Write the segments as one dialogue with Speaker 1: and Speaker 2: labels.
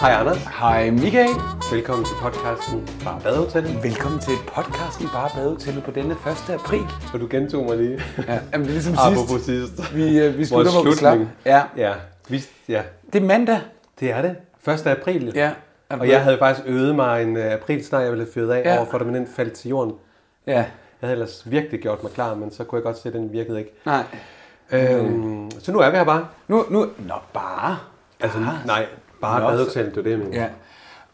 Speaker 1: Hej Anders.
Speaker 2: Hej Michael.
Speaker 1: Velkommen til podcasten fra Badehotellet.
Speaker 2: Velkommen til podcasten Bare Badehotellet på denne 1. april.
Speaker 1: Og du gentog mig lige.
Speaker 2: Ja, jamen, det er ligesom
Speaker 1: Apropos
Speaker 2: sidst.
Speaker 1: sidst.
Speaker 2: Vi, øh, vi
Speaker 1: Vores
Speaker 2: slutter, hvor vi slap.
Speaker 1: slutning.
Speaker 2: Ja.
Speaker 1: Ja. Vi, ja,
Speaker 2: Det er mandag.
Speaker 1: det er det. 1. april.
Speaker 2: Ja. Er du
Speaker 1: Og
Speaker 2: med?
Speaker 1: jeg havde faktisk øvet mig en øh, aprilsnar, jeg ville have fyret af
Speaker 2: Ja.
Speaker 1: ja. overfor dig, men den faldt til jorden.
Speaker 2: Ja.
Speaker 1: Jeg havde ellers virkelig gjort mig klar, men så kunne jeg godt se, at den virkede ikke.
Speaker 2: Nej.
Speaker 1: Øhm, så nu er vi her bare.
Speaker 2: Nu, nu, nå, bare.
Speaker 1: Altså, nej, bare
Speaker 2: Ah. Nå,
Speaker 1: badehotellet, det er det, jeg mener.
Speaker 2: Ja.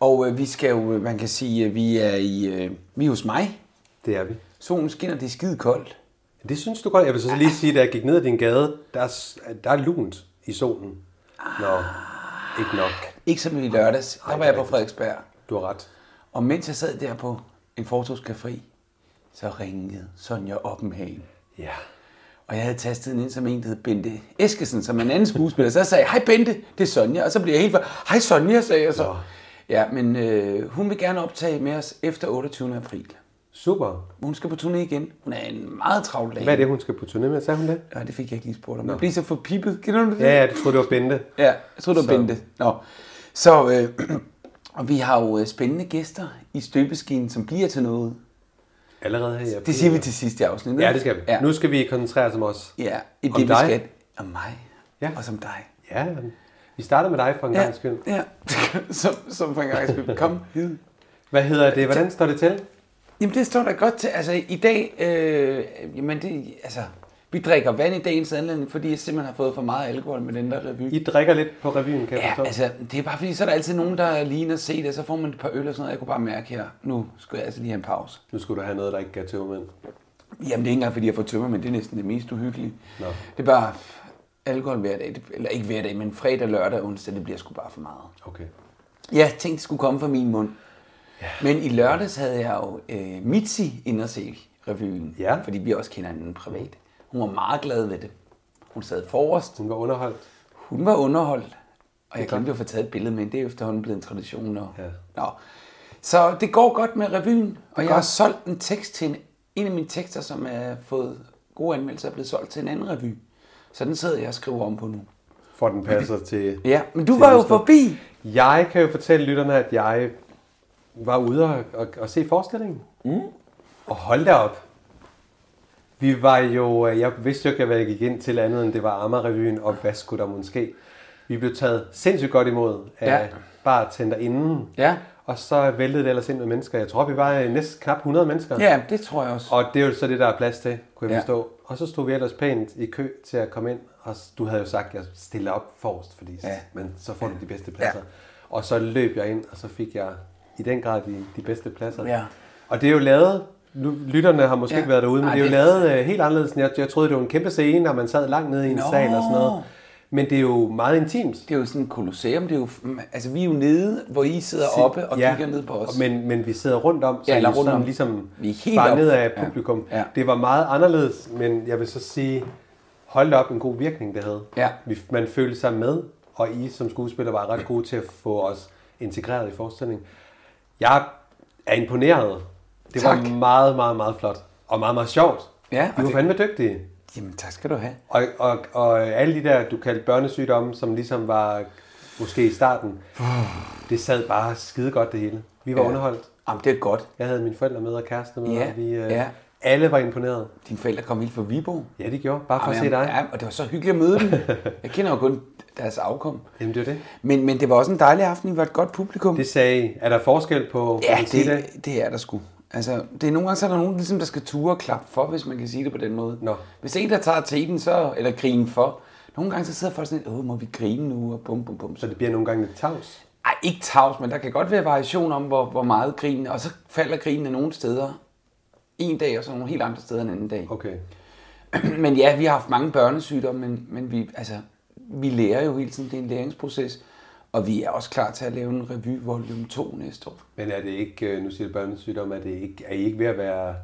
Speaker 2: Og øh, vi skal jo, øh, man kan sige, øh, vi er i, øh, vi er hos mig.
Speaker 1: Det er vi.
Speaker 2: Solen skinner, det er skide koldt.
Speaker 1: Det synes du godt. Jeg vil så lige sige, at da jeg gik ned ad din gade, der er, s- der er lunt i solen. Nå, ikke nok.
Speaker 2: Ikke som i lørdags, der var jeg på
Speaker 1: rigtigt.
Speaker 2: Frederiksberg.
Speaker 1: Du har ret.
Speaker 2: Og mens jeg sad der på en fortogscafé, så ringede Sonja Oppenhagen.
Speaker 1: Ja.
Speaker 2: Og jeg havde tastet den ind som en, der hed Bente Eskesen, som er en anden skuespiller. Så jeg sagde, hej Bente, det er Sonja. Og så blev jeg helt for, hej Sonja, sagde jeg så.
Speaker 1: Nå.
Speaker 2: Ja, men øh, hun vil gerne optage med os efter 28. april.
Speaker 1: Super.
Speaker 2: Hun skal på turné igen. Hun er en meget travl dag.
Speaker 1: Hvad er det, hun skal på turné med? Sagde hun det?
Speaker 2: Nej, det fik jeg ikke lige spurgt om. Jeg blev så forpipet. Kan du det?
Speaker 1: Ja, ja, du troede, det var Bente.
Speaker 2: ja jeg troede, det var
Speaker 1: Så-
Speaker 2: Bente. Nå. Så øh, og vi har jo øh, spændende gæster i støbeskinen, som bliver til noget.
Speaker 1: Allerede her. i april.
Speaker 2: Det siger vi til sidst i afsnittet.
Speaker 1: Ja,
Speaker 2: ikke?
Speaker 1: det skal vi.
Speaker 2: Ja,
Speaker 1: Nu skal vi koncentrere os om os.
Speaker 2: ja i
Speaker 1: Om
Speaker 2: det, vi
Speaker 1: dig?
Speaker 2: skal. Om mig.
Speaker 1: Ja.
Speaker 2: Og som dig.
Speaker 1: Ja, vi starter med dig for en ja.
Speaker 2: Ja,
Speaker 1: gang skyld.
Speaker 2: ja. som, som for en gang skyld. Kom hid.
Speaker 1: Hvad hedder det? Hvordan står det til?
Speaker 2: Jamen, det står der godt til. Altså, i dag, øh, jamen det, altså, vi drikker vand i dagens anledning, fordi jeg simpelthen har fået for meget alkohol med den der revy.
Speaker 1: I drikker lidt på revyen, kan jeg
Speaker 2: Ja,
Speaker 1: forstå.
Speaker 2: altså, det er bare fordi, så er der altid nogen, der ligner at se det, så får man et par øl og sådan noget. Jeg kunne bare mærke her, nu skal jeg altså lige have en pause.
Speaker 1: Nu skulle du have noget, der ikke gav tøvmænd.
Speaker 2: Jamen, det er ikke engang, fordi jeg får tømmer, men det er næsten det mest uhyggelige.
Speaker 1: Nå.
Speaker 2: Det er bare alkohol hver dag, det, eller ikke hver dag, men fredag, lørdag og onsdag, det bliver sgu bare for meget.
Speaker 1: Okay.
Speaker 2: Jeg tænkte, det skulle komme fra min mund. Ja. Men i lørdags havde jeg jo øh, Mitzi ind og se revyen,
Speaker 1: Ja.
Speaker 2: fordi vi også kender hinanden privat. Hun var meget glad ved det. Hun sad forrest.
Speaker 1: Hun var underholdt.
Speaker 2: Hun var underholdt. Og jeg
Speaker 1: godt.
Speaker 2: glemte jo at få taget et billede med hende. Det er jo efterhånden blevet en tradition. Og...
Speaker 1: Ja.
Speaker 2: Nå. Så det går godt med revyen. Og jeg har
Speaker 1: godt.
Speaker 2: solgt en tekst til en, en af mine tekster, som er fået gode anmeldelser, er blevet solgt til en anden revy. Så den sidder jeg og skriver om på nu.
Speaker 1: For den passer til...
Speaker 2: Ja, men du
Speaker 1: til
Speaker 2: var jo
Speaker 1: Oslo.
Speaker 2: forbi.
Speaker 1: Jeg kan jo fortælle lytterne, at jeg var ude og, og, og se forestillingen. Mm. Og hold da op. øh, Vi var jo, jeg vidste jo ikke, hvad jeg gik ind til andet, end det var Amagerrevyen, og hvad skulle der måske ske? Vi blev taget sindssygt godt imod af
Speaker 2: Ja.
Speaker 1: ja. bartender inden.
Speaker 2: Ja.
Speaker 1: Og så væltede det ellers ind med mennesker. Jeg tror, vi var øh, næsten knap 100 mennesker.
Speaker 2: Ja, det tror jeg også.
Speaker 1: Og det er jo så det, der er plads til, kunne jeg
Speaker 2: Ja.
Speaker 1: ja. forstå. Og så stod vi ellers pænt i kø til at komme ind. Og s- du havde jo sagt, at jeg stiller op forrest, fordi
Speaker 2: Ja.
Speaker 1: ja. men så får du de bedste pladser. Ja. Og så løb jeg ind, og så fik jeg i den grad de, de bedste pladser.
Speaker 2: Ja.
Speaker 1: Og det er jo lavet, nu, lytterne har måske
Speaker 2: Ja.
Speaker 1: ikke været derude, men
Speaker 2: Ej,
Speaker 1: det er jo
Speaker 2: det er-
Speaker 1: lavet øh, helt anderledes. end Jeg, jeg troede, det var en kæmpe scene, og man sad langt nede i en
Speaker 2: Nå.
Speaker 1: sal og sådan noget. Men det er jo meget intimt.
Speaker 2: Det er jo sådan et kolosseum. Det er jo, altså, vi er jo nede, hvor I sidder oppe og ja. kigger ned på os.
Speaker 1: Men, men vi sidder rundt om, så
Speaker 2: Ja,
Speaker 1: ja,
Speaker 2: eller
Speaker 1: eller
Speaker 2: rundt om.
Speaker 1: ligesom
Speaker 2: Vi
Speaker 1: vi
Speaker 2: er
Speaker 1: er
Speaker 2: helt
Speaker 1: fanget
Speaker 2: op.
Speaker 1: af
Speaker 2: Ja.
Speaker 1: publikum.
Speaker 2: Ja.
Speaker 1: Det var meget anderledes, men jeg vil så sige, hold da op en god virkning, det havde.
Speaker 2: Ja.
Speaker 1: Vi, man følte sig med, og I som skuespiller var ret gode til at få os integreret i forestillingen. Jeg er imponeret. Det
Speaker 2: Tak.
Speaker 1: var meget, meget, meget flot. Og meget, meget sjovt.
Speaker 2: Ja,
Speaker 1: I
Speaker 2: og
Speaker 1: var
Speaker 2: det-
Speaker 1: fandme dygtige.
Speaker 2: Jamen, tak skal du have.
Speaker 1: Og, og, og alle de der, du kaldte børnesygdomme, som ligesom var måske i starten, det sad bare skide godt det hele. Vi var
Speaker 2: Ja.
Speaker 1: ja. underholdt.
Speaker 2: Jamen, det er godt.
Speaker 1: Jeg havde mine forældre med og kæreste med,
Speaker 2: Ja,
Speaker 1: og vi, øh,
Speaker 2: ja.
Speaker 1: alle var imponeret.
Speaker 2: Dine forældre kom helt fra Viborg.
Speaker 1: Ja, de gjorde. Bare for at se
Speaker 2: Jamen,
Speaker 1: dig.
Speaker 2: Ja, og det var så hyggeligt at møde dem. Jeg kender jo kun deres afkom.
Speaker 1: Jamen, det er det.
Speaker 2: Men, men det var også en dejlig aften. I var et godt publikum.
Speaker 1: Det sagde I. Er der forskel på... kan
Speaker 2: ja,
Speaker 1: man sige
Speaker 2: det, det er der sgu. Altså, det er nogle gange, så er der nogen, ligesom, der skal ture og klappe for, hvis man kan sige det på den måde.
Speaker 1: Nå.
Speaker 2: Hvis en, der tager teten, så, eller griner for, nogle gange så sidder folk sådan lidt, åh, må vi grine nu, og bum, bum, bum.
Speaker 1: Så det bliver nogle gange lidt tavs.
Speaker 2: Ej, ikke tavs, men der kan godt være variation om, hvor, hvor meget grinen, og så falder grinen nogle steder en dag, og så nogle helt andre steder en anden dag.
Speaker 1: Okay.
Speaker 2: Men ja, vi har haft mange børnesygdomme, men, men vi, altså, vi lærer jo hele tiden, det er en læringsproces, og vi er også klar til at lave en revy volume 2 næste år.
Speaker 1: Men er det ikke... øh, Nu siger du børnesygdomme. Er, det ikke, er I ikke ved at være...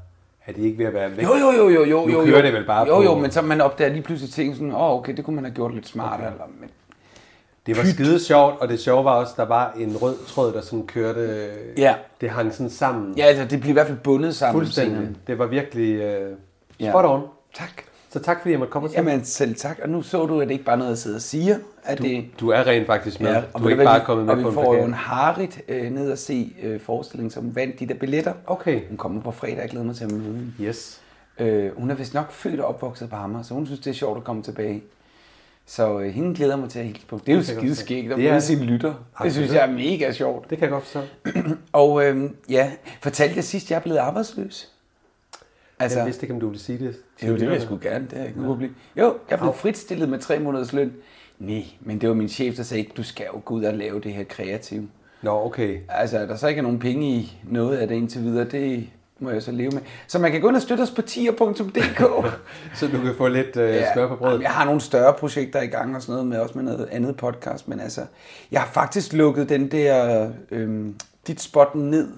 Speaker 1: Er det ikke ved at være væk?
Speaker 2: Jo, jo, jo, jo, jo,
Speaker 1: Nu
Speaker 2: jo.
Speaker 1: kører
Speaker 2: jo.
Speaker 1: det vel bare
Speaker 2: Jo,
Speaker 1: på-
Speaker 2: jo, men så man opdager lige pludselig ting sådan, åh, oh, okay, det kunne man have gjort lidt smartere, okay. eller, men
Speaker 1: Det var skide sjovt, og det sjove var også, der var en rød tråd, der sådan kørte...
Speaker 2: Ja.
Speaker 1: Det hang sådan sammen.
Speaker 2: Ja, altså, det bliver i hvert fald bundet sammen. senere.
Speaker 1: Fuldstændig. Det var virkelig øh,
Speaker 2: Ja.
Speaker 1: spot on.
Speaker 2: Tak.
Speaker 1: Så tak, fordi jeg måtte komme og se.
Speaker 2: Jamen, selv tak. Og nu så du, at det ikke bare er noget, jeg sidder og siger, at det...
Speaker 1: Du er rent faktisk med.
Speaker 2: Ja,
Speaker 1: Ja,
Speaker 2: og
Speaker 1: du
Speaker 2: ved
Speaker 1: er ikke
Speaker 2: hvad,
Speaker 1: bare
Speaker 2: vi-
Speaker 1: kommet med
Speaker 2: og
Speaker 1: på en
Speaker 2: vi får jo
Speaker 1: parkering.
Speaker 2: en Harit øh, ned og se øh, forestillingen, som vandt de der billetter.
Speaker 1: Okay.
Speaker 2: Hun kommer på fredag, jeg glæder mig til at møde hende.
Speaker 1: Yes.
Speaker 2: Øh, hun er vist nok født og opvokset på Amager, så hun synes, det er sjovt at komme tilbage. Så øh, hende glæder mig til at hilse på. Det er jo
Speaker 1: kan jeg
Speaker 2: skide
Speaker 1: godt se.
Speaker 2: skægt at
Speaker 1: Det er-
Speaker 2: møde sine lytter. Det
Speaker 1: Absolut.
Speaker 2: synes jeg er mega sjovt.
Speaker 1: Det kan jeg godt forstå.
Speaker 2: Og øh, ja, fortalte jeg sidst, jeg er blevet arbejdsløs? Altså,
Speaker 1: Jeg vidste ikke, om du ville sige det. til
Speaker 2: jo, det vil jeg
Speaker 1: lytterne.
Speaker 2: sgu gerne. Det er ikke noget problem. Jo, jeg blev fritstillet med tre måneders løn. Nej, men det var min chef, der sagde, du skal jo gå ud og lave det her kreative.
Speaker 1: Nå, okay.
Speaker 2: Altså, at der så ikke er nogen penge i noget af det indtil videre, det må jeg så leve med. Så man kan gå ind og støtte os på tier.dk.
Speaker 1: Så du kan få lidt øh, smør på brødet.
Speaker 2: Jeg har nogle større projekter i gang og sådan noget, med, også med noget andet podcast, men altså, jeg har faktisk lukket den der, øhm, dit spot ned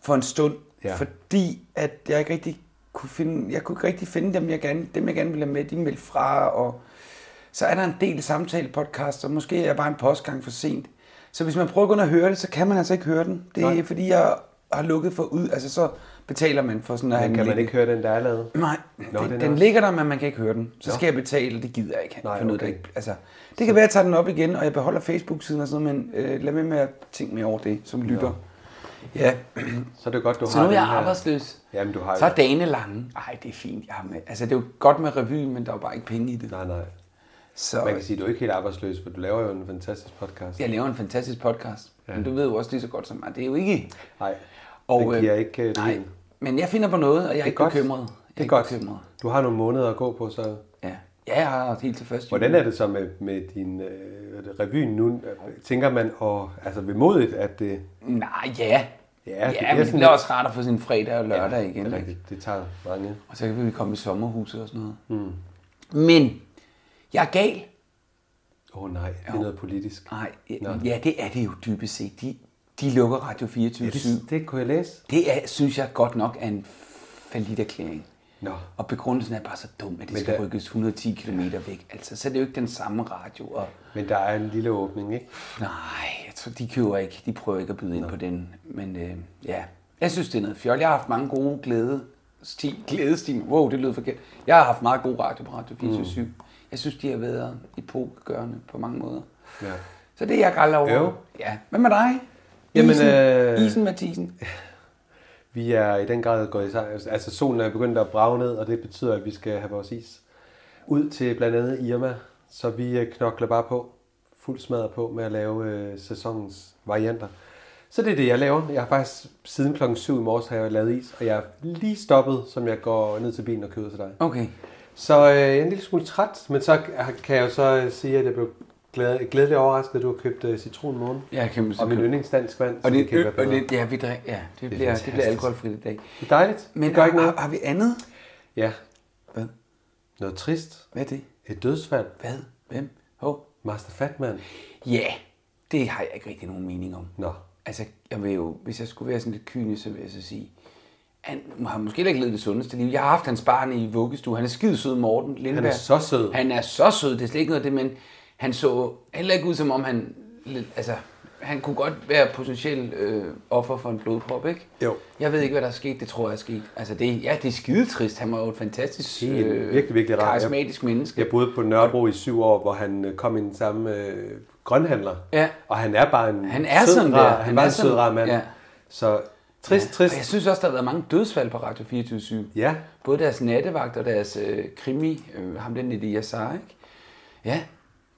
Speaker 2: for en stund, ja.
Speaker 1: Ja.
Speaker 2: fordi at jeg ikke rigtig kunne finde, jeg kunne ikke rigtig finde dem, jeg gerne, dem jeg gerne ville have med, de meldte fra, og så er der en del samtalepodcast, og måske er jeg bare en postgang for sent. Så hvis man prøver at gå ind og høre det, så kan man altså ikke høre den. Det er Nej.
Speaker 1: Nej.
Speaker 2: fordi, jeg har lukket for ud, altså så betaler man for sådan at have
Speaker 1: Men kan
Speaker 2: den
Speaker 1: man
Speaker 2: liggende.
Speaker 1: ikke høre den, der er lavet?
Speaker 2: Nej, Nå,
Speaker 1: Nå,
Speaker 2: den,
Speaker 1: den
Speaker 2: den,
Speaker 1: er
Speaker 2: den
Speaker 1: også-
Speaker 2: ligger der, men man kan ikke høre den. Så
Speaker 1: Nå.
Speaker 2: skal jeg betale, det gider jeg ikke.
Speaker 1: Nej,
Speaker 2: for noget, der
Speaker 1: okay.
Speaker 2: ikke, altså, det kan være, at jeg tager den op igen, og jeg beholder Facebook-siden og sådan noget, men øh, lad mig med at tænke mere over det, som lytter. Ja,
Speaker 1: Så er det godt, du
Speaker 2: så
Speaker 1: har
Speaker 2: nu er jeg
Speaker 1: den her.
Speaker 2: arbejdsløs.
Speaker 1: Jamen, du har
Speaker 2: Så
Speaker 1: jo-
Speaker 2: er dagene lange. Nej, det er fint. Jeg har med. Altså, det er jo godt med revy, men der er jo bare ikke penge i det.
Speaker 1: Nej, nej. Man
Speaker 2: Så
Speaker 1: kan sige, at du er ikke helt arbejdsløs, for du laver jo en fantastisk podcast.
Speaker 2: jeg laver en fantastisk podcast. Men du ved jo også lige så godt som mig, det er jo ikke...
Speaker 1: Nej, det giver ikke øh, det
Speaker 2: nej,
Speaker 1: hele.
Speaker 2: men jeg finder på noget, og jeg er, ikke
Speaker 1: godt.
Speaker 2: bekymret. Jeg
Speaker 1: Det er
Speaker 2: ikke
Speaker 1: godt.
Speaker 2: bekymret.
Speaker 1: Du har nogle måneder at gå på, så...
Speaker 2: Ja. ja, jeg har helt til første
Speaker 1: Hvordan er det så med, med din øh, hvad er det, revyen nu? Tænker man og, altså vemodigt, at det,
Speaker 2: Nej, ja.
Speaker 1: Ja,
Speaker 2: ja,
Speaker 1: det
Speaker 2: det
Speaker 1: bliver
Speaker 2: men det
Speaker 1: sådan
Speaker 2: bliver
Speaker 1: lidt-
Speaker 2: også rart at få sin fredag og lørdag ja, igen.
Speaker 1: det, er
Speaker 2: Ikke?
Speaker 1: rigtigt, det tager mange?
Speaker 2: Og så kan vi komme i sommerhuset og sådan noget. Mm. Men jeg er gal.
Speaker 1: Åh oh, nej, det er noget politisk.
Speaker 2: Nej,
Speaker 1: Nå.
Speaker 2: ja, det er det jo dybest set. De, de lukker Radio 24
Speaker 1: Det, det kunne jeg læse.
Speaker 2: Det er, synes jeg godt nok er en falit erklæring.
Speaker 1: Nå.
Speaker 2: Og begrundelsen er bare så dum, at det
Speaker 1: Men
Speaker 2: skal
Speaker 1: der-
Speaker 2: rykkes 110 km væk. Altså, så er det jo ikke den samme radio. Og...
Speaker 1: Men der er en lille åbning, ikke?
Speaker 2: Nej, jeg tror, de køber ikke. De prøver ikke at byde ind på den. Men øh, ja, jeg synes, det er noget fjol. Jeg har haft mange gode glæde. Sti, glædestimer. Wow, det lød forkert. Jeg har haft meget god radio på Radio 24 mm. Jeg synes, de har været epokegørende på mange måder.
Speaker 1: Ja.
Speaker 2: Så det er jeg græld over.
Speaker 1: Jo.
Speaker 2: Ja. Hvad med dig?
Speaker 1: Jamen,
Speaker 2: Isen,
Speaker 1: øh,
Speaker 2: Isen Mathisen.
Speaker 1: Vi er i den grad gået i sejr. Altså solen er begyndt at brage ned, og det betyder, at vi skal have vores is ud til blandt andet Irma. Så vi øh, knokler bare på. fuld smadret på med at lave øh, sæsonens varianter. Så det er det, jeg laver. Jeg har faktisk siden klokken 7 i morges har jeg lavet is, og jeg er lige stoppet, som jeg går ned til bilen og køber til dig.
Speaker 2: Okay.
Speaker 1: Så øh, jeg er en lille smule træt, men så kan jeg jo så øh, sige, at jeg blev glad, glædelig overrasket, at du har købt øh, citronmåne.
Speaker 2: Ja, kan man så
Speaker 1: Og min
Speaker 2: købe-
Speaker 1: yndlingsdansk vand,
Speaker 2: Og
Speaker 1: så
Speaker 2: det,
Speaker 1: kan
Speaker 2: ø-
Speaker 1: være
Speaker 2: og
Speaker 1: bedre.
Speaker 2: det, ja, vi drikker, ja, det, bliver, det bliver
Speaker 1: fantastisk.
Speaker 2: alkoholfrit i dag.
Speaker 1: Det er dejligt.
Speaker 2: Men
Speaker 1: det gør ikke noget.
Speaker 2: Har, har vi andet?
Speaker 1: Ja.
Speaker 2: Hvad?
Speaker 1: Noget trist.
Speaker 2: Hvad er det?
Speaker 1: Et dødsfald.
Speaker 2: Hvad? Hvem? Hov.
Speaker 1: Master Fatman.
Speaker 2: Ja, det har jeg ikke rigtig nogen mening om.
Speaker 1: Nå.
Speaker 2: Altså, jeg vil jo, hvis jeg skulle være sådan lidt kynisk, så vil jeg så sige, han har måske heller ikke levet det sundeste liv. Jeg har haft hans barn i vuggestue. Han er skide sød, Morten Lindberg.
Speaker 1: så sød.
Speaker 2: Han er så sød, det er slet ikke noget af det, men han så heller ikke ud, som om han... lidt- Altså, han kunne godt være potentiel øh, offer for en blodprop, ikke?
Speaker 1: Jo.
Speaker 2: Jeg ved ikke, hvad der er sket. Det tror jeg er sket. Altså, det, ja, det er skidetrist. Han var jo et fantastisk, øh,
Speaker 1: Helt, virkelig, virkelig rar.
Speaker 2: karismatisk menneske.
Speaker 1: Jeg boede på Nørrebro i syv år, hvor han øh, kom i den samme øh, grønhandler.
Speaker 2: Ja.
Speaker 1: Og han er bare en
Speaker 2: Han er
Speaker 1: sød,
Speaker 2: sådan
Speaker 1: rar.
Speaker 2: der.
Speaker 1: Han,
Speaker 2: Han
Speaker 1: var
Speaker 2: er
Speaker 1: en sød,
Speaker 2: sådan-
Speaker 1: rar mand.
Speaker 2: Ja.
Speaker 1: Så trist, trist.
Speaker 2: Og jeg synes også, der har været mange dødsfald på Radio 24
Speaker 1: Ja.
Speaker 2: Både deres nattevagt og deres øh, krimi, øh, ham den lille Yassar, ikke? Ja,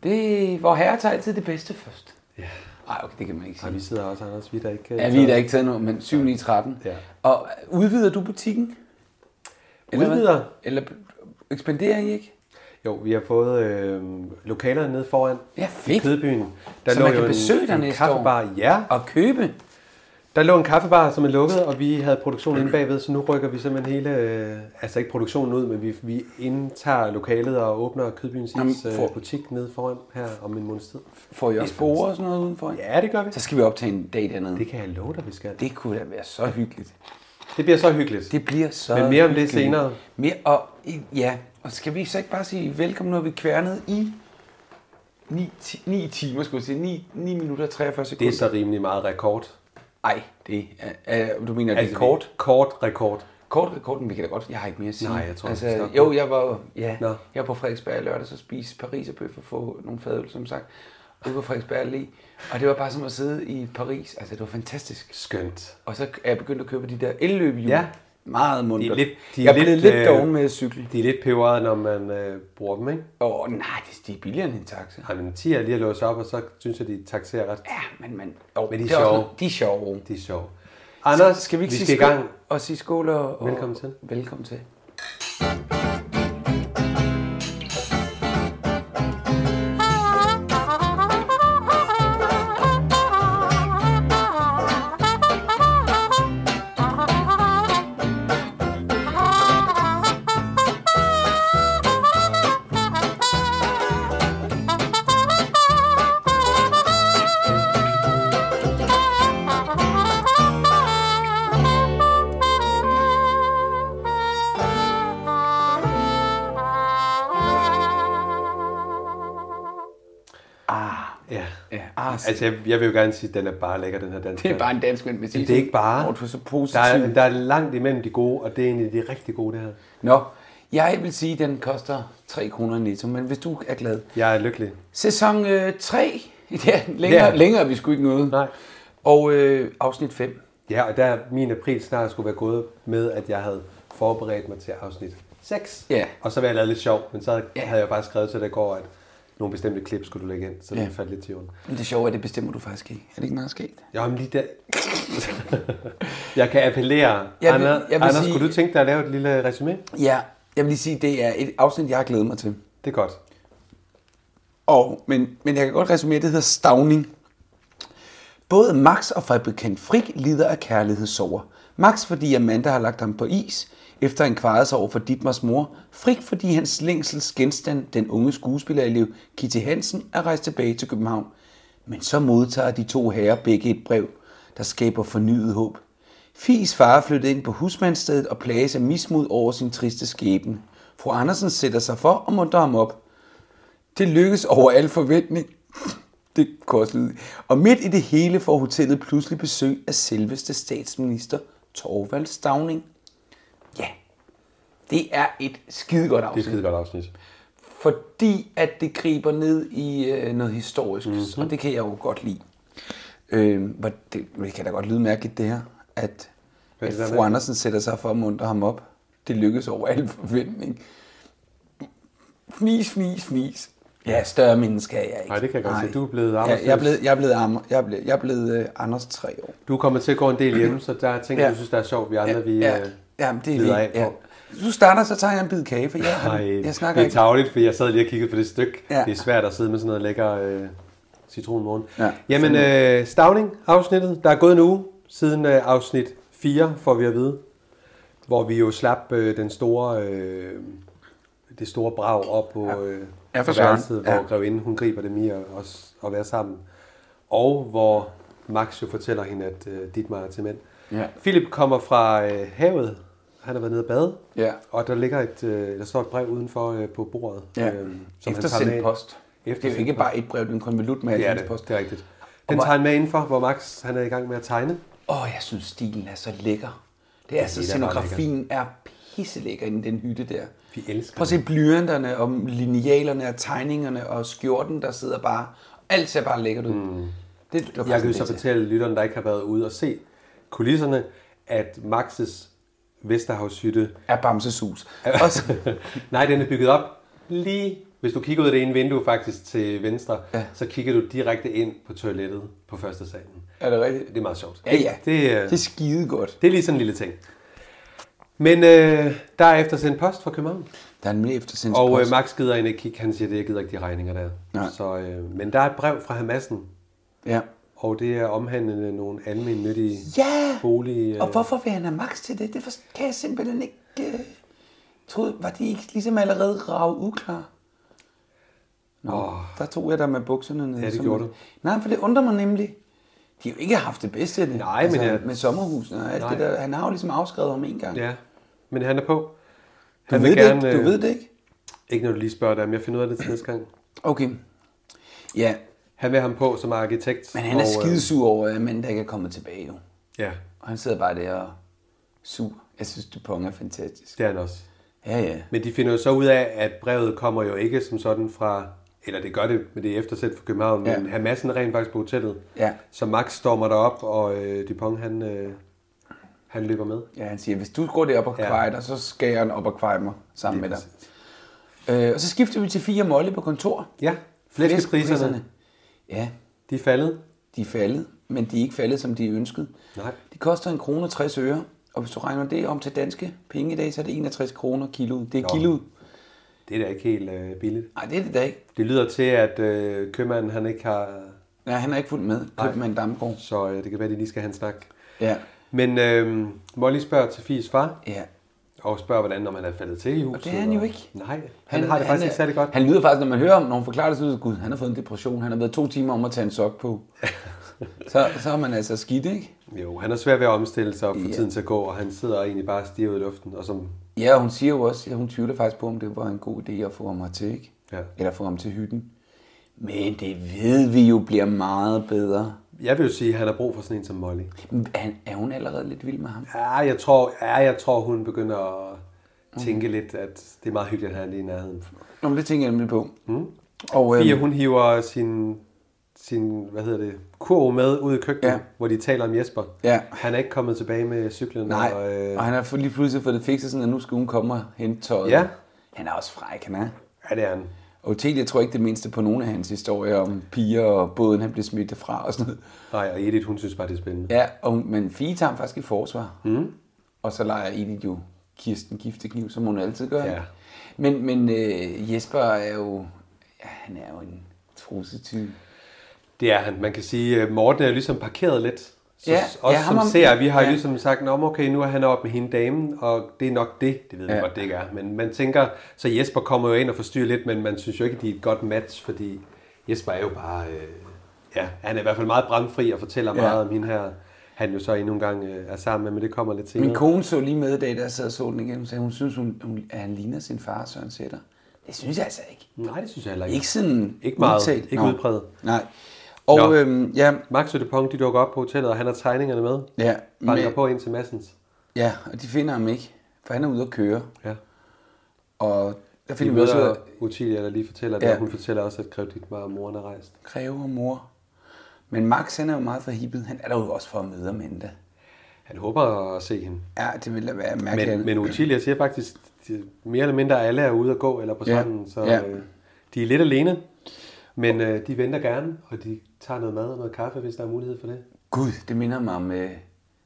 Speaker 2: det, hvor herre tager altid det bedste først. Ja. Ej, okay, det kan man ikke
Speaker 1: Og
Speaker 2: sige.
Speaker 1: vi sidder også, Anders, vi er der ikke... øh,
Speaker 2: Ja, vi er da ikke taget noget, men 7 9, 13.
Speaker 1: Ja.
Speaker 2: Og øh, udvider du butikken? hvad?
Speaker 1: Udvider?
Speaker 2: Eller ekspanderer I ikke?
Speaker 1: Jo, vi har fået øh, lokalerne nede foran.
Speaker 2: Ja, fedt.
Speaker 1: I Kødbyen.
Speaker 2: Så man
Speaker 1: jo
Speaker 2: kan besøge dig
Speaker 1: en
Speaker 2: næste
Speaker 1: kaffebar.
Speaker 2: år.
Speaker 1: Ja,
Speaker 2: Og købe?
Speaker 1: Der lå en kaffebar, som er lukket, og vi havde produktionen inde bagved, så nu rykker vi simpelthen hele, øh, altså ikke produktionen ud, men vi, vi indtager lokalet og åbner Kødbyens
Speaker 2: Jamen,
Speaker 1: Is øh,
Speaker 2: for-
Speaker 1: butik nede foran her om en måneds tid.
Speaker 2: Får I også spore og sådan noget udenfor?
Speaker 1: Ja, det gør vi.
Speaker 2: Så skal vi optage en dag dernede.
Speaker 1: Det kan jeg love dig, vi skal.
Speaker 2: det kunne da være så hyggeligt.
Speaker 1: Det bliver så hyggeligt.
Speaker 2: Det bliver så
Speaker 1: Men mere om det
Speaker 2: hyggeligt.
Speaker 1: senere.
Speaker 2: Mere, og, ja, og skal vi så ikke bare sige velkommen, når vi er kværnet i 9, 9 timer, skulle jeg sige. 9, 9 minutter og 43
Speaker 1: Det
Speaker 2: sekunder.
Speaker 1: er så rimelig meget rekord.
Speaker 2: Ej, det er, øh, du mener, det er
Speaker 1: Altså,
Speaker 2: kort?
Speaker 1: Kort rekord.
Speaker 2: Kort rekorden, vi kan da godt. Jeg har ikke mere at sige.
Speaker 1: Nej, jeg tror, vi skal
Speaker 2: altså,
Speaker 1: stoppe
Speaker 2: Jo,
Speaker 1: nu.
Speaker 2: jeg var, jo- ja,
Speaker 1: Nå.
Speaker 2: jeg var på Frederiksberg i lørdags og spiste pariserbøf og få nogle fadøl, som sagt. Ude på Frederiksberg lige. Og det var bare som at sidde i Paris. Altså, det var fantastisk.
Speaker 1: Skønt.
Speaker 2: Og så er jeg begyndt at købe de der elløbehjul.
Speaker 1: Ja.
Speaker 2: Meget mundt.
Speaker 1: De er lidt- de er
Speaker 2: jeg er blevet
Speaker 1: lidt,
Speaker 2: lidt,
Speaker 1: øh,
Speaker 2: doven med at cykle.
Speaker 1: De er lidt peberet, når man øh, bruger dem, ikke?
Speaker 2: Åh, oh, nej, de, de er billigere end en taxa.
Speaker 1: Har man 10 er lige at låse op, og så synes jeg, de taxerer ret.
Speaker 2: Ja, men, men, oh,
Speaker 1: Men de er
Speaker 2: det også
Speaker 1: sjove.
Speaker 2: noget- De er sjove.
Speaker 1: De er sjove. Anders,
Speaker 2: skal vi ikke
Speaker 1: vi skal
Speaker 2: sige
Speaker 1: i gang.
Speaker 2: skål Og sige skål og... og-
Speaker 1: Velkommen til.
Speaker 2: Velkommen til.
Speaker 1: Ja.
Speaker 2: Ja, ah, altså,
Speaker 1: Altså, jeg, jeg vil jo gerne sige, at den er bare lækker, den her dansk.
Speaker 2: det er bare en dansk mand med
Speaker 1: Men det er ikke bare.
Speaker 2: Åh, du er så
Speaker 1: der,
Speaker 2: positiv.
Speaker 1: er, der er langt imellem de gode, og det er egentlig de rigtig gode, det her.
Speaker 2: Nå, jeg vil sige, at den koster 3 kroner netto, men hvis du er glad.
Speaker 1: Jeg er lykkelig.
Speaker 2: Sæson øh, 3. Ja, længere,
Speaker 1: Ja.
Speaker 2: yeah. længere er vi sgu ikke noget.
Speaker 1: Nej.
Speaker 2: Og øh, afsnit 5.
Speaker 1: Ja, og der er min april snart skulle være gået med, at jeg havde forberedt mig til afsnit 6.
Speaker 2: Ja.
Speaker 1: Og så ville jeg lave lidt sjov, men så havde,
Speaker 2: Ja.
Speaker 1: havde jeg bare skrevet til dig i går, at nogle bestemte klip skulle du lægge ind, så
Speaker 2: Ja.
Speaker 1: det faldt lidt til jorden.
Speaker 2: Men det sjove er, at det bestemmer du faktisk ikke. Er det ikke meget skægt?
Speaker 1: Jamen lige der. jeg kan appellere.
Speaker 2: Jeg vil-
Speaker 1: Anders,
Speaker 2: jeg vil
Speaker 1: Anders
Speaker 2: sige-
Speaker 1: skulle du tænke dig at lave et lille resume?
Speaker 2: Ja, jeg vil lige sige, at det er et afsnit, jeg har glædet mig til.
Speaker 1: Det er godt.
Speaker 2: Og, men, men jeg kan godt resumere, det hedder stavning. Både Max og fabrikant Frik lider af kærlighedssover. Max, fordi Amanda har lagt ham på is, efter han kvarede sig over for Ditmars mor. Frik, fordi hans længsels genstand, den unge skuespillerelev Kitty Hansen, er rejst tilbage til København. Men så modtager de to herrer begge et brev, der skaber fornyet håb. Fis far er flyttet ind på husmandstedet og plages af mismod over sin triste skæbne. Fru Andersen sætter sig for og munter ham op. Det lykkes over al forventning. Det kostede. Og midt i det hele får hotellet pludselig besøg af selveste statsminister Torvald Stavning. Ja, det er et skidegodt
Speaker 1: Det er et
Speaker 2: afsnit.
Speaker 1: skide godt afsnit.
Speaker 2: Fordi at det griber ned i øh, noget historisk,
Speaker 1: Mhm.
Speaker 2: mm-hmm. og det kan jeg jo godt lide. Øh, hvor det, det kan da godt lyde mærkeligt det her, at,
Speaker 1: Hvad er
Speaker 2: at
Speaker 1: det der
Speaker 2: fru
Speaker 1: med?
Speaker 2: Andersen sætter sig for at muntre ham op. Det lykkes over al forventning. Fnis, fnis, fnis. Ja, større menneske er jeg ikke.
Speaker 1: Nej, det kan jeg godt se. Du er blevet
Speaker 2: jeg,
Speaker 1: arbejdsløs.
Speaker 2: jeg, er blevet, jeg er blevet, Am- jeg er blevet, jeg er blevet uh, Anders tre år.
Speaker 1: Du er kommet til at gå en del hjemme, så der er ting,
Speaker 2: Ja.
Speaker 1: du synes, der er sjovt, vi andre, vi...
Speaker 2: ja,
Speaker 1: øh,
Speaker 2: jamen, det er
Speaker 1: lider
Speaker 2: lige-
Speaker 1: af
Speaker 2: ja.
Speaker 1: på.
Speaker 2: Du starter, så tager jeg en bid kage, for jeg,
Speaker 1: Nej,
Speaker 2: jeg, jeg snakker
Speaker 1: det er
Speaker 2: ikke.
Speaker 1: tageligt, for jeg sad lige og kiggede på det stykke.
Speaker 2: Ja.
Speaker 1: Ja. Det er svært at sidde med sådan noget lækker øh, citronmorgen.
Speaker 2: Ja.
Speaker 1: Ja. Jamen, øh, Stavning, afsnittet. Der er gået en uge siden øh, afsnit 4, får vi at vide. Hvor vi jo slap øh, den store, øh, det store brag op på, øh,
Speaker 2: Ja, for
Speaker 1: på
Speaker 2: søren.
Speaker 1: værelset, hvor
Speaker 2: Ja.
Speaker 1: ja. grevinden hun griber dem i at, os- at være sammen. Og hvor Max jo fortæller hende, at øh, Dietmar er til mænd.
Speaker 2: Ja.
Speaker 1: Philip kommer fra øh, havet. Han har været nede og bade.
Speaker 2: Ja.
Speaker 1: Og der ligger et, øh, der står et brev udenfor øh, på bordet.
Speaker 2: Ja.
Speaker 1: Øhm, som
Speaker 2: Efter
Speaker 1: han tager
Speaker 2: sendt
Speaker 1: med-
Speaker 2: post. Det er jo
Speaker 1: Eftersendt
Speaker 2: ikke
Speaker 1: post.
Speaker 2: bare et brev, det er en konvolut med
Speaker 1: Ja,
Speaker 2: ja,
Speaker 1: det,
Speaker 2: post.
Speaker 1: det er rigtigt. Den
Speaker 2: hvor-
Speaker 1: tager han med indenfor, hvor Max han er i gang med at tegne.
Speaker 2: Åh, oh, jeg synes, stilen er så lækker. Det er så
Speaker 1: det er da bare
Speaker 2: scenografien er pisselækker i den hytte der.
Speaker 1: Vi elsker
Speaker 2: Prøv at se blyanterne og linealerne og tegningerne og skjorten, der sidder bare. Alt ser bare lækkert ud. Mm. Det, det var
Speaker 1: Jeg
Speaker 2: faktisk
Speaker 1: kan jo
Speaker 2: en
Speaker 1: så
Speaker 2: idé til.
Speaker 1: fortælle lytterne, der ikke har været ude og se kulisserne, at Maxes Vesterhavshytte...
Speaker 2: Er bamsesus. Og så,
Speaker 1: Nej, den er bygget op lige... Hvis du kigger ud af det ene vindue faktisk til venstre,
Speaker 2: Ja.
Speaker 1: ja. så kigger du direkte ind på toilettet på første salen.
Speaker 2: er det rigtigt?
Speaker 1: Det er meget sjovt.
Speaker 2: Ja, ja.
Speaker 1: Det, øh,
Speaker 2: Det er skide godt.
Speaker 1: det er lige sådan en lille ting. Men øh, der er efter sendt post fra København.
Speaker 2: Der er nemlig eftersendt
Speaker 1: Og øh,
Speaker 2: post.
Speaker 1: Max gider ind og kigge, han siger, det jeg gider ikke de regninger der.
Speaker 2: Nej.
Speaker 1: Så, øh, men der er et brev fra Hamassen,
Speaker 2: Ja.
Speaker 1: og det er omhandlende nogle almindelige nyttige
Speaker 2: Ja!
Speaker 1: bolig... Øh,
Speaker 2: Og hvorfor vil han have Max til det? Det for- kan jeg simpelthen ikke... Øh, troede, var de ikke ligesom allerede rave uklar? Nå, oh. der tog jeg der med bukserne nede.
Speaker 1: Ja, det
Speaker 2: som-
Speaker 1: gjorde du.
Speaker 2: Nej, for det undrer mig nemlig. De har jo ikke haft det bedste af det. Altså,
Speaker 1: Nej, men jeg-
Speaker 2: Med sommerhusene og alt
Speaker 1: Nej.
Speaker 2: det der. Han har jo ligesom afskrevet om en gang.
Speaker 1: ja, men han er på.
Speaker 2: du, ved det ikke?
Speaker 1: øh,
Speaker 2: du ved det ikke?
Speaker 1: Ikke når du lige spørger dig, men jeg finder ud af det til næste gang.
Speaker 2: Okay. Ja,
Speaker 1: Han vil ham på som arkitekt.
Speaker 2: men han er
Speaker 1: og, øh,
Speaker 2: skidesur over, at manden der ikke er kommet tilbage jo.
Speaker 1: ja,
Speaker 2: Og han sidder bare der og sur. Jeg synes, Dupont er fantastisk.
Speaker 1: det er han også.
Speaker 2: Ja, ja.
Speaker 1: Men de finder jo så ud af, at brevet kommer jo ikke som sådan fra... Eller det gør det, men det er eftersæt fra København.
Speaker 2: Ja.
Speaker 1: Ja. Men Hamassen er rent faktisk på hotellet.
Speaker 2: Ja.
Speaker 1: Så Max stormer derop, og øh, Dupont han, øh, han løber med.
Speaker 2: Ja, han siger, hvis du går derop og
Speaker 1: Ja.
Speaker 2: kvejer dig, så skal jeg op og kveje mig sammen med dig. Øh, og så skifter vi til fire molle på kontor.
Speaker 1: Ja, flæskepriserne,
Speaker 2: Ja,
Speaker 1: de er faldet.
Speaker 2: de er faldet, men de er ikke faldet, som de ønskede.
Speaker 1: Nej.
Speaker 2: De koster en krone og 60 øre, og hvis du regner det om til danske penge i dag, så er det 61 kroner kilo. Det er
Speaker 1: Nå.
Speaker 2: kilo.
Speaker 1: Det er da ikke helt øh, billigt.
Speaker 2: Nej, det er det da ikke.
Speaker 1: Det lyder til, at øh, købmanden han ikke har...
Speaker 2: Nej, han er ikke fuldt med. Køb med en damgård.
Speaker 1: Så øh, det kan være, at de lige skal have en snak.
Speaker 2: Ja.
Speaker 1: Men øh, Molly spørger til Fies far,
Speaker 2: ja.
Speaker 1: og spørger, hvordan om han er faldet til i huset.
Speaker 2: Og det er han jo ikke.
Speaker 1: Nej, han, han har det faktisk
Speaker 2: er-
Speaker 1: ikke særlig godt.
Speaker 2: Han lyder faktisk, når man hører ham, når hun forklarer det, så lyder det, gud, han har fået en depression. Han har været to timer om at tage en sok på. så, så er man altså skidt, ikke?
Speaker 1: Jo, han er svær ved at omstille sig og få
Speaker 2: Ja.
Speaker 1: tiden til at gå, og han sidder egentlig bare og stiger ud i luften. Og som,
Speaker 2: Ja, og hun siger jo også, at hun tvivler faktisk på, om det var en god idé at få ham hertil, ikke?
Speaker 1: Ja.
Speaker 2: Eller få ham til hytten. Men det ved vi jo bliver meget bedre.
Speaker 1: jeg vil jo sige, at han har brug for sådan en som Molly.
Speaker 2: Men Er, er hun allerede lidt vild med ham?
Speaker 1: Ja, jeg tror, ja, jeg tror hun begynder at tænke
Speaker 2: Mm.
Speaker 1: lidt, at det er meget hyggeligt, at han er lige i nærheden.
Speaker 2: Nå, men det tænker jeg nemlig på. Mm. Og,
Speaker 1: Fia,
Speaker 2: øhm,
Speaker 1: hun hiver sin, sin, hvad hedder det, kurv med ud i køkkenet,
Speaker 2: Ja.
Speaker 1: ja. hvor de taler om Jesper.
Speaker 2: Ja.
Speaker 1: Han er ikke kommet tilbage med cyklen.
Speaker 2: nej,
Speaker 1: Og, øh,
Speaker 2: og han har fået- lige pludselig fået det fikset sådan, at nu skal hun komme og hente tøjet.
Speaker 1: Ja.
Speaker 2: Han er også fræk, han er.
Speaker 1: ja, det er han.
Speaker 2: Og Otelia tror ikke det mindste på nogen af hans historier om piger og båden, han blev smidt fra og sådan noget.
Speaker 1: Nej, og Edith, hun synes bare, det er spændende.
Speaker 2: Ja, og, men Fie tager ham faktisk i forsvar. Mm. Og så leger Edith jo Kirsten Giftekniv, som hun altid gør.
Speaker 1: Ja.
Speaker 2: Men, men øh, Jesper er jo... Ja, han er jo en trusetype.
Speaker 1: Det er han. Man kan sige, at Morten er jo ligesom parkeret lidt. Så
Speaker 2: Ja,
Speaker 1: ja, også
Speaker 2: ja, ham
Speaker 1: som
Speaker 2: om-
Speaker 1: ser, vi har
Speaker 2: ja.
Speaker 1: ja. ligesom sagt, Nå, men okay, nu er han oppe med hende damen, og det er nok det. Det ved vi
Speaker 2: Ja.
Speaker 1: ja. godt, det ikke er. Men man tænker, så Jesper kommer jo ind og forstyrrer lidt, men man synes jo ikke, de er et godt match, fordi Jesper er jo bare... Øh, ja, han er i hvert fald meget bramfri og fortæller
Speaker 2: Ja.
Speaker 1: ja. meget om hende her. Han jo så endnu en gang øh, er sammen med, men det kommer lidt senere.
Speaker 2: Min kone så lige med i dag, da jeg sad og så den igen. Hun sagde, hun synes, hun, hun, at han ligner sin far, Søren Sætter. Det synes jeg altså ikke.
Speaker 1: Nej, det synes jeg heller ikke.
Speaker 2: Ikke sådan
Speaker 1: Ikke meget.
Speaker 2: udtalt.
Speaker 1: Ikke
Speaker 2: Nå.
Speaker 1: udpræget.
Speaker 2: Nej. Og
Speaker 1: Nå.
Speaker 2: øhm, ja,
Speaker 1: Max og Dupont, de dukker op på hotellet, og han har tegningerne med.
Speaker 2: ja,
Speaker 1: Banker
Speaker 2: men,
Speaker 1: på ind til Massens.
Speaker 2: ja, og de finder ham ikke, for han er ude at køre.
Speaker 1: Ja.
Speaker 2: Og der
Speaker 1: Vi
Speaker 2: finder vi også ud af,
Speaker 1: møder Utilia, der lige fortæller det,
Speaker 2: Ja.
Speaker 1: ja. hun fortæller også, at Grev Dietmar og moren er rejst.
Speaker 2: kræver mor. Men Max, han er jo meget forhippet. Han er der jo også for at møde Amanda.
Speaker 1: Han håber at se hende.
Speaker 2: Ja, det ville da være mærkeligt.
Speaker 1: Men, men Utilia siger faktisk, at mere eller mindre alle er ude at gå eller på
Speaker 2: Ja.
Speaker 1: stranden, så
Speaker 2: Ja.
Speaker 1: øh, De er lidt alene, men øh, de venter gerne, og de tager noget mad og noget kaffe, hvis der er mulighed for det.
Speaker 2: Gud, det minder mig om... Øh...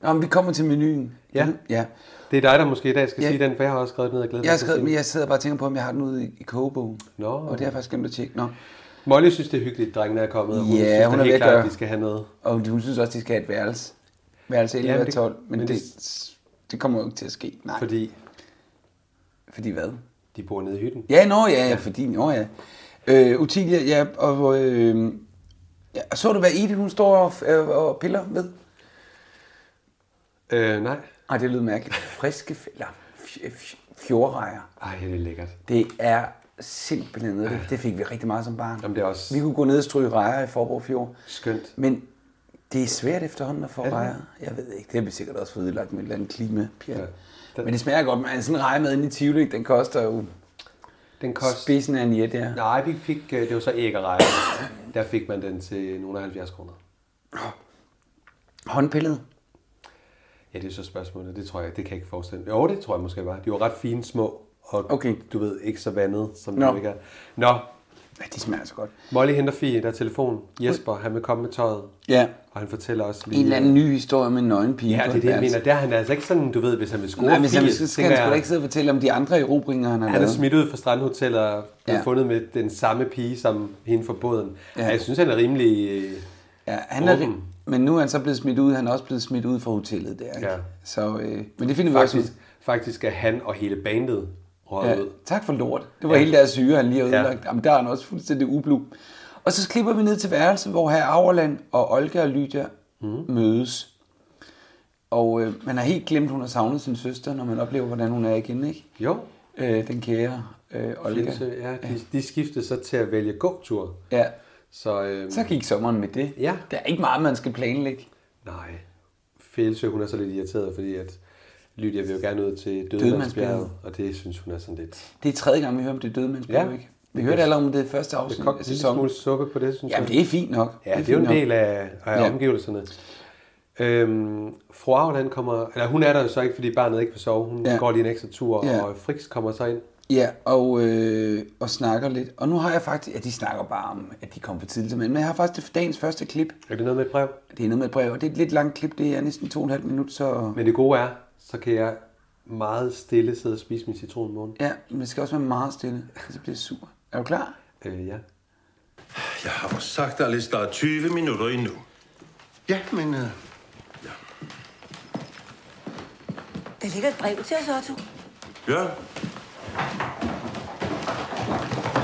Speaker 2: Nå, men vi kommer til menuen.
Speaker 1: Ja.
Speaker 2: Kan du- ja.
Speaker 1: Det er dig, der måske i dag skal
Speaker 2: Ja.
Speaker 1: sige den, for jeg har også skrevet den ned og glædet
Speaker 2: Jeg, har
Speaker 1: mig til at
Speaker 2: skrevet,
Speaker 1: se
Speaker 2: men jeg sidder bare og tænker på, om jeg har den ude i, i kogebogen.
Speaker 1: Nå.
Speaker 2: Og det har jeg faktisk glemt at tjekke. Nå.
Speaker 1: den. Molly synes, det er hyggeligt, at drengene er kommet, og hun
Speaker 2: Ja,
Speaker 1: synes,
Speaker 2: hun
Speaker 1: det
Speaker 2: er
Speaker 1: er helt
Speaker 2: ved at
Speaker 1: klart,
Speaker 2: gøre-
Speaker 1: at de skal have noget.
Speaker 2: Og hun synes også, de skal have et værelse. Værelse 11
Speaker 1: Ja, men
Speaker 2: og
Speaker 1: det-
Speaker 2: 12. Men,
Speaker 1: men
Speaker 2: det, det, kommer jo ikke til at ske. Nej. Fordi,
Speaker 1: Fordi
Speaker 2: fordi hvad?
Speaker 1: de bor nede i hytten.
Speaker 2: Ja, nå ja, ja, fordi, nå ja. Øh, Utilia, ja, og øh, ja, og så du, hvad Edith, hun står og, øh, og piller ved?
Speaker 1: Øh, nej.
Speaker 2: Ej, det lyder mærkeligt. Friske fælder. Fj- fj- Fjordrejer.
Speaker 1: Ej, det er lækkert.
Speaker 2: Det er simpelthen noget. Det, det fik vi rigtig meget som barn.
Speaker 1: Jamen, det er også-
Speaker 2: Vi kunne gå ned og stryge rejer i Forborg Fjord.
Speaker 1: Skønt.
Speaker 2: Men det er svært efterhånden at få
Speaker 1: det?
Speaker 2: rejer. Jeg ved ikke, det har vi sikkert også fået udlagt med et eller andet klima. Ja.
Speaker 1: Ja. Den-
Speaker 2: Men det smager godt. Men sådan en rejemad inde i Tivoli, den koster jo
Speaker 1: Den
Speaker 2: kost...
Speaker 1: kost...
Speaker 2: spidsen af en jet, ja.
Speaker 1: Nej, vi fik, øh, det var så æg og rejer. Der fik man den til nogle af 70 kroner.
Speaker 2: Håndpillet.
Speaker 1: Ja, det er så spørgsmålet. Det tror jeg, det kan jeg ikke forestille mig. Jo, det tror jeg måske var. De var ret fine små, og
Speaker 2: Okay.
Speaker 1: du ved, ikke så vandet, som
Speaker 2: Nå.
Speaker 1: de ikke er. Nå,
Speaker 2: Ja, de smager så godt.
Speaker 1: Molly henter Fie, der er telefon. Jesper, han vil komme med tøjet.
Speaker 2: Ja.
Speaker 1: Og han fortæller også lige...
Speaker 2: En eller anden ny historie med en nøgen pige.
Speaker 1: Ja,
Speaker 2: på
Speaker 1: det er
Speaker 2: et
Speaker 1: det, jeg
Speaker 2: værelse.
Speaker 1: mener. Der er han altså ikke sådan, du ved, hvis han vil score
Speaker 2: Nej, hvis han
Speaker 1: Fie,
Speaker 2: skal, skal
Speaker 1: tænker
Speaker 2: han sgu da
Speaker 1: jeg,
Speaker 2: ikke sidde og fortælle om de andre erobringer, han har
Speaker 1: Han er
Speaker 2: lavet.
Speaker 1: smidt ud fra strandhotellet og blevet
Speaker 2: Ja.
Speaker 1: fundet med den samme pige som hende fra båden.
Speaker 2: Ja.
Speaker 1: Ja. Jeg synes, han er rimelig... øh,
Speaker 2: Ja, han er,
Speaker 1: Åben.
Speaker 2: men nu er han så blevet smidt ud. Han er også blevet smidt ud fra hotellet der. Ikke?
Speaker 1: Ja.
Speaker 2: Så, øh, men det finder vi også ud.
Speaker 1: Faktisk, faktisk er han og hele bandet røget
Speaker 2: Ja,
Speaker 1: ud.
Speaker 2: tak for lort. Det var ja. hele deres syre, han lige har
Speaker 1: Ja.
Speaker 2: ødelagt. Ja. Jamen, der er han også fuldstændig ublu. Og så klipper vi ned til værelset, hvor herr Auerland og Olga og Lydia mm. mødes. Og øh, man har helt glemt, hun har savnet sin søster, når man oplever, hvordan hun er igen, ikke?
Speaker 1: Jo,
Speaker 2: Øh, den kære øh, Olga.
Speaker 1: Flinse, ja, de, de skiftede så til at vælge gåtur.
Speaker 2: Ja.
Speaker 1: Så, øhm,
Speaker 2: Så gik sommeren med det.
Speaker 1: Ja.
Speaker 2: Der er ikke meget, man skal planlægge.
Speaker 1: nej, Fælsø, hun er så lidt irriteret, fordi at Lydia vil jo gerne ud til
Speaker 2: Dødemandsbjerget.
Speaker 1: Dødemandsbjerget, og det synes hun er sådan lidt...
Speaker 2: Det er tredje gang, vi hører om det døde menneske,
Speaker 1: Ja.
Speaker 2: ikke? Vi hørte allerede om det første afsnit
Speaker 1: Kom,
Speaker 2: af
Speaker 1: en lille smule
Speaker 2: sæsonen.
Speaker 1: suppe på det, synes jeg.
Speaker 2: Jamen, det er fint nok.
Speaker 1: ja, det er
Speaker 2: fint
Speaker 1: jo en
Speaker 2: nok.
Speaker 1: del af, af
Speaker 2: Ja.
Speaker 1: ja. omgivelserne. Øhm, fru Aarhus, han kommer, eller hun er der jo så ikke, fordi barnet ikke vil sove. Hun
Speaker 2: Ja.
Speaker 1: ja. går lige en ekstra tur,
Speaker 2: Ja.
Speaker 1: ja. og Friks kommer så ind.
Speaker 2: Ja, og, øh, og snakker lidt. Og nu har jeg faktisk... Ja, de snakker bare om, at de kom for tidligt til manden. Men jeg har faktisk det- dagens første klip.
Speaker 1: Er det noget med et brev?
Speaker 2: Det er noget med et brev, og det er et lidt langt klip. Det er næsten to og en halv minut, så...
Speaker 1: Men det gode er, så kan jeg meget stille sidde og spise min citronmåne.
Speaker 2: Ja, men det skal også være meget stille, så bliver jeg sur. Er du klar?
Speaker 1: Øh, ja.
Speaker 3: Jeg har jo sagt dig, Alice, der er 20 minutter endnu.
Speaker 4: Ja, men øh,
Speaker 5: Der ligger et brev til os, Otto.
Speaker 3: Ja.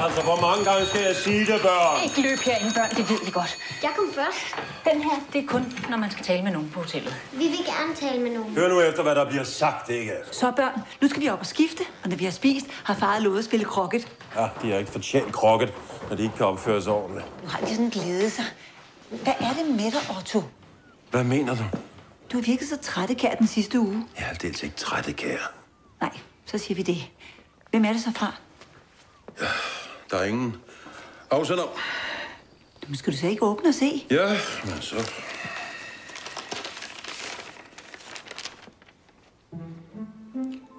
Speaker 6: Altså, hvor mange gange skal jeg sige det, børn?
Speaker 7: Ikke løb herinde, børn. Det ved I godt.
Speaker 8: Jeg kom først.
Speaker 7: Den her, det er kun, når man skal tale med nogen på hotellet.
Speaker 8: Vi vil gerne tale med nogen.
Speaker 6: Hør nu efter, hvad der bliver sagt, ikke?
Speaker 5: Så børn, nu skal vi op og skifte, og når vi har spist, har far lovet at spille krokket.
Speaker 6: Ja, de har ikke fortjent krokket, når de ikke kan opføre sig ordentligt.
Speaker 5: Nu har de sådan glædet sig. Hvad er det med dig, Otto?
Speaker 3: Hvad mener du?
Speaker 5: Du har virket så trættekær den sidste uge.
Speaker 3: Jeg er dels ikke træt, kære.
Speaker 5: Nej, så siger vi det. Hvem er det så fra?
Speaker 3: Der er ingen afsender.
Speaker 5: Nu skal du så ikke åbne og se.
Speaker 3: Ja, men så...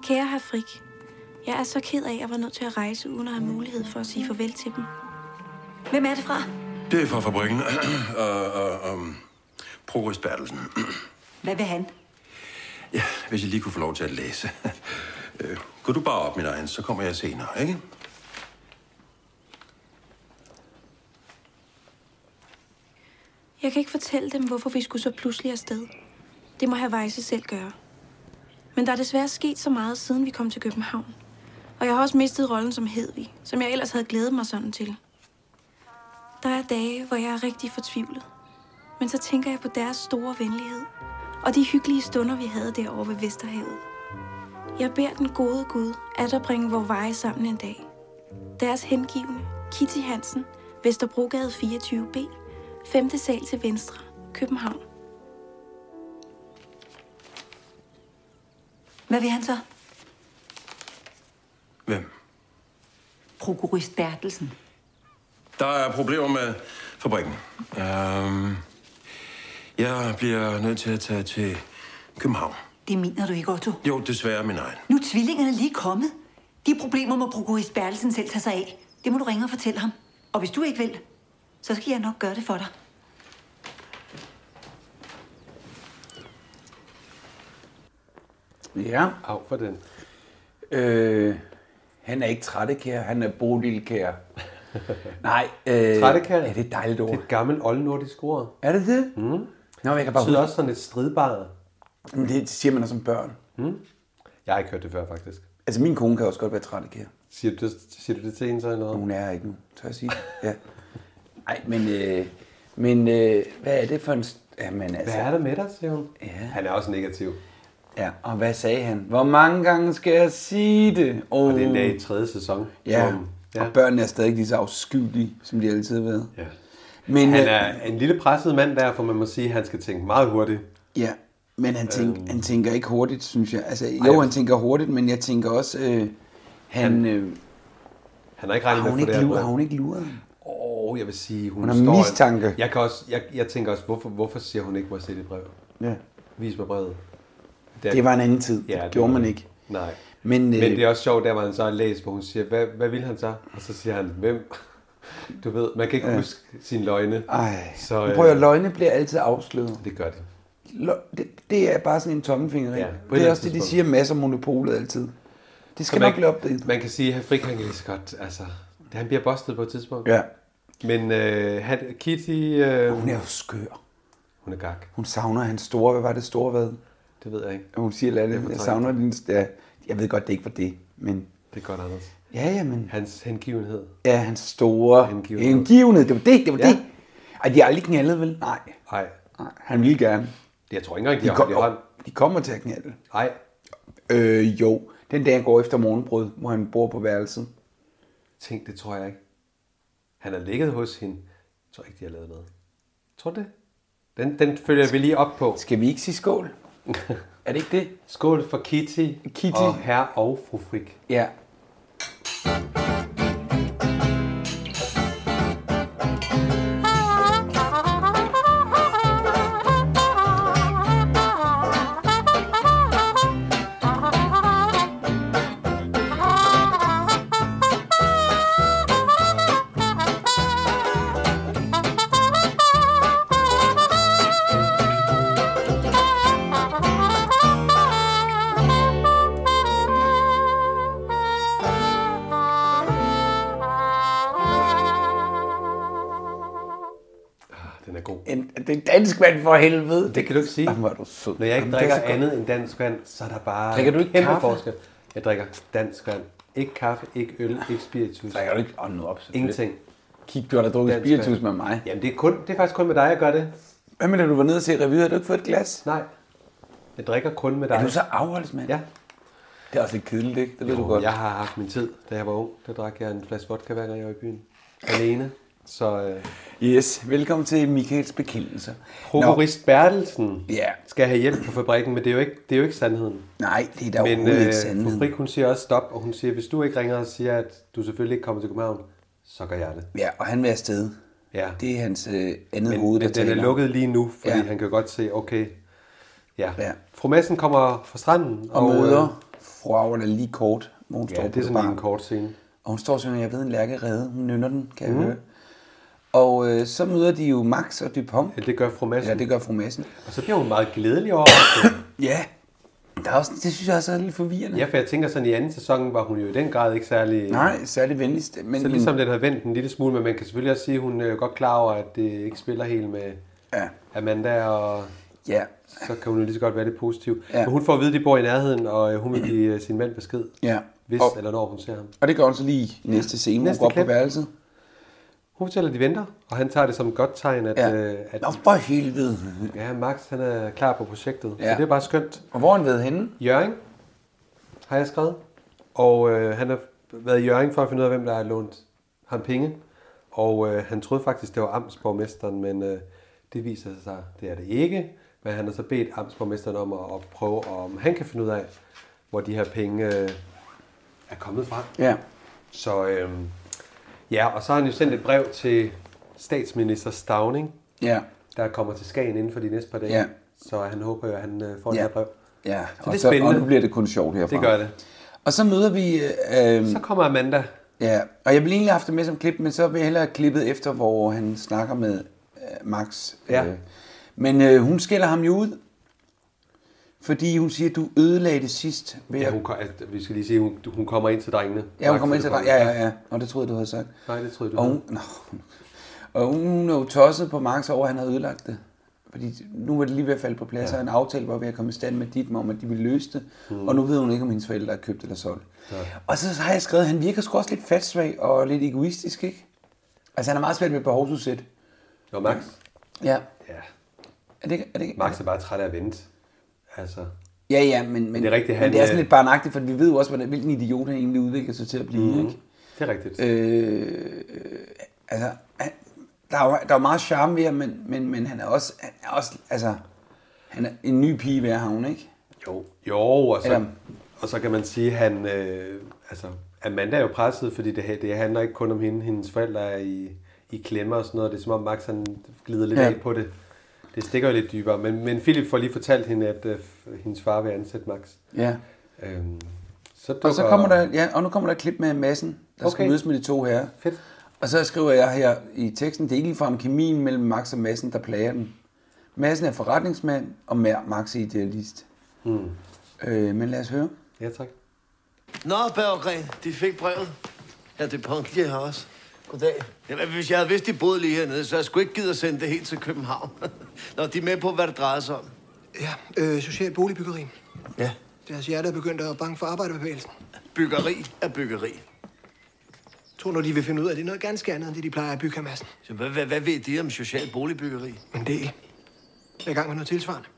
Speaker 9: Kære herr Frik, jeg er så ked af, at jeg var nødt til at rejse, uden at have mulighed for at sige farvel til dem.
Speaker 5: Hvem er det fra?
Speaker 3: Det er fra fabrikken. og, og, um, og, Progress Bertelsen.
Speaker 5: Hvad vil han?
Speaker 3: ja, hvis jeg lige kunne få lov til at læse. Øh, Gå du bare op, min egen, så kommer jeg senere, ikke?
Speaker 9: Jeg kan ikke fortælle dem, hvorfor vi skulle så pludselig afsted. Det må herr Weisse selv gøre. Men der er desværre sket så meget, siden vi kom til København. Og jeg har også mistet rollen som Hedvig, som jeg ellers havde glædet mig sådan til. Der er dage, hvor jeg er rigtig fortvivlet. Men så tænker jeg på deres store venlighed. Og de hyggelige stunder, vi havde derovre ved Vesterhavet. Jeg beder den gode Gud at at bringe vores veje sammen en dag. Deres hengivne, Kitty Hansen, Vesterbrogade 24B, 5. sal til venstre, København.
Speaker 5: Hvad vil han så?
Speaker 3: Hvem?
Speaker 5: Prokurist Bertelsen.
Speaker 3: Der er problemer med fabrikken. Øhm, jeg bliver nødt til at tage til København.
Speaker 5: Det mener du ikke, Otto.
Speaker 3: Jo, desværre min egen.
Speaker 5: Nu er tvillingerne lige kommet. De problemer må prokurist Bertelsen selv tage sig af. Det må du ringe og fortælle ham. Og hvis du ikke vil, så skal jeg nok gøre det for dig.
Speaker 2: Ja.
Speaker 1: Af for den.
Speaker 2: Øh, han er ikke trættekær, han er bodilkær. Nej. Øh,
Speaker 1: Trættekær?
Speaker 2: Ja, det er et dejligt
Speaker 1: Det
Speaker 2: ord.
Speaker 1: er et gammelt oldnordisk ord.
Speaker 2: Er det det? Mm. Nå, jeg kan
Speaker 1: Det
Speaker 2: bare
Speaker 1: betyder
Speaker 2: huske.
Speaker 1: også sådan et stridbar.
Speaker 2: Men Det siger man som børn.
Speaker 1: Jeg har ikke hørt det før, faktisk.
Speaker 2: Altså, min kone kan også godt være trættekær.
Speaker 1: Siger du, det- siger du det til en så eller noget?
Speaker 2: Hun er her ikke nu, tør jeg sige. Ja. Nej, men, øh, men øh, hvad er det for en... st- Jamen, altså,
Speaker 1: Hvad er der med dig, siger hun.
Speaker 2: Ja.
Speaker 1: Han er også negativ.
Speaker 2: Ja, og hvad sagde han? Hvor mange gange skal jeg sige det?
Speaker 1: Og det er endda i tredje sæson.
Speaker 2: Ja,
Speaker 1: Som-
Speaker 2: ja,
Speaker 1: ja.
Speaker 2: og børnene er stadig lige så afskyelige, som de altid har været.
Speaker 1: ja.
Speaker 2: Men,
Speaker 1: Han
Speaker 2: øh,
Speaker 1: er en lille presset mand der, for man må sige, at han skal tænke meget hurtigt.
Speaker 2: Ja, men han, tænk, øhm. han tænker ikke hurtigt, synes jeg. Altså, jo,
Speaker 1: Øh. jeg-
Speaker 2: han tænker hurtigt, men jeg tænker også, øh, han, øh,
Speaker 1: Han har ikke
Speaker 2: har,
Speaker 1: regnet med
Speaker 2: hun
Speaker 1: at få
Speaker 2: ikke
Speaker 1: det her
Speaker 2: luret, har
Speaker 1: brød.
Speaker 2: hun ikke luret ham?
Speaker 1: Åh, jeg vil sige, hun,
Speaker 2: Hun har
Speaker 1: står...
Speaker 2: mistanke.
Speaker 1: Jeg, kan også, jeg, jeg tænker også, hvorfor, hvorfor siger hun ikke, hvor jeg set et brev?
Speaker 2: Ja.
Speaker 1: Vis mig brevet.
Speaker 2: Det var en anden tid,
Speaker 1: Ja,
Speaker 2: ja, det gjorde
Speaker 1: var-
Speaker 2: man ikke.
Speaker 1: Nej.
Speaker 2: Men, øh,
Speaker 1: Men det er også sjovt, der hvor han så har læst, hvor hun siger, hvad, hvad vil han så? Og så siger han, hvem? Du ved, man kan ikke ja. huske sine løgne.
Speaker 2: Ej,
Speaker 1: Så,
Speaker 2: så, prøv at
Speaker 1: øh,
Speaker 2: høre, løgne bliver altid afsløret.
Speaker 1: Det gør det.
Speaker 2: Lø- det, det er bare sådan en tommefinger.
Speaker 1: Ja,
Speaker 2: Ja,
Speaker 1: på et
Speaker 2: det
Speaker 1: eller
Speaker 2: er
Speaker 1: andet
Speaker 2: også det, de
Speaker 1: tidspunkt.
Speaker 2: siger masser om monopolet altid. Det skal
Speaker 1: man,
Speaker 2: nok blive opdaget.
Speaker 1: man kan sige, at Frik han kan lige så godt, altså, han bliver bustet på et tidspunkt.
Speaker 2: Ja.
Speaker 1: Men øh, han, Kitty, øh,
Speaker 2: Hun er jo skør.
Speaker 1: hun er gak.
Speaker 2: Hun savner hans store, hvad var det store hvad?
Speaker 1: Det ved jeg ikke.
Speaker 2: Hun siger, lad
Speaker 1: er
Speaker 2: det, jeg
Speaker 1: fortrængt.
Speaker 2: savner din... Ja, jeg ved godt, det er ikke var det, men...
Speaker 1: Det er godt, Anders.
Speaker 2: Ja, ja, men...
Speaker 1: Hans hengivenhed.
Speaker 2: Ja, hans store
Speaker 1: Hengivenhed.
Speaker 2: hengivenhed. hengivenhed. Det var det, det var
Speaker 1: Ja.
Speaker 2: ja. det. Ej, de har aldrig knaldet, vel? Nej.
Speaker 1: Nej,
Speaker 2: Nej, han ville gerne.
Speaker 1: jeg tror ikke engang, de,
Speaker 2: De,
Speaker 1: har holdt i hånd.
Speaker 2: kom, de kommer til at knalde.
Speaker 1: Nej,
Speaker 2: Øh, jo. Den dag, han går efter morgenbrød, hvor han bor på værelset.
Speaker 1: tænk, det tror jeg ikke. Han har ligget hos hende. Jeg tror ikke, de har lavet noget. Tror du det? Den, den følger vi lige op på.
Speaker 2: Skal vi ikke sige skål? er det ikke det?
Speaker 1: Skål for Kitty,
Speaker 2: Kitty.
Speaker 1: og herre og fru Frik.
Speaker 2: Ja.
Speaker 1: Ah, den er god.
Speaker 2: En, det er en dansk mand for helvede.
Speaker 1: Det kan du ikke sige.
Speaker 2: Jamen, hvor er du sød.
Speaker 1: Når jeg ikke
Speaker 2: Jamen, det er
Speaker 1: drikker
Speaker 2: så godt.
Speaker 1: andet end dansk vand, så er der bare
Speaker 2: Drikker du ikke
Speaker 1: kæmpe
Speaker 2: kaffe?
Speaker 1: forskel. Jeg drikker dansk vand. Ikke kaffe, ikke øl, ikke spiritus.
Speaker 2: Drikker du ikke? Åh, nu op. selvfølgelig.
Speaker 1: Ingenting.
Speaker 2: Kig, du har da drukket
Speaker 1: Dansk
Speaker 2: spiritus
Speaker 1: vand.
Speaker 2: med mig.
Speaker 1: Jamen, det er, kun, det er faktisk kun med dig, jeg gør det.
Speaker 2: Hvad med, da du var nede og se revy, havde du ikke fået et glas?
Speaker 1: Nej. Jeg drikker kun med dig.
Speaker 2: Er du så afholdsmand?
Speaker 1: Ja.
Speaker 2: Det er også lidt kedeligt, ikke? Det ved du godt.
Speaker 1: Jeg har haft min tid, da jeg var ung. Der drak jeg en flaske vodka, hver gang jeg var i byen. Alene. Så øh,
Speaker 2: Yes, velkommen til Michaels bekendelser.
Speaker 1: prokurist Bertelsen
Speaker 2: Ja.
Speaker 1: skal have hjælp på fabrikken, men det er jo ikke, det er jo ikke sandheden.
Speaker 2: Nå, Nej, det er da
Speaker 1: Men
Speaker 2: overhovedet
Speaker 1: øh,
Speaker 2: ikke sandheden.
Speaker 1: fru Frik, hun siger også stop, og hun siger, hvis du ikke ringer og siger, at du selvfølgelig ikke kommer til København, så gør jeg det.
Speaker 2: Ja, og han vil afsted.
Speaker 1: Ja.
Speaker 2: Det er hans øh, andet
Speaker 1: Men,
Speaker 2: hoved,
Speaker 1: men
Speaker 2: der
Speaker 1: den
Speaker 2: taler.
Speaker 1: er lukket lige nu, fordi ja.
Speaker 2: Ja.
Speaker 1: han kan godt se, okay, ja. ja.
Speaker 2: Ja.
Speaker 1: Fru Madsen kommer fra stranden.
Speaker 2: Og, og møder
Speaker 1: øh,
Speaker 2: fru Aula lige kort, hvor hun står
Speaker 1: ja,
Speaker 2: på
Speaker 1: det er sådan lige
Speaker 2: baren.
Speaker 1: en kort scene.
Speaker 2: Og hun står og synger, jeg ved en lærke redde. Hun nynner den, kan jeg høre. Og øh, så møder de jo Max og Dupont.
Speaker 1: Ja, det gør fru Madsen.
Speaker 2: Ja, det gør fru Madsen.
Speaker 1: Og så bliver hun meget glædelig over det.
Speaker 2: Ja, der er også, det synes jeg også er lidt forvirrende.
Speaker 1: Ja, for jeg tænker sådan, i anden sæson var hun jo i den grad ikke særlig...
Speaker 2: Nej, særlig venligst. Men,
Speaker 1: Så ligesom den har vendt en lille smule, men man kan selvfølgelig også sige, at hun er jo godt klar over, at det ikke spiller helt med
Speaker 2: Ja.
Speaker 1: Amanda, og
Speaker 2: Ja,
Speaker 1: så kan hun jo lige så godt være lidt positiv. Ja.
Speaker 2: Ja.
Speaker 1: Men hun får at vide, at de bor i nærheden, og øh, hun vil give øh, sin mand besked,
Speaker 2: ja.
Speaker 1: hvis
Speaker 2: Og,
Speaker 1: eller når hun ser ham.
Speaker 2: og det gør hun så lige i næste scene, hvor hun
Speaker 1: Næste
Speaker 2: går op på
Speaker 1: klip.
Speaker 2: værelset.
Speaker 1: Hun fortæller, at de venter, og han tager det som et godt tegn, at,
Speaker 2: Ja.
Speaker 1: øh, at
Speaker 2: Nå, for helvede.
Speaker 1: Ja, Max han er klar på projektet, ja.
Speaker 2: Ja.
Speaker 1: så det er bare skønt.
Speaker 2: Og hvor er han ved henne?
Speaker 1: Jørgen har jeg skrevet, og øh, han har været i Jørgen for at finde ud af, hvem der har lånt ham penge. Og øh, han troede faktisk, det var amtsborgmesteren, men øh, det viser sig, det er det ikke. Men han har så bedt amtsborgmesteren om at, at prøve, om han kan finde ud af, hvor de her penge øh, er kommet fra.
Speaker 2: Ja.
Speaker 1: Så øh, ja, og så har han jo sendt et brev til statsminister Stavning,
Speaker 2: Ja.
Speaker 1: der kommer til Skagen inden for de næste par dage.
Speaker 2: Ja.
Speaker 1: Så han håber jo, at han øh, får ja.
Speaker 2: Ja.
Speaker 1: det her brev.
Speaker 2: Ja,
Speaker 1: det er
Speaker 2: og, så, og
Speaker 1: spændende.
Speaker 2: nu bliver det kun sjovt herfra.
Speaker 1: Det gør det.
Speaker 2: Og så møder vi... Øh, øh,
Speaker 1: Så kommer Amanda.
Speaker 2: Ja, og jeg ville egentlig have haft det med som klip, men så vil jeg hellere have klippet efter, hvor han snakker med øh, Max.
Speaker 1: Ja.
Speaker 2: Øh, men øh, hun skælder ham jo ud, fordi hun siger, du ødelagde det sidst. Ved
Speaker 1: Ja,
Speaker 2: at-
Speaker 1: hun, kom- altså, vi skal lige sige, hun, hun kommer ind til drengene.
Speaker 2: ja, hun
Speaker 1: Tak for
Speaker 2: kommer ind til
Speaker 1: det,
Speaker 2: dig. Ja, ja, ja. Og det troede jeg, du havde sagt.
Speaker 1: Nej, det troede jeg, du
Speaker 2: og
Speaker 1: havde.
Speaker 2: hun, nå. Og hun, hun er jo tosset på Max over, at han havde ødelagt det. Fordi nu var det lige ved at falde på plads, ja. og en aftale var ved at komme i stand med dit om, at de ville løse det. Mm. Og nu ved hun ikke, om hendes forældre har købt eller solgt. Ja. Og så har jeg skrevet, at han virker sgu også lidt fatsvag og lidt egoistisk, ikke? Altså, han er meget svært med behovsudsæt.
Speaker 1: Nå, Max.
Speaker 2: Ja.
Speaker 1: Ja.
Speaker 2: Er det, ikke- er det ikke?
Speaker 1: Max er bare træt af at vente. Altså,
Speaker 2: Ja, ja, men, men,
Speaker 1: Det er rigtigt,
Speaker 2: men
Speaker 1: han,
Speaker 2: det er
Speaker 1: øh,
Speaker 2: sådan lidt barnagtigt, for vi ved jo også, hvordan, hvilken idiot han egentlig udvikler sig til at blive,
Speaker 1: Mm-hmm.
Speaker 2: mm. ikke?
Speaker 1: det er rigtigt.
Speaker 2: Øh, øh, altså, han, der, er jo, der er jo meget charme ved ham, men, men, men han er også, han er også, altså, han er en ny pige hver havn, ikke?
Speaker 1: Jo, jo og, så,
Speaker 2: Eller-
Speaker 1: og så kan man sige, han, øh, altså, Amanda er jo presset, fordi det, her- det handler ikke kun om hende. Hendes forældre er i, i klemmer og sådan noget. Det er som om Max han glider lidt
Speaker 2: Ja.
Speaker 1: ja. af på det. Det stikker jo lidt dybere. Men, men Philip får lige fortalt hende, at øh, hendes far vil ansætte Max.
Speaker 2: Ja.
Speaker 1: Øhm, så dukker,
Speaker 2: Og så kommer der, ja, og nu kommer der et klip med massen, der okay. skal
Speaker 1: Okay.
Speaker 2: mødes med de to herrer.
Speaker 1: Fedt.
Speaker 2: Og så skriver jeg her i teksten, det er ikke ligefrem kemien mellem Max og Massen, der plager den. Massen er forretningsmand, og Ma- Max er idealist. Mm. Øh, men lad os høre.
Speaker 1: Ja, tak.
Speaker 4: Nå, Berggren, de fik brevet. Ja, det punktlige her også. Goddag. Jamen, hvis jeg havde vidst, de boede lige hernede, så jeg skulle ikke gider sende det helt til København. Nå, de er med på, hvad det drejer sig om.
Speaker 10: Ja, øh, social boligbyggeri.
Speaker 4: Ja.
Speaker 10: Deres hjerte er begyndt at bange for arbejderbevægelsen.
Speaker 4: Byggeri er byggeri.
Speaker 10: Tror nu, de vil finde ud af, at det er noget ganske andet, end det de plejer at bygge her massen.
Speaker 4: Så hvad, hvad, hvad ved de om social boligbyggeri?
Speaker 10: En del. Jeg er i gang med noget tilsvarende.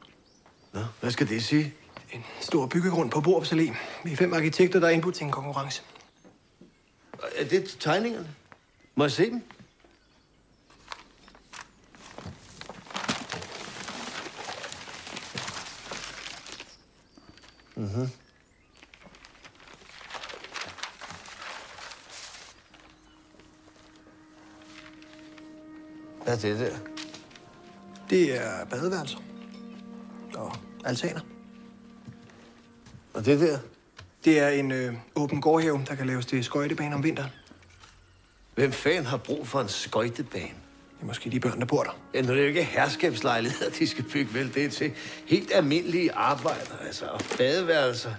Speaker 4: Nå, hvad skal det sige?
Speaker 10: En stor byggegrund på Borups Allé. Vi er fem arkitekter, der er indbudt til en konkurrence.
Speaker 4: Er det tegningerne? Må jeg se dem? Mhm. Mhm. Hvad er det der?
Speaker 10: Det er badeværelser. Og altaner.
Speaker 4: Og det der?
Speaker 10: Det er en øh, åben gårdhave, der kan laves til skøjtebane om vinteren.
Speaker 4: Hvem fanden har brug for en skøjtebane?
Speaker 10: Det er måske de børn, der bor der.
Speaker 4: Ja, nu er det jo ikke herskabslejligheder, de skal bygge, vel? Det er til helt almindelige arbejder, altså. Og badeværelser,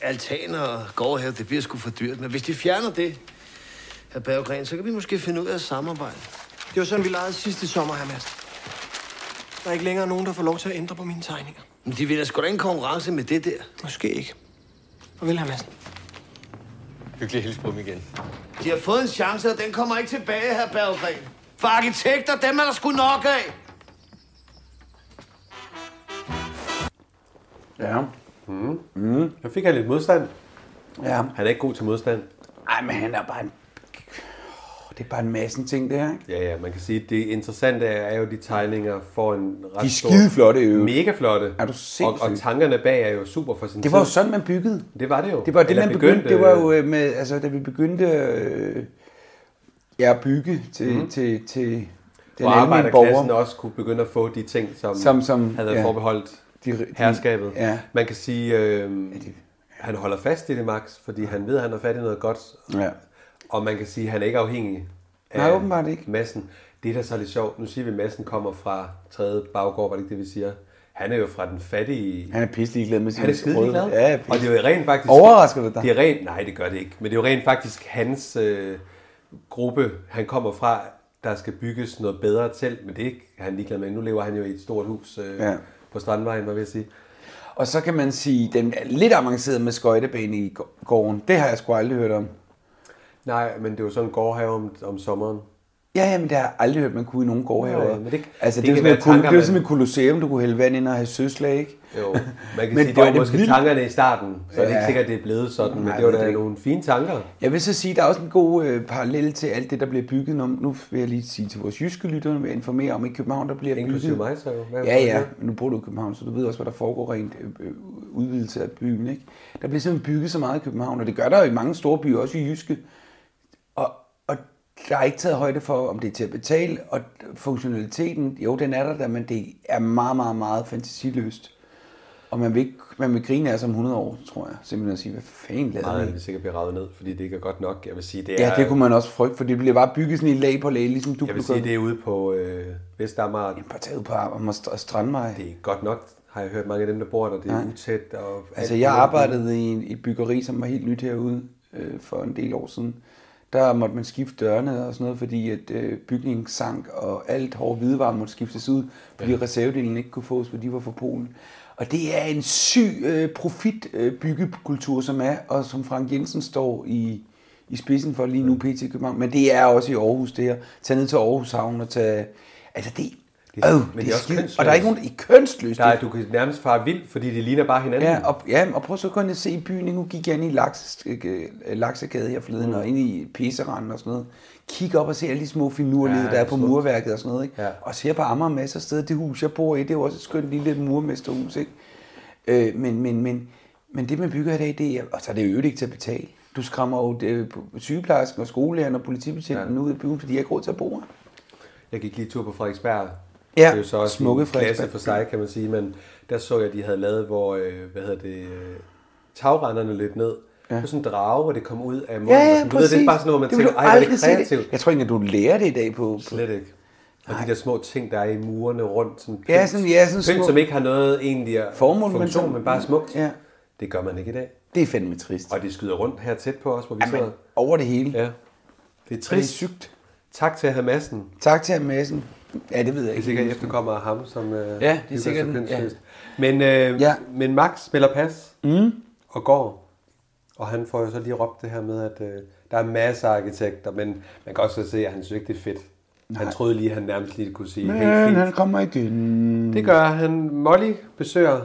Speaker 4: altaner og gårdhave, det bliver sgu for dyrt. Men hvis de fjerner det, her Berggren, så kan vi måske finde ud af at samarbejde.
Speaker 10: Det var sådan, vi legede sidste sommer her, Mads. Der er ikke længere nogen, der får lov til at ændre på mine tegninger.
Speaker 4: Men de vil da sgu da ingen konkurrence med det der.
Speaker 10: Måske ikke. Og vel, her, Madsen.
Speaker 4: Hyggelig hils på dem igen. De har fået en chance, og den kommer ikke tilbage, her Berggren. For arkitekter, dem er der sgu nok af.
Speaker 2: Ja.
Speaker 1: Nu fik han lidt modstand.
Speaker 2: Ja.
Speaker 1: Han er ikke god til modstand.
Speaker 2: Ej, men han er bare en... Åh, Det er bare en masse ting, det her, ikke?
Speaker 1: Ja, ja, man kan sige, at det interessante er er jo, de tegninger får en ret
Speaker 2: De er skideflotte, i øvrigt.
Speaker 1: Mega flotte.
Speaker 2: Er du
Speaker 1: og,
Speaker 2: sindssyg?
Speaker 1: og, tankerne bag er jo super for sin
Speaker 2: Det var jo
Speaker 1: tid.
Speaker 2: sådan, man byggede.
Speaker 1: Det var det jo.
Speaker 2: Det var det,
Speaker 1: Eller
Speaker 2: man begyndte.
Speaker 1: begyndte,
Speaker 2: Det var jo
Speaker 1: øh,
Speaker 2: øh, med, altså, da vi begyndte øh, ja, at bygge til,
Speaker 1: Mhm.
Speaker 2: mm. til, til den
Speaker 1: hvor
Speaker 2: almindelige borger.
Speaker 1: arbejderklassen også kunne begynde at få de ting, som,
Speaker 2: Som- som-
Speaker 1: havde
Speaker 2: ja.
Speaker 1: ja. forbeholdt
Speaker 2: De- de-
Speaker 1: herskabet.
Speaker 2: ja.
Speaker 1: Man kan sige, øh, han holder fast i det, Max, fordi han ved, at han har fat i noget godt.
Speaker 2: Ja.
Speaker 1: Og man kan sige, at han er ikke afhængig af
Speaker 2: Nej, åbenbart ikke.
Speaker 1: massen. Det, der så er lidt sjovt, nu siger vi, at massen kommer fra tredje baggård, var det ikke det, vi siger? Han er jo fra den fattige
Speaker 2: Han er pisselig glad med sin
Speaker 1: han er skide ligeglad.
Speaker 2: Ja, ja,
Speaker 1: og
Speaker 2: pisse.
Speaker 1: det er jo rent faktisk...
Speaker 2: Overrasker det dig?
Speaker 1: Det er rent, nej, det gør det ikke. Men det er jo rent faktisk hans øh, gruppe, han kommer fra, der skal bygges noget bedre til. Men det er ikke han er ligeglad med. Nu lever han jo i et stort hus øh,
Speaker 2: Ja.
Speaker 1: ja. på Strandvejen, hvad vil jeg sige.
Speaker 2: Og så kan man sige, den er lidt avanceret med skøjtebane i gå- gården. Det har jeg sgu aldrig hørt om.
Speaker 1: Nej, men det er jo sådan en gårdhave om, om sommeren.
Speaker 2: Ja, ja, men det har jeg aldrig hørt, man kunne i nogen gårdhaver.
Speaker 1: ja, men det-
Speaker 2: altså, det,
Speaker 1: det
Speaker 2: det, er
Speaker 1: kan være
Speaker 2: sådan et kol- det er jo
Speaker 1: tanker,
Speaker 2: sådan
Speaker 1: man-
Speaker 2: et kolosseum, du kunne hælde vand ind og have søslag, ikke?
Speaker 1: Jo, man kan
Speaker 2: Men
Speaker 1: men sige, det
Speaker 2: hvor
Speaker 1: var
Speaker 2: er det
Speaker 1: måske
Speaker 2: vildt.
Speaker 1: vildt. tankerne i starten, så ja. det er ikke
Speaker 2: Ja.
Speaker 1: sikkert, det er blevet sådan,
Speaker 2: Nej,
Speaker 1: men det var
Speaker 2: det er
Speaker 1: da
Speaker 2: det
Speaker 1: nogle fine tanker.
Speaker 2: Jeg vil så sige, der er også en god øh, parallel til alt det, der bliver bygget. Nu, nu vil jeg lige sige til vores jyske lyttere, vil jeg informere om, i København, der bliver
Speaker 1: Inklusive
Speaker 2: bygget...
Speaker 1: mig, så jo. Hvad-
Speaker 2: Mhm. Ja, ja. Men nu bor du i København, så du ved også, hvad der foregår rent øh, øh, udvidelse af byen. Ikke? Der bliver simpelthen bygget så meget i København, og det gør der jo i mange store byer, også i Jyske. Og, og der er ikke taget højde for, om det er til at betale, og funktionaliteten, jo, den er der, da, men det er meget, meget, meget fantasiløst. Og man vil, ikke, man vil grine af som 100 år, tror jeg. Simpelthen at sige, hvad fanden lavede
Speaker 1: Nej,
Speaker 2: man?
Speaker 1: det vil sikkert blive revet ned, fordi det ikke er godt nok. Jeg vil sige, det er...
Speaker 2: Ja, det kunne man også frygte, for det bliver bare bygget sådan i lag på lag, ligesom du
Speaker 1: Jeg vil sige, det er ude på øh, Vestamager. Jamen,
Speaker 2: bare tag ud på Amager og Strandvej.
Speaker 1: Det er godt nok, har jeg hørt mange af dem, der bor der. Det er
Speaker 2: Nej.
Speaker 1: utæt. Og
Speaker 2: Altså, jeg arbejdede i en- et byggeri, som var helt nyt herude øh, for en del år siden. Der måtte man skifte dørene og sådan noget, fordi at øh, bygningen sank, og alt hård hvidevarme måtte skiftes ud, fordi ja. reservedelen ikke kunne fås, fordi de var fra Polen. Og det er en syg øh, profitbyggekultur, som er, og som Frank Jensen står i, i spidsen for lige nu, PT i København. Men det er også i Aarhus, det her. Tag ned til Aarhus Havn og tag... Altså, det, det, øh, det, det er skide, Og der er ikke nogen... i kønsløst.
Speaker 1: Der er, du kan nærmest fare vild, fordi de ligner bare hinanden.
Speaker 2: Ja, og, ja, og prøv så kun at se i byen. Nu gik jeg ind i Laks, øh, Laksegade her forleden, mm. og ind i Pisseranden og sådan noget. Kig op og se alle de små finurlige,
Speaker 1: Ja,
Speaker 2: ja, der
Speaker 1: det
Speaker 2: er
Speaker 1: er
Speaker 2: på
Speaker 1: smukt.
Speaker 2: murværket og sådan noget. Ikke?
Speaker 1: Ja.
Speaker 2: Og ser på Amager masser af steder. Det hus, jeg bor i, det er jo også et skønt lille murmesterhus. Ikke? Øh, men, men, men, men det, man bygger i dag, det er, og så er det jo ikke til at betale. Du skræmmer jo det, sygeplejersken og skolelæreren og politibetjenten ja. ud af byen, fordi jeg ikke har råd til at bo her.
Speaker 1: Jeg gik lige tur på Frederiksberg.
Speaker 2: Ja,
Speaker 1: det er jo så også
Speaker 2: smukke
Speaker 1: en klasse
Speaker 2: Frederiksberg.
Speaker 1: for sig, kan man sige. Men der så jeg, at de havde lavet, hvor øh, hvad hedder det, øh, tagrenderne løb ned. Ja. Det var sådan en drage, og det kom ud af munden.
Speaker 2: Ja,
Speaker 1: og
Speaker 2: ja,
Speaker 1: sådan. du ved, det er
Speaker 2: præcis.
Speaker 1: bare sådan noget, man
Speaker 2: Det vil
Speaker 1: tænker,
Speaker 2: du
Speaker 1: ej, hvor er
Speaker 2: aldrig
Speaker 1: det
Speaker 2: se det."
Speaker 1: kreativt.
Speaker 2: Jeg tror ikke, at du lærer det i dag på...
Speaker 1: Slet ikke. Og de der små ting, der er i murene rundt. Sådan
Speaker 2: Ja, sådan- ja, sådan
Speaker 1: pynt,
Speaker 2: små-
Speaker 1: som ikke har noget egentlig at-
Speaker 2: Formål, men
Speaker 1: funktion,
Speaker 2: sådan-
Speaker 1: men, bare er smukt.
Speaker 2: Ja.
Speaker 1: Det gør man ikke i dag.
Speaker 2: Det er fandme trist.
Speaker 1: Og det skyder rundt her tæt på os, hvor vi
Speaker 2: Jamen,
Speaker 1: sidder.
Speaker 2: over det hele.
Speaker 1: Ja. Det er trist.
Speaker 2: sygt.
Speaker 1: Tak til at have massen.
Speaker 2: Tak til ham, Madsen. Ja, det ved jeg
Speaker 1: Det er
Speaker 2: ikke.
Speaker 1: sikkert efterkommer af ham, som øh,
Speaker 2: det er
Speaker 1: hygger sig
Speaker 2: sikkert den, ja.
Speaker 1: kønsløst. Men, øh, ja. men Max spiller pas
Speaker 2: mm.
Speaker 1: og går. Og han får jo så lige råbt det her med, at øh, der er masser af arkitekter, men man kan også se, at han synes ikke, det er fedt. Nej. Han troede lige, at han nærmest lige kunne sige, helt
Speaker 2: Men
Speaker 1: fint.
Speaker 2: han kommer igen.
Speaker 1: Det gør han. Molly besøger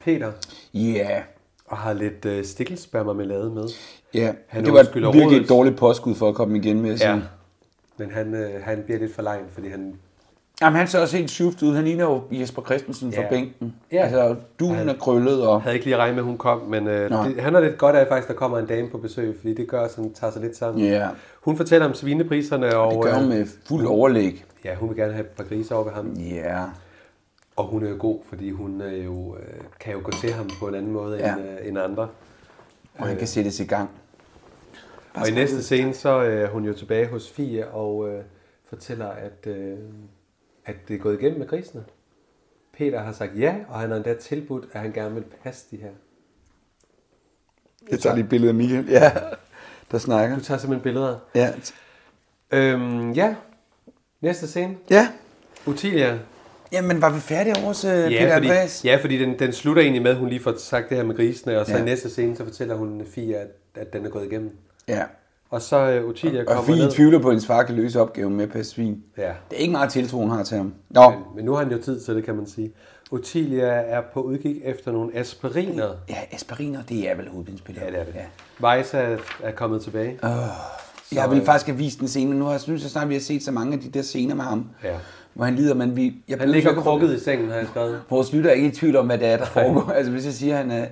Speaker 1: Peter.
Speaker 2: Ja. Yeah.
Speaker 1: Og har lidt øh, stikkelsbærmarmelade med.
Speaker 2: Ja,
Speaker 1: Han
Speaker 2: det var
Speaker 1: undskylder
Speaker 2: virkelig
Speaker 1: rodet.
Speaker 2: et dårligt påskud for at komme igen med at sige.
Speaker 1: Ja. Men han, øh, han bliver lidt for legen, fordi han...
Speaker 2: Jamen, han så også helt syft ud. Han ligner jo Jesper Christensen fra
Speaker 1: Ja.
Speaker 2: bænken.
Speaker 1: Ja.
Speaker 2: Altså, duen er krøllet og...
Speaker 1: havde ikke lige regnet med, at hun kom, men øh,
Speaker 2: Nej.
Speaker 1: det, han har lidt godt af faktisk, der kommer en dame på besøg, fordi det gør, at han tager sig lidt sammen.
Speaker 2: Ja.
Speaker 1: Hun fortæller om svinepriserne, og... øh,
Speaker 2: Det gør hun med fuld overlæg.
Speaker 1: Ja, hun vil gerne have et par grise over ved ham.
Speaker 2: Ja.
Speaker 1: Og hun er jo god, fordi hun er jo, øh, kan jo gå til ham på en anden måde
Speaker 2: Ja. Altså,
Speaker 1: ja. end, øh, end andre.
Speaker 2: Og han kan sættes i gang.
Speaker 1: Og i næste scene, så øh, er hun jo tilbage hos Fie og øh, fortæller, at, øh, at det er gået igennem med grisene. Peter har sagt ja, og han har endda tilbudt, at han gerne vil passe de her.
Speaker 2: Jeg tager lige et billede af Michael. Ja, der snakker.
Speaker 1: Du tager simpelthen billeder.
Speaker 2: Ja.
Speaker 1: Øhm, ja, næste scene.
Speaker 2: Ja.
Speaker 1: Utilia.
Speaker 2: Jamen, var vi færdige over hos ja, Peter
Speaker 1: Ja, fordi,
Speaker 2: Andreas?
Speaker 1: ja, fordi den, den slutter egentlig med, at hun lige får sagt det her med grisene, og så
Speaker 2: Ja.
Speaker 1: ja. i næste scene, så fortæller hun øh, Fie, at, at den er gået igennem.
Speaker 2: Ja.
Speaker 1: Og så uh, Utilia
Speaker 2: Og
Speaker 1: kommer
Speaker 2: Fie
Speaker 1: ned.
Speaker 2: tvivler på, at hendes far kan løse opgaven med at passe svin.
Speaker 1: Ja.
Speaker 2: Det er ikke meget tiltro, hun har til ham. Nå,
Speaker 1: Men, men nu har han jo tid til det, kan man sige. Utilia er på udkig efter nogle aspiriner.
Speaker 2: ja, aspiriner, det er vel hovedpinspiller.
Speaker 1: Ja, det er det.
Speaker 2: Ja.
Speaker 1: Vejsa er, er kommet tilbage.
Speaker 2: Oh,
Speaker 1: Så,
Speaker 2: jeg vil
Speaker 1: øh,
Speaker 2: faktisk have vist den scene, men nu har jeg synes, jeg snart, vi har set så mange af de der scener med ham.
Speaker 1: Ja.
Speaker 2: Hvor han lider, men vi... Jeg
Speaker 1: Han ligger krukket i sengen, har jeg skrevet.
Speaker 2: Vores lytter er ikke i tvivl om, hvad det er, der foregår. altså, hvis jeg siger, han er,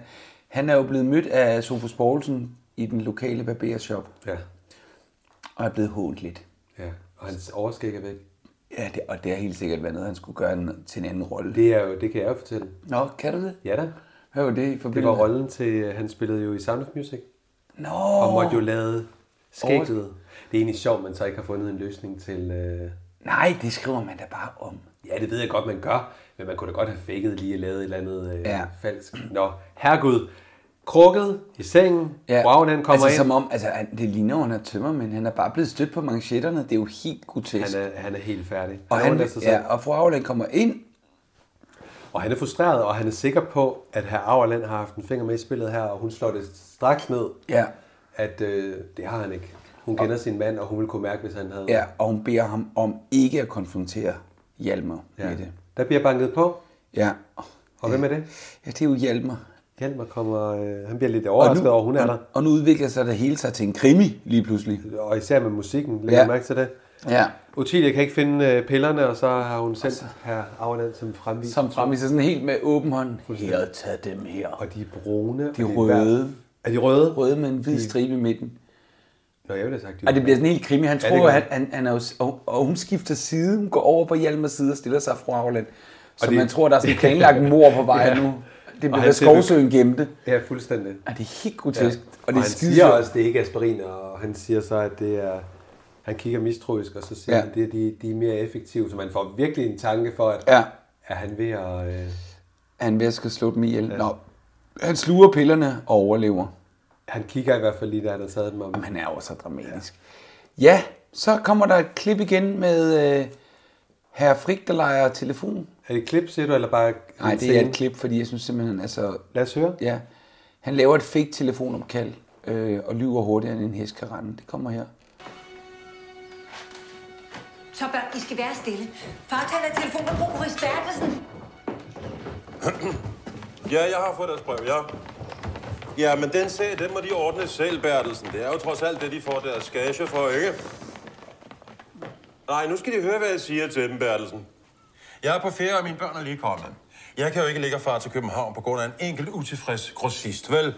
Speaker 2: han er jo blevet mødt af Sofus Poulsen i den lokale barbershop.
Speaker 1: Ja.
Speaker 2: Og er blevet hånt lidt.
Speaker 1: Ja, og hans overskæg er væk.
Speaker 2: Ja, det, og det har helt sikkert været noget, han skulle gøre en, til en anden rolle.
Speaker 1: Det, er jo, det kan jeg jo fortælle.
Speaker 2: Nå, kan du det?
Speaker 1: Ja da.
Speaker 2: Hvad var det i forbindelse
Speaker 1: Det var
Speaker 2: med?
Speaker 1: rollen til, øh, han spillede jo i Sound of Music.
Speaker 2: Nå.
Speaker 1: Og måtte jo lade skægget.
Speaker 2: Over-
Speaker 1: Det er egentlig sjovt, man så ikke har fundet en løsning til... Øh...
Speaker 2: Nej, det skriver man da bare om.
Speaker 1: Ja, det ved jeg godt, man gør. Men man kunne da godt have faked lige at lave et eller andet øh,
Speaker 2: Ja.
Speaker 1: ja. falsk. Nå, herregud. Krukket i sengen. Ja. Wow, han kommer
Speaker 2: altså,
Speaker 1: ind.
Speaker 2: som om, altså, han, det ligner, at han er tømmer, men han er bare blevet stødt på manchetterne. Det er jo helt grotesk.
Speaker 1: Han er, øh, han er helt færdig.
Speaker 2: og, han,
Speaker 1: overlader sig selv.
Speaker 2: ja, og fru Auland kommer ind.
Speaker 1: Og han er frustreret, og han er sikker på, at herr Auerland har haft en finger med i spillet her, og hun slår det straks ned,
Speaker 2: Ja.
Speaker 1: at øh, det har han ikke. Hun kender sin mand, og hun ville kunne mærke, hvis han havde...
Speaker 2: Ja, og hun beder ham om ikke at konfrontere Hjalmar ja.
Speaker 1: Ja.
Speaker 2: med det.
Speaker 1: Der bliver banket på,
Speaker 2: Ja.
Speaker 1: og hvem er det?
Speaker 2: ja, det er jo Hjalmar.
Speaker 1: Hjalmar kommer... Øh, han bliver lidt overrasket over, at hun er der.
Speaker 2: og, og nu udvikler sig det hele sig til en krimi lige pludselig.
Speaker 1: Og især med musikken, lægger
Speaker 2: Ja.
Speaker 1: ja. mærke til det.
Speaker 2: Ja.
Speaker 1: Utilia kan ikke finde øh, pillerne, og så har hun sendt herr Auerland som fremviser.
Speaker 2: Altså- Som fremviser sådan helt med åben hånd. Her, tag dem her.
Speaker 1: Og de er brune. og
Speaker 2: De
Speaker 1: er
Speaker 2: røde.
Speaker 1: hver- Er de røde?
Speaker 2: Røde med en hvid stribe i midten.
Speaker 1: Nå, jeg ville have sagt, de
Speaker 2: Og det
Speaker 1: var-
Speaker 2: bliver sådan en helt krimi. Han
Speaker 1: Ja, det
Speaker 2: tror, ja,
Speaker 1: gør
Speaker 2: han, han, han er jo, og, og hun skifter side. Hun går over på Hjalmars side og stiller sig fra Auland. Så man tror, der er sådan et planlagt mord på vej nu. Det bliver
Speaker 1: Og han
Speaker 2: der
Speaker 1: siger, du-
Speaker 2: Skovsøen gemte.
Speaker 1: Ja, fuldstændig.
Speaker 2: Ja, det er helt grotesk.
Speaker 1: Og,
Speaker 2: Og
Speaker 1: og
Speaker 2: det er
Speaker 1: han
Speaker 2: skide
Speaker 1: siger
Speaker 2: sjovt.
Speaker 1: også, det er ikke aspirin, og han siger så, at det er... Han kigger mistroisk, og så siger
Speaker 2: Ja.
Speaker 1: ja. han, det er de, de er mere effektive, så man får virkelig en tanke for, at
Speaker 2: Ja.
Speaker 1: er han ved at... Øh,
Speaker 2: Han vil skal slå dem ihjel. Ja. Nå, han sluger pillerne og overlever.
Speaker 1: han kigger i hvert fald lige, da han har taget dem om.
Speaker 2: Jamen, han er jo så dramatisk. Ja, så kommer der et klip igen med øh, herre Frik, der leger telefon.
Speaker 1: Er det et klip, siger du, eller bare... en
Speaker 2: Nej, det er
Speaker 1: scene?
Speaker 2: et klip, fordi jeg synes simpelthen, altså, han er så...
Speaker 1: Lad os høre.
Speaker 2: Ja. Han laver et fake telefonopkald øh, og lyver hurtigere end en hest kan rende. Det kommer her.
Speaker 5: Så børn, I skal være stille. Far taler i telefon med Bro Chris Bertelsen.
Speaker 3: Ja, jeg har fået deres brev, ja. Ja, men den sag, den må de ordne selv, Bertelsen. Det er jo trods alt det, de får deres skage for, ikke? Nej, nu skal de høre, hvad jeg siger til dem, Bertelsen. Jeg er på ferie, og mine børn er lige kommet. Jeg kan jo ikke ligge og far til København på grund af en enkelt utilfreds grossist, vel?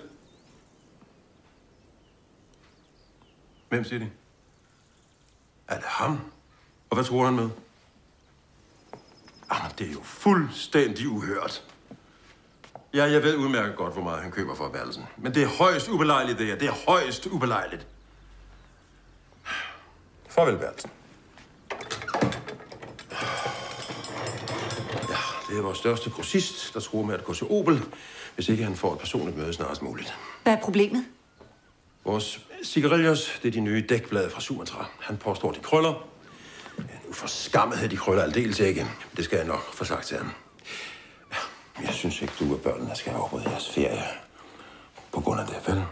Speaker 3: Hvem siger de? Er det ham? Og hvad tror han med? Jamen, det er jo fuldstændig uhørt. Ja, jeg ved udmærket godt, hvor meget han køber for værelsen. Men det er højst ubelejligt, det her. Det er højst ubelejligt. Farvel, værelsen. Ja, det er vores største grossist, der tror med at gå til Opel, hvis ikke han får et personligt møde snarest muligt.
Speaker 5: Hvad er problemet?
Speaker 3: Vores cigarillos, det er de nye dækblade fra Sumatra. Han påstår, de krøller. Nu for skammet de krøller aldeles ikke. Men Det skal jeg nok få sagt til ham. Jeg synes ikke, du og børnene skal afbryde jeres ferie. På grund af det, vel?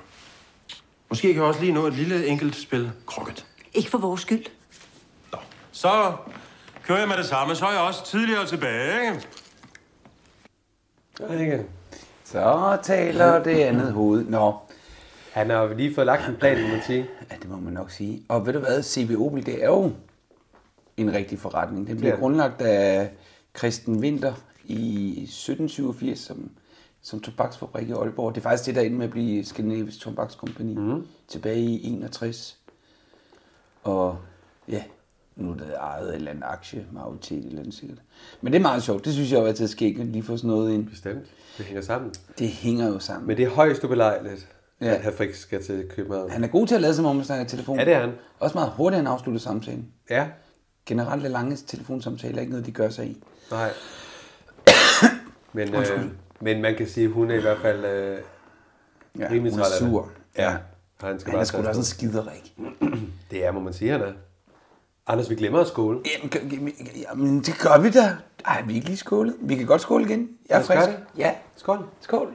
Speaker 3: Måske kan jeg også lige nå et lille enkelt spil krokket.
Speaker 5: Ikke for vores skyld.
Speaker 3: Så kører jeg med det samme. Så er jeg også tidligere tilbage, ikke?
Speaker 1: Ikke?
Speaker 2: Så taler det andet hoved. Nå.
Speaker 1: Han har jo lige fået lagt en plan, må man sige.
Speaker 2: Ja, det må man nok sige. Og ved du hvad, CB Opel, det er jo en rigtig forretning. Den blev
Speaker 1: Ja.
Speaker 2: grundlagt af Christen Winter i 1787 som, som tobaksfabrik i Aalborg. Det er faktisk det, der endte med at blive Skandinavisk Tobakskompagni
Speaker 1: Mhm.
Speaker 2: mm. tilbage i 61. Og ja, nu er det ejet af en eller anden aktie, majoritet eller andet sikkert. Men det er meget sjovt. Det synes jeg jo altid er skægt, at lige få sådan noget ind.
Speaker 1: Bestemt. Det hænger sammen.
Speaker 2: Det hænger jo sammen.
Speaker 1: Men det er højst ubelejligt,
Speaker 2: Ja.
Speaker 1: ja. at Hafrik skal til København.
Speaker 2: Han er god til at lade som om, han snakker i telefon.
Speaker 1: Ja, det er han.
Speaker 2: Også meget hurtigt, han afslutter samtalen.
Speaker 1: Ja.
Speaker 2: Generelt er lange telefonsamtaler ikke noget, de gør sig i.
Speaker 1: Nej. Men,
Speaker 2: Undskyld.
Speaker 1: øh, men man kan sige, at hun er i hvert fald øh,
Speaker 2: Ja,
Speaker 1: rimelig
Speaker 2: hun er
Speaker 1: træt af det.
Speaker 2: sur.
Speaker 1: Ja.
Speaker 2: Ja.
Speaker 1: Og Han skal
Speaker 2: Han er
Speaker 1: bare
Speaker 2: sgu da
Speaker 1: tage
Speaker 2: også en
Speaker 1: afsted.
Speaker 2: skiderik.
Speaker 1: Det er, må man sige, han er. Anders, vi glemmer at skåle.
Speaker 2: Jamen, gør- jamen, jamen, det gør vi da. Ej, har vi ikke lige skålet? Vi kan godt skåle igen. Jeg er
Speaker 1: Lad os gøre
Speaker 2: frisk.
Speaker 1: det.
Speaker 2: Ja,
Speaker 1: Skål.
Speaker 2: skål.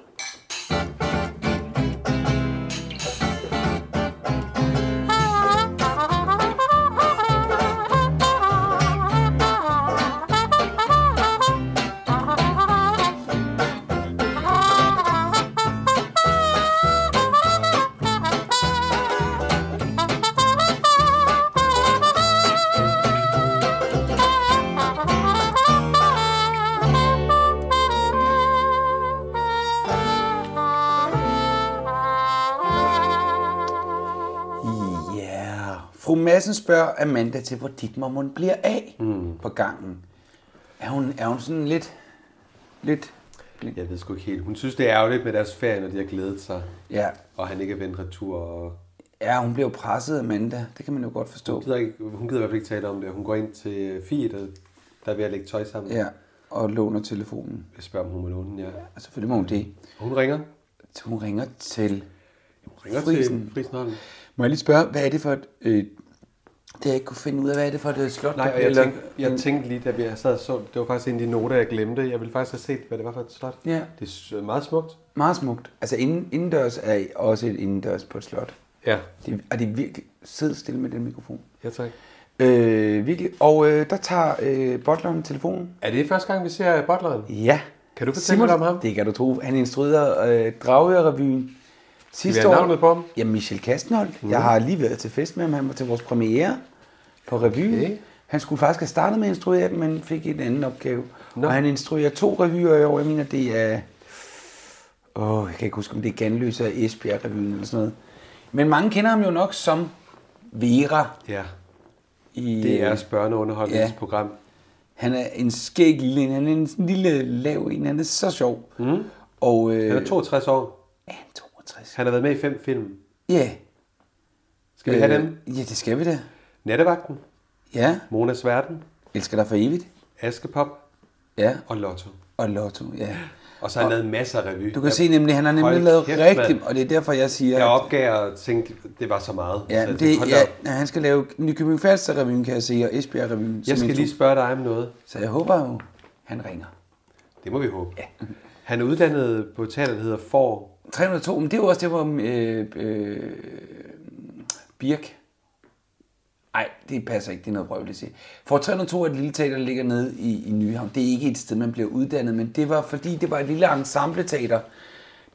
Speaker 2: Ja. Yeah. Fru Madsen spørger Amanda til, hvor Dietmar mon bliver af
Speaker 1: Hmm.
Speaker 2: mm. på gangen. Er hun, er hun sådan lidt... lidt
Speaker 1: Jeg ved sgu ikke helt. Hun synes, det er ærgerligt med deres ferie, når de har glædet sig.
Speaker 2: ja.
Speaker 1: Og han ikke er vendt retur. Og...
Speaker 2: ja, hun bliver jo presset af Amanda. Det kan man jo godt forstå.
Speaker 1: Hun, gider ikke, hun gider i hvert fald ikke tale om det. Hun går ind til Fie, der, der er ved at lægge tøj sammen.
Speaker 2: Ja, og låner telefonen.
Speaker 1: Jeg spørger, om hun må låne den, ja.
Speaker 2: Og selvfølgelig må hun det.
Speaker 1: Hun ringer.
Speaker 2: Hun ringer til
Speaker 1: Hun ringer
Speaker 2: Friesen.
Speaker 1: til Frisenholm.
Speaker 2: Må jeg lige spørge, hvad er det for et... Øh, det har jeg ikke kunne finde ud af, hvad er det for et øh, slot,
Speaker 1: Nej,
Speaker 2: der
Speaker 1: og jeg
Speaker 2: bliver-
Speaker 1: tænkte, jeg tænkte lige, da vi sad og så, det var faktisk en af de noter, jeg glemte. Jeg ville faktisk have set, hvad det var for et slot.
Speaker 2: Ja.
Speaker 1: Det er s- meget smukt.
Speaker 2: Meget smukt. Altså inden, indendørs er også et indendørs på et slot.
Speaker 1: Ja.
Speaker 2: Det, og det er virkelig... Sid stille med den mikrofon.
Speaker 1: Ja, tak.
Speaker 2: Øh, virkelig. Og øh, der tager øh, butleren telefonen.
Speaker 1: Er det første gang, vi ser Butleren?
Speaker 2: Ja.
Speaker 1: Kan du fortælle lidt om ham?
Speaker 2: Det kan du tro. Han instruerede øh, Dragør-revyen sidste
Speaker 1: have
Speaker 2: år.
Speaker 1: navnet på ham?
Speaker 2: Ja, Michel Kastenholt. Mm. Jeg har lige været til fest med ham. Han var til vores premiere på revyen.
Speaker 1: Okay.
Speaker 2: Okay. Han skulle faktisk have startet med at instruere den, men fik en anden opgave.
Speaker 1: Nå.
Speaker 2: Og han instruerer to revyer i år. Jeg mener, det er... Åh, jeg kan ikke huske, om det er Ganløse og Esbjerg-revyen eller sådan noget. Men mange kender ham jo nok som Vera.
Speaker 1: Ja.
Speaker 2: I,
Speaker 1: Det er jeres børneunderholdningsprogram.
Speaker 2: Han er en skæg lille en. Han er en sådan lille, lav en. Han er så sjov. Mm. Og, øh,
Speaker 1: Han er 62 år.
Speaker 2: Ja, han er 62.
Speaker 1: Han har været med i fem film.
Speaker 2: Ja.
Speaker 1: Skal vi
Speaker 2: Øh.
Speaker 1: have dem?
Speaker 2: Ja, det skal vi da.
Speaker 1: Nattevagten,
Speaker 2: Ja.
Speaker 1: Monas Verden,
Speaker 2: Elsker dig for evigt.
Speaker 1: Askepop
Speaker 2: Ja.
Speaker 1: og Lotto.
Speaker 2: Og Lotto, ja.
Speaker 1: Og så har han lavet masser af revy.
Speaker 2: Du kan se nemlig, han har nemlig lavet rigtig...
Speaker 1: mand.
Speaker 2: Og det er derfor, jeg siger...
Speaker 1: Jeg
Speaker 2: at-
Speaker 1: opgav og tænkte, det var så meget.
Speaker 2: Ja,
Speaker 1: så jeg tænkte,
Speaker 2: det,
Speaker 1: hold da
Speaker 2: ja,
Speaker 1: op.
Speaker 2: ja, han skal lave Nykøbing Falster revyen, kan jeg se, og Esbjerg revyen.
Speaker 1: Jeg skal lige spørge dig om noget.
Speaker 2: Så jeg håber jo, han ringer.
Speaker 1: Det må vi håbe. Ja. Han er uddannet på et teater, der hedder For.
Speaker 2: 302, men det er jo også det, hvor øh, øh, Birk... Nej, det passer ikke. Det er noget prøveligt at sige. For 302 er et lille teater, der ligger nede i, i Nyhavn. Det er ikke et sted, man bliver uddannet, men det var fordi, det var et lille ensembleteater,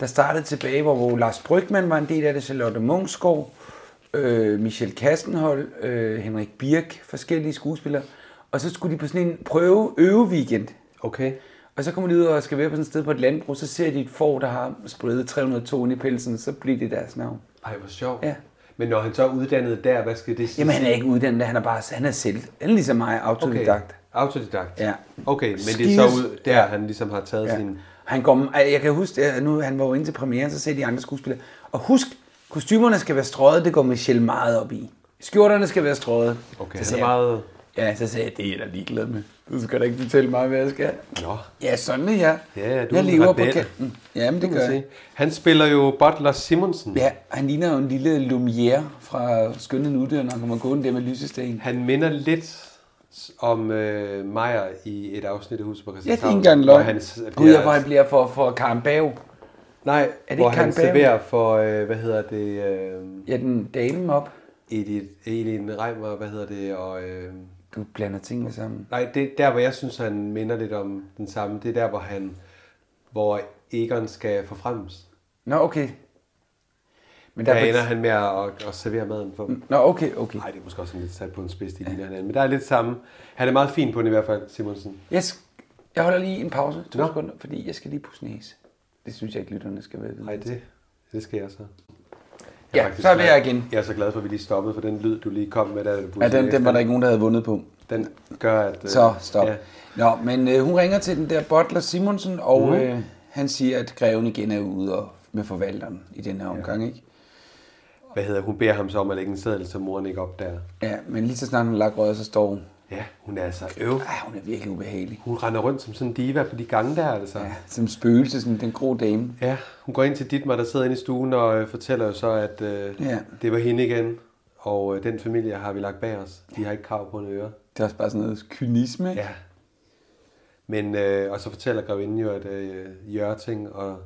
Speaker 2: der startede tilbage, hvor, hvor Lars Brygman var en del af det, Charlotte Mungskov, øh, Michel Kastenhold, øh, Henrik Birk, forskellige skuespillere. Og så skulle de på sådan en prøve øve weekend.
Speaker 1: Okay.
Speaker 2: Og så kommer de ud og skal være på sådan et sted på et landbrug, så ser de et får, der har spredt 302 ind i pelsen, så bliver det deres navn.
Speaker 1: Ej, hvor sjovt.
Speaker 2: Ja.
Speaker 1: Men når han så er uddannet der, hvad skal det sige?
Speaker 2: Jamen han er ikke uddannet, han er bare han er selv. Han er ligesom mig, autodidakt.
Speaker 1: Okay. Autodidakt.
Speaker 2: Ja.
Speaker 1: Okay, men det er
Speaker 2: Skide-
Speaker 1: så ud der, ja. han ligesom har taget ja.
Speaker 2: Ja.
Speaker 1: sin...
Speaker 2: Han går, Ej, jeg kan huske, at nu han var jo inde til premieren, så sagde de andre skuespillere, og husk, kostymerne skal være strøget, det går Michelle meget op i. Skjorterne skal være strøget.
Speaker 1: Okay,
Speaker 2: så
Speaker 1: han
Speaker 2: sagde
Speaker 1: er meget...
Speaker 2: jeg, Altså, ja, så sagde jeg, det er jeg da ligeglad med. Du skal da ikke fortælle mig, hvad jeg skal.
Speaker 1: Nå.
Speaker 2: Ja, sådan er jeg.
Speaker 1: Ja, ja, du
Speaker 2: jeg
Speaker 1: er
Speaker 2: lever på
Speaker 1: rebel.
Speaker 2: kanten. Jamen, det
Speaker 1: Kan
Speaker 2: gør
Speaker 1: man
Speaker 2: jeg.
Speaker 1: sige. Han spiller jo Butler Simonsen.
Speaker 2: Ja, han ligner jo en lille Lumière fra Skønne Nutte, når han kommer gående der med lysestagen.
Speaker 1: Han minder lidt om øh, Meyer i et afsnit af Huset på
Speaker 2: Ja, det er ikke
Speaker 1: Christianshavn.
Speaker 2: engang
Speaker 1: hvor
Speaker 2: løgn.
Speaker 1: han
Speaker 2: Hans,
Speaker 1: s- bliver-
Speaker 2: Gud, jeg, hvor han bliver for, for Karen Bav.
Speaker 1: Nej,
Speaker 2: det
Speaker 1: hvor
Speaker 2: ikke
Speaker 1: han
Speaker 2: Karen Baum?
Speaker 1: serverer for, øh, hvad hedder det, øh,
Speaker 2: Ja, den dame op.
Speaker 1: Edith, Elin Reimer, hvad hedder det, og... Øh,
Speaker 2: Du blander tingene sammen.
Speaker 1: nej, det er der, hvor jeg synes, han minder lidt om den samme. Det er der, hvor han, hvor Egon skal forfremmes.
Speaker 2: Nå, okay. Men
Speaker 1: Der
Speaker 2: der,
Speaker 1: ender han med at, at servere maden for dem.
Speaker 2: Nå, okay, okay.
Speaker 1: Nej, det er måske også lidt sat på en spids, de ligner hinanden. Men der er lidt samme. Han er meget fin på den i hvert fald, Simonsen.
Speaker 2: Yes. Jeg holder lige en pause, to
Speaker 1: Nå.
Speaker 2: Nå. sekunder, fordi jeg skal lige pusse næse. Det synes jeg ikke, lytterne skal være
Speaker 1: Nej,
Speaker 2: vidne.
Speaker 1: det, det skal jeg så.
Speaker 2: Ja,
Speaker 1: faktisk
Speaker 2: så er vi
Speaker 1: glad-
Speaker 2: her igen.
Speaker 1: Jeg er så glad for, at vi lige stoppede for den lyd, du lige kom med. Da du
Speaker 2: Ja, den, den var der ikke nogen, der havde vundet på.
Speaker 1: Den gør, at... øh,
Speaker 2: Så stop.
Speaker 1: Ja.
Speaker 2: Ja. Nå, men øh, hun ringer til den der butler Simonsen, og
Speaker 1: Mhm.
Speaker 2: mm. øh, han siger, at greven igen er ude og, med forvalteren i den her omgang, ja. ikke?
Speaker 1: Hvad hedder hun? beder ham så om at lægge en seddel, så moren ikke opdager.
Speaker 2: Ja, men lige så snart hun har lagt røret, så står hun.
Speaker 1: Ja, hun er altså øv.
Speaker 2: Ej, hun er virkelig ubehagelig.
Speaker 1: Hun render rundt som sådan en diva på de gange der, altså.
Speaker 2: Ja, som spøgelse, sådan den grå dame.
Speaker 1: Ja, hun går ind til Ditmar, der sidder inde i stuen og øh, fortæller jo så, at øh,
Speaker 2: Ja.
Speaker 1: det var hende igen. Og øh, den familie har vi lagt bag os. De har ikke krav på en øre.
Speaker 2: Det er også bare sådan noget kynisme, ikke?
Speaker 1: Ja. Men, øh, og så fortæller grevinden jo, at øh, Jørting og...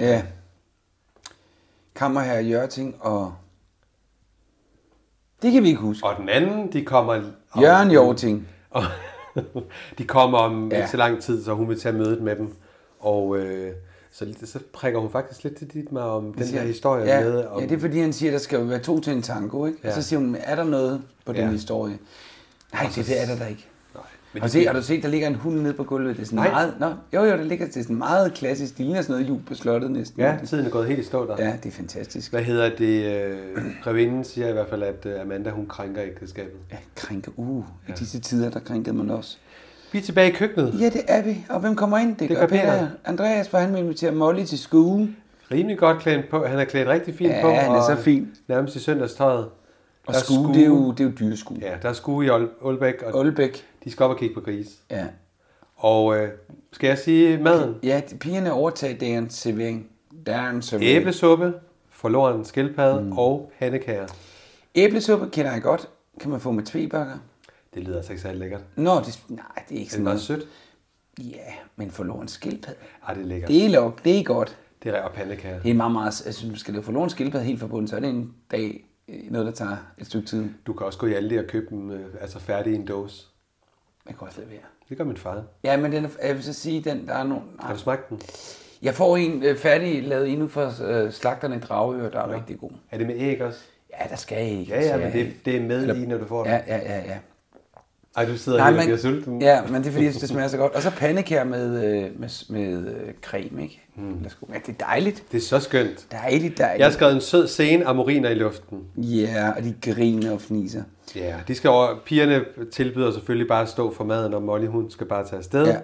Speaker 2: ja. Kammerherre Jørting og... Det kan vi ikke huske.
Speaker 1: Og den anden, de kommer... om-
Speaker 2: Jørgen Jørting.
Speaker 1: Og de kommer om ja.
Speaker 2: Ja.
Speaker 1: ikke så lang tid, så hun vil tage mødet med dem. Og øh, så, så prikker hun faktisk lidt til dit med om den her historie
Speaker 2: ja,
Speaker 1: med. Om,
Speaker 2: Ja, det er fordi, han siger, at der skal jo være to til en tango, ikke? Ja.
Speaker 1: Ja.
Speaker 2: Og så siger hun, er der noget på den
Speaker 1: Ja.
Speaker 2: ja. historie? Nej, det, det er der da ikke.
Speaker 1: nej, men
Speaker 2: Men har, du
Speaker 1: de,
Speaker 2: set, har du set, der ligger en hund nede på gulvet? Det er sådan
Speaker 1: Nej.
Speaker 2: meget... Nå, jo, jo, der ligger det er sådan meget klassisk. Det ligner sådan noget jul på slottet næsten.
Speaker 1: ja, tiden er gået helt i stå der.
Speaker 2: ja, det er fantastisk.
Speaker 1: Hvad hedder det? Øh, Grevinden siger i hvert fald, at øh, Amanda hun krænker ægteskabet.
Speaker 2: Ja, krænke. Uh, i disse tider, der krænkede man også.
Speaker 1: Vi er tilbage i køkkenet.
Speaker 2: Ja, det er vi. Og hvem kommer ind? Det,
Speaker 1: Det
Speaker 2: det
Speaker 1: gør
Speaker 2: gør Peter.
Speaker 1: Peter.
Speaker 2: Andreas, for han vil invitere Molly til skue.
Speaker 1: Rimelig godt klædt på. Han er klædt rigtig fint
Speaker 2: Ja,
Speaker 1: på.
Speaker 2: han er
Speaker 1: og
Speaker 2: så fin.
Speaker 1: Nærmest i søndagstøjet.
Speaker 2: Og
Speaker 1: Der er
Speaker 2: skue, det er jo, det er jo dyreskue. Ja.
Speaker 1: Ja, der er skue i Ol- Aalbæk, og
Speaker 2: Aalbæk.
Speaker 1: de skal op og kigge på gris.
Speaker 2: Ja.
Speaker 1: Og øh, skal jeg sige maden?
Speaker 2: Ja, de- pigerne overtager dagens servering. Dagens servering.
Speaker 1: Æblesuppe, forloren skildpadde mm. og pandekager.
Speaker 2: Æblesuppe kender jeg godt. Kan man få med tvebakker?
Speaker 1: Det lyder altså ikke særlig lækkert.
Speaker 2: Nå, det, nej, det er ikke
Speaker 1: Det er
Speaker 2: sådan
Speaker 1: meget
Speaker 2: noget.
Speaker 1: sødt.
Speaker 2: Ja, men forloren skildpadde.
Speaker 1: Ej, det er lækkert.
Speaker 2: Det er lov, det er godt.
Speaker 1: Det er og pandekager.
Speaker 2: Det er meget, meget... Altså, hvis du skal lave forloren skildpadde helt fra bunden, så er det en dag øh, noget, der tager et stykke tid.
Speaker 1: Du kan også gå i Aldi og købe dem øh, altså færdige i en dåse.
Speaker 2: Man kan også levere.
Speaker 1: Det gør min far.
Speaker 2: Ja, men den, er- jeg vil så sige, den, der er nogen...
Speaker 1: Har du smagt den?
Speaker 2: Jeg får en øh, færdig lavet endnu for øh, slagterne i Dragør, der er ja. rigtig god.
Speaker 1: Er det med æg også?
Speaker 2: Ja, der skal ikke.
Speaker 1: Ja, ja, men det, det er med i, når du får den.
Speaker 2: Ja, ja, ja, ja.
Speaker 1: Ej, du sidder Nej, her og bliver sulten.
Speaker 2: Ja, men det er fordi, jeg synes, det smager så godt. Og så pandekager med, øh, med, med øh, creme, ikke? Mm. Lad os gå. Ja, det er dejligt.
Speaker 1: Det er så skønt.
Speaker 2: Dejligt, dejligt.
Speaker 1: Jeg har skrevet en sød scene af moriner i luften.
Speaker 2: Ja, og de griner og fniser.
Speaker 1: Ja, de skal over, pigerne tilbyder selvfølgelig bare at stå for maden, og Molly hun skal bare tage afsted.
Speaker 2: Ja.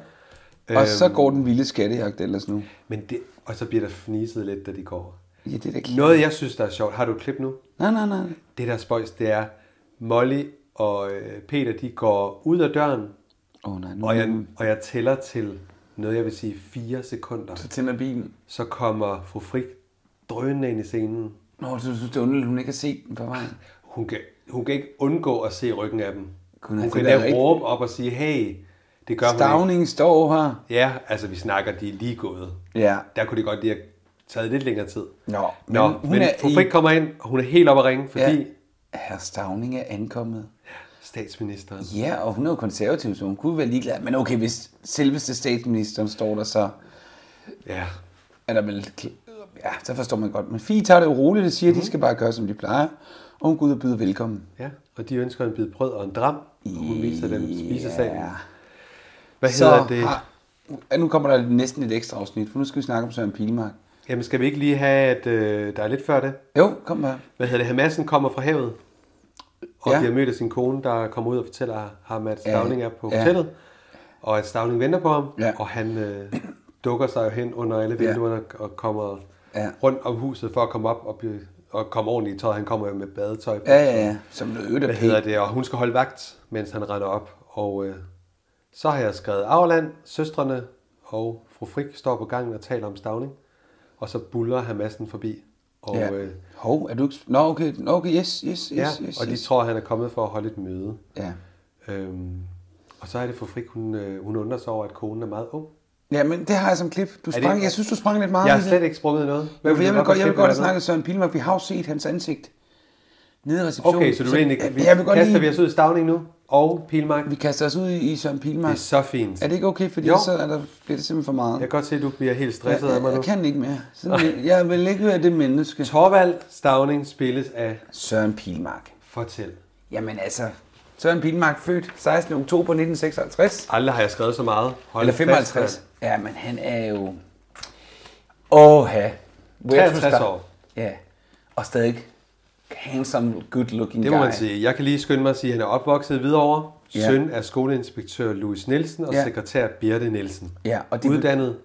Speaker 2: Og øhm, så går den vilde skattejagt ellers nu.
Speaker 1: Men det, og så bliver der fniset lidt, da de går.
Speaker 2: Ja, det er da klip.
Speaker 1: Noget, jeg synes, der er sjovt. Har du et klip nu?
Speaker 2: Nej, nej, nej.
Speaker 1: Det, der er spøjs, det er, Molly og øh, Peter, de går ud af døren,
Speaker 2: Åh oh, nej, nu
Speaker 1: og jeg, og jeg tæller til noget, jeg vil sige, fire sekunder.
Speaker 2: så tænder bilen.
Speaker 1: Så kommer fru Frik drønende ind i scenen.
Speaker 2: Nå, du synes, det er underligt, hun ikke har set den på vejen.
Speaker 1: Hun kan, hun kan ikke undgå at se ryggen af dem.
Speaker 2: Kunne
Speaker 1: hun
Speaker 2: det
Speaker 1: kan
Speaker 2: være
Speaker 1: lave
Speaker 2: rigtigt?
Speaker 1: råb op og sige, hey, det gør hun
Speaker 2: Stavningen står her.
Speaker 1: ikke. Ja, altså vi snakker, de er lige gået.
Speaker 2: Ja.
Speaker 1: Der kunne det godt lige have taget lidt længere tid.
Speaker 2: Nå,
Speaker 1: Nå,
Speaker 2: men
Speaker 1: men,
Speaker 2: hun
Speaker 1: men
Speaker 2: er
Speaker 1: fru
Speaker 2: i-
Speaker 1: Frik kommer ind, og hun er helt oppe at ringe, fordi ja.
Speaker 2: Ja. Herr Stavning er ankommet.
Speaker 1: statsministeren...
Speaker 2: Ja, og hun er jo konservativ, så hun kunne være ligeglad. Men okay, hvis selveste statsministeren står der, så
Speaker 1: Ja,
Speaker 2: er der vel... Ja, så forstår man godt. Men Fie tager det jo roligt og siger,
Speaker 1: Mhm.
Speaker 2: at de skal bare gøre, som de plejer. Og hun går ud og byder velkommen.
Speaker 1: ja. Og de ønsker en bid brød og en dram, og hun viser dem spisesalen.
Speaker 2: Ja.
Speaker 1: Hvad
Speaker 2: Så
Speaker 1: hedder det?
Speaker 2: Har, ja, nu kommer der næsten et ekstra afsnit, for nu skal vi snakke om Søren Pilmark.
Speaker 1: Jamen skal vi ikke lige have, at øh, der er lidt før det?
Speaker 2: Jo, kom her.
Speaker 1: Hvad hedder det? Hamassen kommer fra havet, og
Speaker 2: Ja.
Speaker 1: ja. bliver mødt af sin kone, der kommer ud og fortæller ham, at Stavning er på
Speaker 2: Ja.
Speaker 1: hotellet, og at Stavning venter på ham,
Speaker 2: Ja.
Speaker 1: og han øh, dukker sig jo hen under alle
Speaker 2: Ja.
Speaker 1: vinduerne og kommer
Speaker 2: Ja.
Speaker 1: rundt om huset for at komme op og, blive, og komme ordentligt i tøjet. Han kommer jo med badetøj på.
Speaker 2: Ja, ja, ja. Som noget øvrigt er
Speaker 1: Hvad hedder
Speaker 2: pænt.
Speaker 1: det? Og hun skal holde vagt, mens han render op. Og øh, så har jeg skrevet Auerland, søstrene og fru Frik står på gangen og taler om Stavning, og så buller Hamassen forbi. Og,
Speaker 2: Ja.
Speaker 1: øh,
Speaker 2: Hov, er du ikke... Nå, okay, Nå, okay yes, yes, yes,
Speaker 1: Ja,
Speaker 2: yes,
Speaker 1: og de
Speaker 2: yes.
Speaker 1: tror, at han er kommet for at holde et møde.
Speaker 2: Ja.
Speaker 1: Øhm, og så er det for Frik, hun, øh, hun undrer sig over, at konen er meget ung.
Speaker 2: ja, men det har jeg som klip. Du
Speaker 1: det-
Speaker 2: sprang, jeg synes, du sprang lidt meget.
Speaker 1: Jeg
Speaker 2: i
Speaker 1: har
Speaker 2: det.
Speaker 1: slet ikke sprunget noget.
Speaker 2: Hvad
Speaker 1: Hvad
Speaker 2: jeg
Speaker 1: du
Speaker 2: vil
Speaker 1: have
Speaker 2: godt,
Speaker 1: for
Speaker 2: jeg vil
Speaker 1: klip,
Speaker 2: godt have
Speaker 1: eller hvad?
Speaker 2: snakket Søren Pilmark. Vi har jo set hans ansigt nede i receptionen.
Speaker 1: Okay, så du vil egentlig...
Speaker 2: jeg,
Speaker 1: Vi,
Speaker 2: jeg vil godt
Speaker 1: kaster
Speaker 2: lige,
Speaker 1: vi os ud i Stavning nu? Og Pilmark?
Speaker 2: vi kaster os ud i, i Søren
Speaker 1: Det
Speaker 2: Pilmark.
Speaker 1: er så fint.
Speaker 2: Er det ikke okay, fordi
Speaker 1: Jo.
Speaker 2: så er der, bliver det simpelthen for meget?
Speaker 1: Jeg kan godt se, at du bliver helt stresset af
Speaker 2: jeg,
Speaker 1: mig
Speaker 2: jeg,
Speaker 1: nu.
Speaker 2: jeg kan ikke mere. Sådan, jeg, jeg vil ikke være det menneske.
Speaker 1: Torvald Stavning spilles af
Speaker 2: Søren Pilmark.
Speaker 1: Fortæl.
Speaker 2: Jamen altså, Søren Pilmark født 16. oktober 1956.
Speaker 1: Aldrig har jeg skrevet så meget. Hold
Speaker 2: Eller
Speaker 1: fast,
Speaker 2: 55. Ja, men han er jo... Åha. Where to
Speaker 1: 63
Speaker 2: start?
Speaker 1: år.
Speaker 2: Ja. Og stadig handsome, good looking
Speaker 1: Det må
Speaker 2: guy.
Speaker 1: man sige. Jeg kan lige skynde mig at sige, at han er opvokset i Hvidovre.
Speaker 2: Ja.
Speaker 1: Søn af skoleinspektør Louis Nielsen og
Speaker 2: Ja.
Speaker 1: sekretær Birte Nielsen.
Speaker 2: Ja, og det
Speaker 1: Uddannet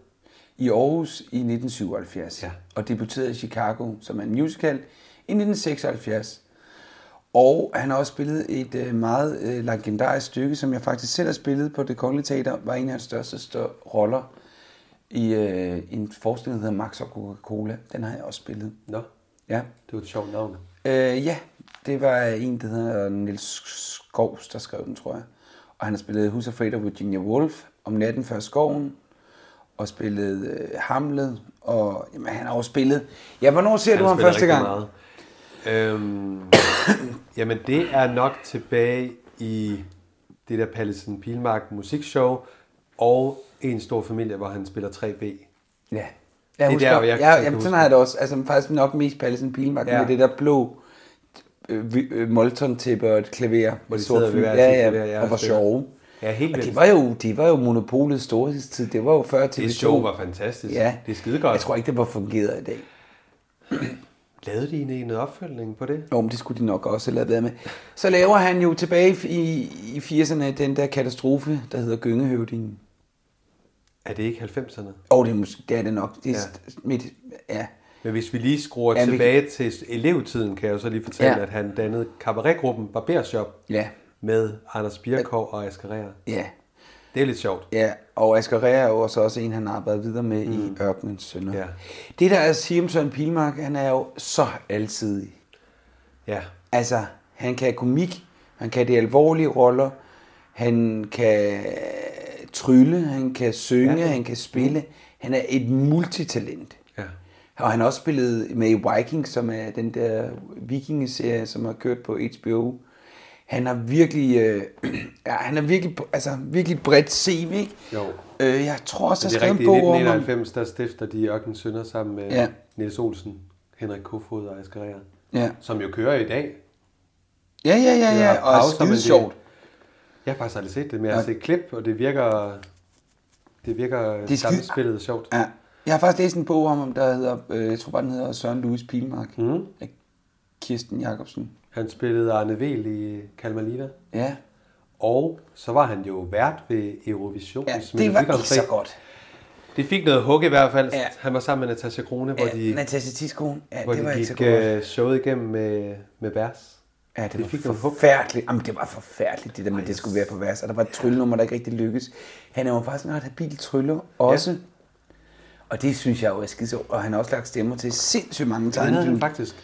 Speaker 2: i Aarhus i 1977
Speaker 1: Ja.
Speaker 2: og debuterede i Chicago som en musical i 1976. Og han har også spillet et øh, meget øh, legendarisk stykke, som jeg faktisk selv har spillet på Det Kongelige Teater, var en af hans største stør- roller i øh, en forestilling, der hedder Max og Coca-Cola. Den har jeg også spillet.
Speaker 1: Nå,
Speaker 2: Ja.
Speaker 1: det var et sjovt navn.
Speaker 2: Øh, ja, det var en, der hedder Nils Skovs, der skrev den, tror jeg. Og han har spillet Who's Afraid of Virginia Woolf, Om natten før skoven, og spillet øh, Hamlet, og jamen, han har jo spillet... Ja, hvornår ser du
Speaker 1: Han
Speaker 2: ham
Speaker 1: spiller
Speaker 2: første gang?
Speaker 1: rigtig Meget. Øhm, jamen, det er nok tilbage i det der Pallesen Pilmark musikshow, og en stor familie, hvor han spiller 3B.
Speaker 2: Ja. Jeg
Speaker 1: er
Speaker 2: husker,
Speaker 1: der, hvor jeg
Speaker 2: ja,
Speaker 1: kan
Speaker 2: jamen,
Speaker 1: huske
Speaker 2: sådan har jeg det også. Altså, faktisk nok mest Pallesen Pilmark ja.
Speaker 1: Ja.
Speaker 2: med det der blå øh, vi- øh, Molton-tæppe og et klaver. Hvor
Speaker 1: de sidder ved hver sit
Speaker 2: ja,
Speaker 1: klaver,
Speaker 2: ja,
Speaker 1: ja,
Speaker 2: og var
Speaker 1: og spiller.
Speaker 2: sjove.
Speaker 1: Ja, helt
Speaker 2: og
Speaker 1: vildt.
Speaker 2: det var, jo, det var jo monopolets storhedstid. Det var jo før TV2.
Speaker 1: Det show var fantastisk.
Speaker 2: Ja.
Speaker 1: Det er skidegodt.
Speaker 2: Jeg tror ikke, det var fungeret i dag.
Speaker 1: Lavede de egentlig en opfølgning på det?
Speaker 2: Jo, men det skulle de nok også have lavet være med. Så laver han jo tilbage i, i 80'erne den der katastrofe, der hedder Gyngehøvdingen.
Speaker 1: Er det ikke 90'erne?
Speaker 2: Og det er, måske, det er det nok. Det er ja.
Speaker 1: Ja.
Speaker 2: mit, ja.
Speaker 1: Men hvis vi lige skruer
Speaker 2: Ja,
Speaker 1: ja,
Speaker 2: vi-
Speaker 1: tilbage vi... til elevtiden, kan jeg jo så lige fortælle,
Speaker 2: Ja.
Speaker 1: ja. at han dannede kabaretgruppen Barbershop
Speaker 2: Ja.
Speaker 1: med Anders Birkov og Asger Reher.
Speaker 2: Ja.
Speaker 1: Det er lidt sjovt.
Speaker 2: Ja, og Asger Rea er jo også, også en, han arbejder videre med mm. i Ørkenens Sønder.
Speaker 1: Ja.
Speaker 2: Det der er at sige om Søren Pilmark, han er jo så alsidig.
Speaker 1: Ja.
Speaker 2: Altså, han kan komik, han kan de alvorlige roller, han kan trylle, han kan synge, ja. han kan spille. Han er et multitalent.
Speaker 1: Ja.
Speaker 2: Og han har også spillet med i Vikings, som er den der vikingeserie, som har kørt på HBO. Han har virkelig, øh, ja, han er virkelig, altså, virkelig et bredt CV, ikke?
Speaker 1: Jo.
Speaker 2: Øh, jeg tror også,
Speaker 1: Men
Speaker 2: jeg
Speaker 1: det er
Speaker 2: skrev en
Speaker 1: rigtigt. I
Speaker 2: bog om ham.
Speaker 1: 1991, der stifter de Ørken Sønder sammen med
Speaker 2: Ja.
Speaker 1: ja. Niels Olsen, Henrik Kofod og Asger Reher,
Speaker 2: Ja.
Speaker 1: som jo kører i dag.
Speaker 2: Ja, ja, ja,
Speaker 1: Vi har
Speaker 2: ja,
Speaker 1: haft
Speaker 2: og
Speaker 1: pauser,
Speaker 2: det er
Speaker 1: men
Speaker 2: skide
Speaker 1: det-
Speaker 2: sjovt.
Speaker 1: Jeg har faktisk aldrig set det, men jeg har
Speaker 2: Nej.
Speaker 1: set klip, og det virker, det virker
Speaker 2: Det er
Speaker 1: det
Speaker 2: skide-
Speaker 1: samspillet sjovt.
Speaker 2: Ja. Jeg har faktisk læst en bog om, ham, der hedder, øh, jeg tror bare, den hedder Søren Louis Pilmark. Mm.
Speaker 1: Mhm.
Speaker 2: Af Kirsten Jacobsen.
Speaker 1: Han spillede Arne Vel i Kalmar Liva.
Speaker 2: Ja.
Speaker 1: Og så var han jo vært ved Eurovision. Ja,
Speaker 2: det var ikke så godt.
Speaker 1: Det fik noget hug i hvert fald. Ja. Han var sammen med Natasha Krone, hvor
Speaker 2: Ja,
Speaker 1: de,
Speaker 2: Natasha Tiskron. Ja,
Speaker 1: hvor
Speaker 2: det var
Speaker 1: de
Speaker 2: ikke
Speaker 1: gik
Speaker 2: så godt.
Speaker 1: øh, showet igennem med, med vers.
Speaker 2: Ja, det,
Speaker 1: det
Speaker 2: det
Speaker 1: fik
Speaker 2: var forfærdeligt. Jamen, det var forfærdeligt, det der med, at det skulle være på vers. Og der var et tryllenummer, der ikke rigtig lykkedes. Han er jo faktisk en ret habil tryller også. Ja. Og det synes jeg jo er skide sjovt. Og han har også lagt stemmer til sindssygt mange
Speaker 1: Det havde han
Speaker 2: tegnefilm.
Speaker 1: faktisk.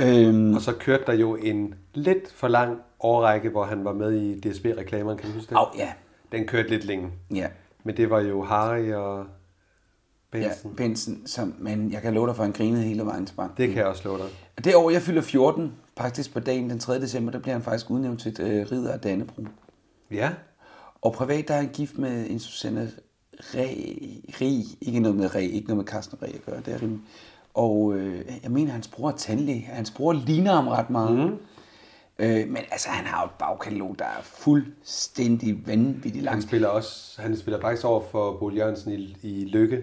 Speaker 2: Øhm,
Speaker 1: Og så kørte der jo en lidt for lang årrække, hvor han var med i DSB-reklamerne, kan du huske det?
Speaker 2: Au, ja.
Speaker 1: Den kørte lidt længe.
Speaker 2: Ja.
Speaker 1: Men det var jo Harry og Benson.
Speaker 2: Ja, Benson, som, men jeg kan love dig for, at han grinede hele vejen til banken.
Speaker 1: Det kan jeg også love dig.
Speaker 2: Og Det år, jeg fylder 14, faktisk på dagen den 3. december, der bliver han faktisk udnævnt til øh, ridder af Dannebro.
Speaker 1: Ja.
Speaker 2: Og privat, der er han gift med en Susanne Re, Re, ikke noget med Re, ikke noget med Carsten Re at gøre, det er rimelig. Og øh, jeg mener, hans bror er tandlæge. Hans bror ligner ham ret meget. Mm. Øh, men altså, han har jo et bagkatalog, der er fuldstændig vanvittigt
Speaker 1: Han
Speaker 2: langt.
Speaker 1: spiller også, han spiller faktisk over for Bo Jørgensen i, i Lykke.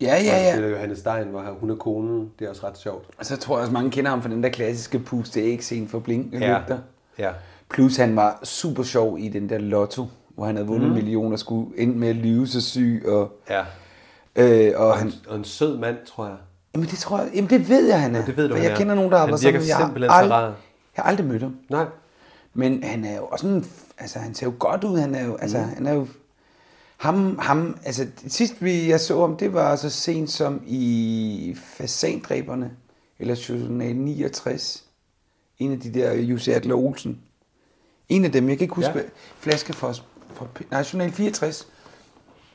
Speaker 2: Ja, ja,
Speaker 1: Hvor Han
Speaker 2: ja.
Speaker 1: spiller Johannes Stein, hvor han- hun er konen. Det er også ret sjovt.
Speaker 2: Og så tror jeg også, mange kender ham fra den der klassiske puste æg scene for Blink.
Speaker 1: Ja. Ja.
Speaker 2: Plus han var super sjov i den der lotto, hvor han havde vundet
Speaker 1: Mm.
Speaker 2: mm. millioner, skulle endte med at lyve sig syg. Og,
Speaker 1: Ja.
Speaker 2: øh, og, han,
Speaker 1: Og en sød mand, tror jeg.
Speaker 2: jamen, det tror jeg, jamen det ved jeg, han er.
Speaker 1: Ja, det ved du,
Speaker 2: for
Speaker 1: han
Speaker 2: jeg
Speaker 1: er.
Speaker 2: kender nogen, der har
Speaker 1: Han
Speaker 2: været
Speaker 1: virker
Speaker 2: sammen. Jeg har,
Speaker 1: simpelthen så rar.
Speaker 2: jeg har aldrig mødt ham.
Speaker 1: Nej.
Speaker 2: Men han er jo også en, altså han ser jo godt ud. Han er jo, altså,
Speaker 1: Mm.
Speaker 2: han er jo ham, ham, altså sidst vi, jeg så ham, det var så sent som i Fasandræberne, eller Journal 69. En af de der, Jussi Adler Olsen. En af dem, jeg kan ikke huske,
Speaker 1: Ja.
Speaker 2: ja. flaske for, for, nej, Journal 64.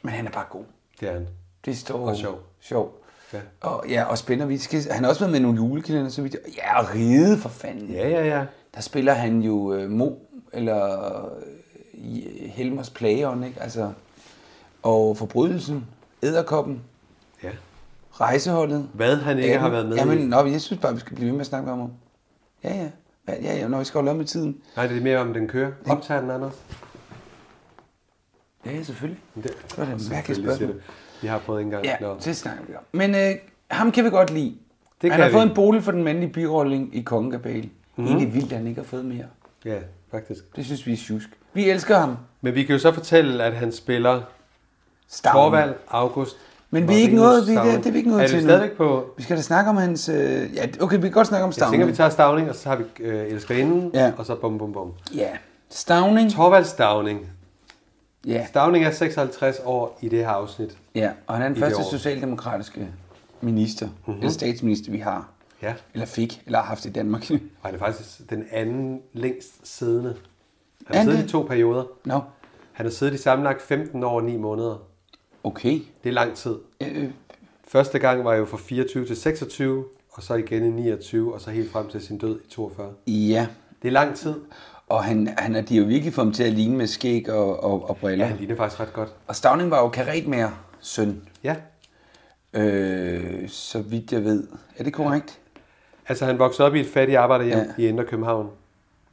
Speaker 2: Men han er bare god.
Speaker 1: Det er han.
Speaker 2: Det står
Speaker 1: Og sjov.
Speaker 2: sjov.
Speaker 1: Ja.
Speaker 2: Og, ja, og spænder vi skal, Han har også været med i nogle julekalender, så vidt jeg- Ja, og ride for fanden.
Speaker 1: Ja, ja, ja.
Speaker 2: Der spiller han jo øh, Mo, eller øh, Helmers Plageånd, ikke? Altså, og Forbrydelsen, Æderkoppen,
Speaker 1: Ja.
Speaker 2: Rejseholdet.
Speaker 1: Hvad han ikke har været med i.
Speaker 2: Jamen, nå, men jeg synes bare, vi skal blive ved med at snakke om ham. Ja, ja. Ja, ja, ja, når vi skal holde op med tiden.
Speaker 1: Nej, det er mere om, den kører. Optager den, Anders?
Speaker 2: Ja, selvfølgelig.
Speaker 1: Men
Speaker 2: Det var da et mærkeligt
Speaker 1: Selvfølgelig siger
Speaker 2: spørgsmål.
Speaker 1: det. Vi har prøvet en gang.
Speaker 2: Ja,
Speaker 1: Nå.
Speaker 2: det snakker vi om. Men øh, ham kan vi godt lide.
Speaker 1: Det
Speaker 2: han
Speaker 1: kan
Speaker 2: har fået
Speaker 1: vi.
Speaker 2: en bolig for den mandlige birolling i Kongekabale.
Speaker 1: Mhm.
Speaker 2: Mm. Egentlig vildt, at han ikke har fået mere.
Speaker 1: Ja, faktisk.
Speaker 2: Det synes vi er sjusk. Vi elsker ham.
Speaker 1: Men vi kan jo så fortælle, at han spiller
Speaker 2: Stavnen.
Speaker 1: Torvald August.
Speaker 2: Men vi er ikke
Speaker 1: Marinus
Speaker 2: noget, vi, det,
Speaker 1: Stavning.
Speaker 2: det er vi ikke noget
Speaker 1: er
Speaker 2: til
Speaker 1: Er
Speaker 2: nu.
Speaker 1: du stadigvæk på...
Speaker 2: Vi skal da snakke om hans... Øh, ja, okay, vi kan godt snakke om
Speaker 1: Jeg tænker,
Speaker 2: Stavning.
Speaker 1: vi tager Stavning, og så har vi øh, Elskerinden,
Speaker 2: Ja.
Speaker 1: og så bum, bum, bum.
Speaker 2: Ja, Stavning.
Speaker 1: Torvald Stavning.
Speaker 2: Ja.
Speaker 1: Stavning er 56 år i det her afsnit.
Speaker 2: Ja, og han er
Speaker 1: I
Speaker 2: den
Speaker 1: det
Speaker 2: første
Speaker 1: år. Mhm.
Speaker 2: socialdemokratiske minister, mm-hmm. eller statsminister, vi har.
Speaker 1: Ja.
Speaker 2: Eller fik, eller har haft i Danmark.
Speaker 1: Og han er faktisk den anden længst siddende. Han har
Speaker 2: Anden-
Speaker 1: siddet i to perioder.
Speaker 2: Nå,
Speaker 1: Han har siddet i sammenlagt 15 år og 9 måneder.
Speaker 2: okay.
Speaker 1: Det er lang tid.
Speaker 2: Øh,
Speaker 1: Første gang var jo fra 24 til 26, og så igen i 29, og så helt frem til sin død i 42.
Speaker 2: ja,
Speaker 1: Det er lang tid.
Speaker 2: og han, han har de har jo virkelig fået ham til at ligne med skæg og, og, og briller.
Speaker 1: Ja,
Speaker 2: Ja.
Speaker 1: han ligner faktisk ret godt.
Speaker 2: Og Stavning var jo karetmær søn,
Speaker 1: Ja,
Speaker 2: øh, så vidt jeg ved. Er det korrekt?
Speaker 1: Altså, han voksede op i et fattigt arbejderhjem ja.
Speaker 2: Ja.
Speaker 1: i Indre København.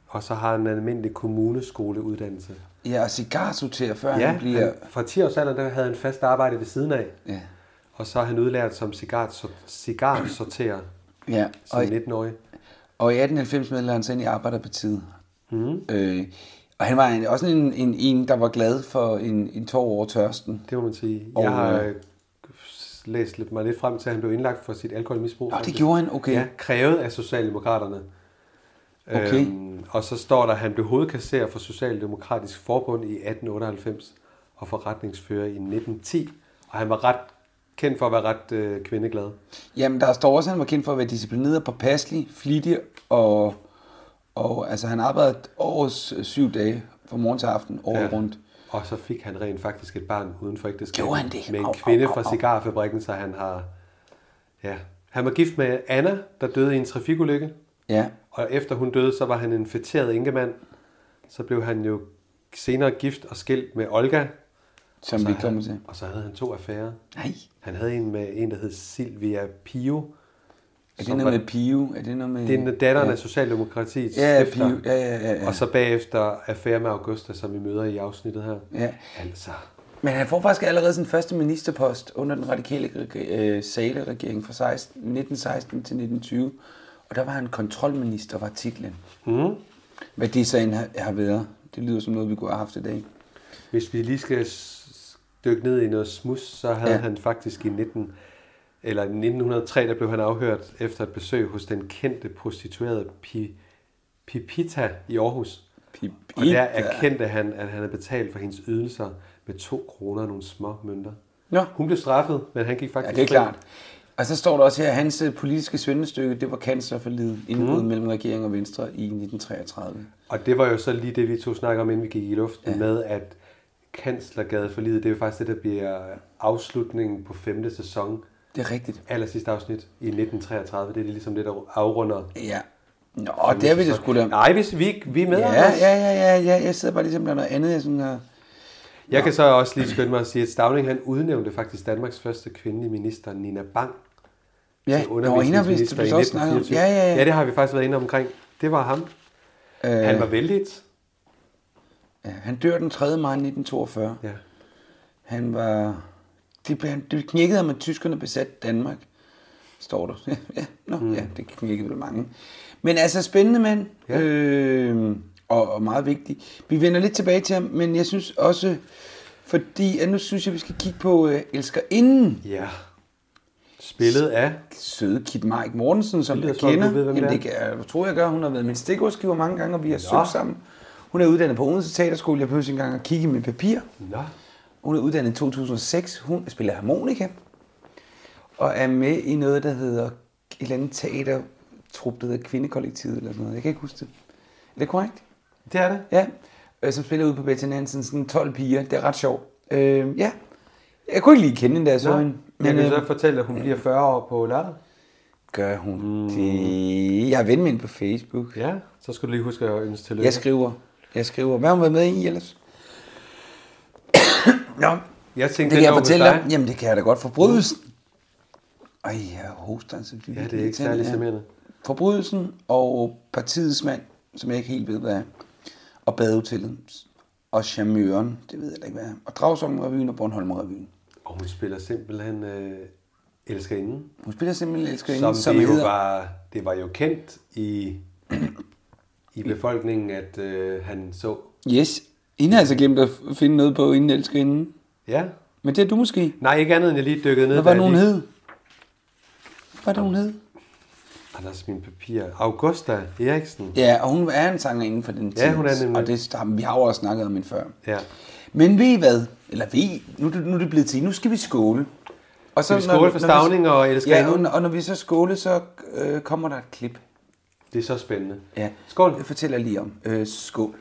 Speaker 1: Og så har han en almindelig kommuneskoleuddannelse.
Speaker 2: Ja, og cigarsorterer, før
Speaker 1: Ja,
Speaker 2: han bliver...
Speaker 1: han, fra 10 års alder der havde han fast arbejde ved siden af.
Speaker 2: Ja.
Speaker 1: Og så er han udlært som cigar- cigarsorterer
Speaker 2: Ja,
Speaker 1: som
Speaker 2: og
Speaker 1: 19-årig.
Speaker 2: Og i 1890 meldte han sig ind i Arbejderpartiet.
Speaker 1: Mhm.
Speaker 2: Mm. Øh, og han var en, også en, en, en, der var glad for en, en tår over tørsten.
Speaker 1: Det må man sige.
Speaker 2: Og,
Speaker 1: Jeg har
Speaker 2: øh,
Speaker 1: øh, læst lidt, mig lidt frem til, at han blev indlagt for sit alkoholmisbrug.
Speaker 2: Nå, det
Speaker 1: faktisk.
Speaker 2: gjorde han, okay.
Speaker 1: Ja, krævet af Socialdemokraterne.
Speaker 2: Okay.
Speaker 1: Øhm, og så står der, at han blev hovedkasserer for Socialdemokratisk Forbund i 1898 og forretningsfører i 1910. Og han var ret kendt for at være ret øh, kvindeglad.
Speaker 2: Jamen, der står også, at han var kendt for at være disciplineret, påpasselig, flittig, og, og altså, han arbejdede årets øh, syv dage fra morgen til aften, året ja. rundt.
Speaker 1: Og så fik han rent faktisk et barn uden for ægteskab.
Speaker 2: Gjorde han det?
Speaker 1: Med en
Speaker 2: Au, au,
Speaker 1: kvinde
Speaker 2: au,
Speaker 1: fra
Speaker 2: au.
Speaker 1: cigarfabrikken, så han har... Ja. Han var gift med Anna, der døde i en trafikulykke.
Speaker 2: Ja,
Speaker 1: Og efter hun døde, så var han en fætteret enkemand. Så blev han jo senere gift og skilt med Olga.
Speaker 2: som
Speaker 1: Så
Speaker 2: vi
Speaker 1: han-
Speaker 2: kommer til.
Speaker 1: Og så havde han to affærer.
Speaker 2: Nej.
Speaker 1: Han havde en med en, der hed Silvia Pio,
Speaker 2: Er det
Speaker 1: Som
Speaker 2: noget
Speaker 1: var-
Speaker 2: med Pio? Er det noget med...
Speaker 1: Det er datteren
Speaker 2: ja.
Speaker 1: af Socialdemokratiet.
Speaker 2: Ja, ja, Pio. Ja, ja, ja, ja.
Speaker 1: Og så bagefter Affære med Augusta, som vi møder i afsnittet her.
Speaker 2: Ja.
Speaker 1: Altså.
Speaker 2: Men han får faktisk allerede sin første ministerpost under den radikale reg- øh, Sale-regering fra 16, 1916 til 1920. Og der var han kontrolminister, var titlen.
Speaker 1: Mm.
Speaker 2: Hvad det så end har, har været. Det lyder som noget, vi kunne have haft i dag.
Speaker 1: Hvis vi lige skal s- dykke ned i noget smus, så havde
Speaker 2: Ja.
Speaker 1: ja. han faktisk i 19, eller 1903, der blev han afhørt efter et besøg hos den kendte prostituerede Pi, Pipita i Aarhus.
Speaker 2: Pipita.
Speaker 1: Og der erkendte han, at han havde betalt for hendes ydelser med to kroner og nogle små mønter.
Speaker 2: Nå.
Speaker 1: Hun blev straffet, men han gik
Speaker 2: Ja,
Speaker 1: faktisk
Speaker 2: det er
Speaker 1: fri.
Speaker 2: klart. Og så står der også her, at hans øh, politiske svendestykke, det var kanslerforlidet indbrud
Speaker 1: Mm.
Speaker 2: mellem regeringen og Venstre i 1933.
Speaker 1: Og det var jo så lige det, vi to snakker om, inden vi gik i luften, ja. med at Kanslergade for livet, det er jo faktisk det, der bliver afslutningen på femte sæson.
Speaker 2: Det er rigtigt.
Speaker 1: Aller sidste afsnit i 1933, det er det ligesom det, der afrunder.
Speaker 2: Ja. Nå, og det er vi det sgu da.
Speaker 1: Nej, hvis vi, vi er med
Speaker 2: Ja,
Speaker 1: Anders.
Speaker 2: ja, ja, ja, ja, jeg sidder bare ligesom, der er noget andet, jeg sådan har...
Speaker 1: Jeg kan så også lige skynde mig at sige, at Stavning han udnævnte faktisk Danmarks første kvindelige minister, Nina Bang,
Speaker 2: Ja,
Speaker 1: til
Speaker 2: nå, hende
Speaker 1: undervisningsminister
Speaker 2: har vi
Speaker 1: i
Speaker 2: også snakket om.
Speaker 1: 1924.
Speaker 2: Ja, ja, ja.
Speaker 1: ja, det har vi faktisk været inde omkring. Det var ham.
Speaker 2: Øh,
Speaker 1: Han var vældigt.
Speaker 2: ja, han dør den 3. maj 1942.
Speaker 1: Ja.
Speaker 2: Han var... Det, blev han- det knækkede ham, at tyskerne besatte Danmark, står der. Ja, ja, nå, mm. ja det knækkede vel mange. Men altså, spændende mand, ja. øh, og, og meget vigtig. Vi vender lidt tilbage til ham, men jeg synes også, fordi at nu synes jeg, vi skal kigge på øh, Elskerinden.
Speaker 1: Ja. Spillet af...
Speaker 2: Søde Kit Mike Mortensen, som
Speaker 1: Det
Speaker 2: jeg
Speaker 1: lyder som om, du
Speaker 2: kender.
Speaker 1: ved, hvem det
Speaker 2: Jamen,
Speaker 1: er.
Speaker 2: det kan jeg, jeg tror, jeg gør. Hun har været min stikordsgiver mange gange, og vi har søgt sammen. Hun er uddannet på Odense Teaterskole. Jeg behøver ikke engang at kigge i mit papir.
Speaker 1: Nå.
Speaker 2: Hun er uddannet i 2006. Hun spiller harmonika. Og er med i noget, der hedder et eller andet teatertrup, der hedder Kvindekollektivet eller sådan noget. Jeg kan ikke huske det. Er det korrekt?
Speaker 1: Det er det.
Speaker 2: Ja. Øh, Som spiller ud på Betty Nansen, sådan 12 piger. Det er ret sjovt. Øh, ja. Jeg kunne ikke lige kende hende, da jeg så
Speaker 1: Nå,
Speaker 2: hende.
Speaker 1: jeg kan
Speaker 2: øh,
Speaker 1: så fortælle, at hun bliver 40 år på lørdag.
Speaker 2: Gør hun mm. det? Jeg er ven med hende på Facebook.
Speaker 1: Ja, så skal du lige huske at ønske tillykke.
Speaker 2: Jeg skriver. Jeg skriver. Hvad har hun været med i ellers? Nå,
Speaker 1: jeg tænkte,
Speaker 2: det kan
Speaker 1: den
Speaker 2: jeg
Speaker 1: lå hos
Speaker 2: fortælle
Speaker 1: dig.
Speaker 2: dig. Jamen, det kan jeg da godt. Forbrydelsen. Ej, jeg hoster altså
Speaker 1: Ja, det er ikke særlig charmerende.
Speaker 2: Forbrydelsen og partiets mand, som jeg ikke helt ved, hvad er. Og badehotellet. Og charmøren, det ved jeg da ikke, hvad er. Og Dragsholm-revyen og Bornholm-revyen.
Speaker 1: Og hun spiller simpelthen øh, Elskerinden,
Speaker 2: Hun spiller simpelthen elsker
Speaker 1: som,
Speaker 2: som,
Speaker 1: som
Speaker 2: som
Speaker 1: det, jo
Speaker 2: hedder...
Speaker 1: var, det var jo kendt i, i befolkningen, at øh, han så.
Speaker 2: Yes. Hende har altså glemt at finde noget på, inden elsker inden.
Speaker 1: Ja,
Speaker 2: Men det er du måske.
Speaker 1: nej, ikke andet end jeg lige dykkede ned.
Speaker 2: Hvad
Speaker 1: da
Speaker 2: var det,
Speaker 1: jeg lige-
Speaker 2: hun hed? Hvad var det, hun hed?
Speaker 1: Anders, mine papirer. Augusta Eriksen.
Speaker 2: Ja, og hun er en sanger inden for den tid.
Speaker 1: Ja, hun er nemlig.
Speaker 2: Og det, har- vi har jo også snakket om hende før.
Speaker 1: Ja.
Speaker 2: Men ved I hvad? Eller ved I, nu, er det- nu er det blevet til, nu skal vi skåle. Og
Speaker 1: Skal vi skåle for Stauning og
Speaker 2: Ja,
Speaker 1: Elskerinden?
Speaker 2: og, og når vi så skåle, så øh, kommer der et klip.
Speaker 1: Det er så spændende.
Speaker 2: Ja.
Speaker 1: Skål.
Speaker 2: Jeg fortæller lige om. Øh, skål.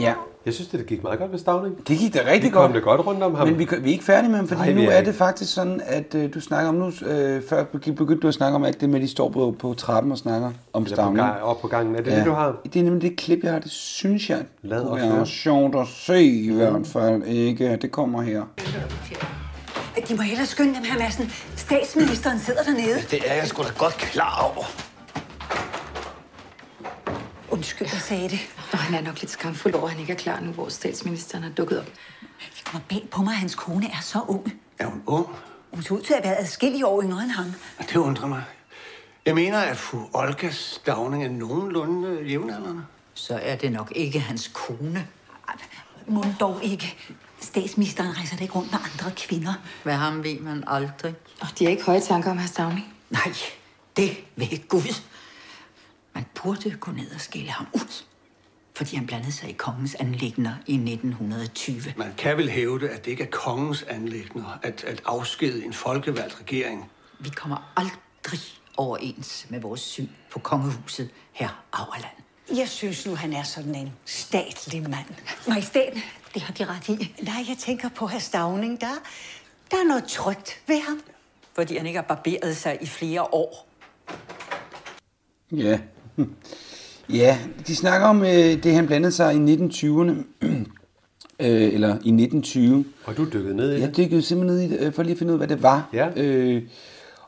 Speaker 2: Ja,
Speaker 1: Jeg synes, det gik meget godt ved Stavning.
Speaker 2: det gik da rigtig
Speaker 1: Vi
Speaker 2: godt.
Speaker 1: kom det godt rundt om ham.
Speaker 2: Men vi, kan- vi er ikke færdige med ham, fordi
Speaker 1: Nej,
Speaker 2: Nej,
Speaker 1: vi
Speaker 2: nu
Speaker 1: er
Speaker 2: er, er
Speaker 1: ikke.
Speaker 2: det faktisk sådan, at øh, du snakker om nu, øh, før begy- begyndte du at snakke om alt det med, at de står på, på trappen og snakker om
Speaker 1: Eller på
Speaker 2: stammen.
Speaker 1: gang, op på gangen. Er det ja. det, du har?
Speaker 2: Det er nemlig det klip, jeg har. Det synes jeg
Speaker 1: Lad os
Speaker 2: kunne
Speaker 1: høre.
Speaker 2: være sjovt at se i hvert fald. Ikke? Det kommer her.
Speaker 5: De må hellere skynde dem, her Madsen. Statsministeren sidder dernede.
Speaker 4: Det er jeg sgu da godt klar over.
Speaker 5: Undskyld, jeg sagde det.
Speaker 11: Og han er nok lidt skamfuld over, at han ikke er klar nu, hvor statsministeren har dukket op.
Speaker 5: Det kommer bag på mig, at hans kone er så ung.
Speaker 4: Er hun ung?
Speaker 5: Hun så ud til at være adskillige år yngre end ham.
Speaker 4: Og Det undrer mig. Jeg mener, at fru Olga Stavning er nogenlunde øh, jævnaldrende.
Speaker 11: Så er det nok ikke hans kone.
Speaker 5: Må dog ikke. Statsministeren rejser det ikke rundt med andre kvinder.
Speaker 11: Med ham ved man aldrig. Og de har ikke høje tanker om herr Stavning.
Speaker 5: Nej, det vil Gud. Man burde gå ned og skille ham ud.
Speaker 12: fordi han blandede sig i kongens anlægner i 1920.
Speaker 13: Man kan vel hævde, at det ikke er kongens anlægner at, at afskede en folkevalgt regering.
Speaker 12: Vi kommer aldrig overens med vores syn på kongehuset her Auerland.
Speaker 5: Jeg synes nu, han er sådan en statlig mand.
Speaker 12: Majestæt, det har de ret i.
Speaker 5: Nej, jeg tænker på herr Stavning. Der, der er noget trygt ved ham.
Speaker 12: Fordi han ikke har barberet sig i flere år.
Speaker 2: Ja. Ja, de snakker om øh, det, han blandede sig i 1920'erne. øh, eller i 1920.
Speaker 1: Og du dykkede ned i det?
Speaker 2: Jeg dykkede simpelthen ned i det, øh, for lige at finde ud af, hvad det var. Ja. Øh,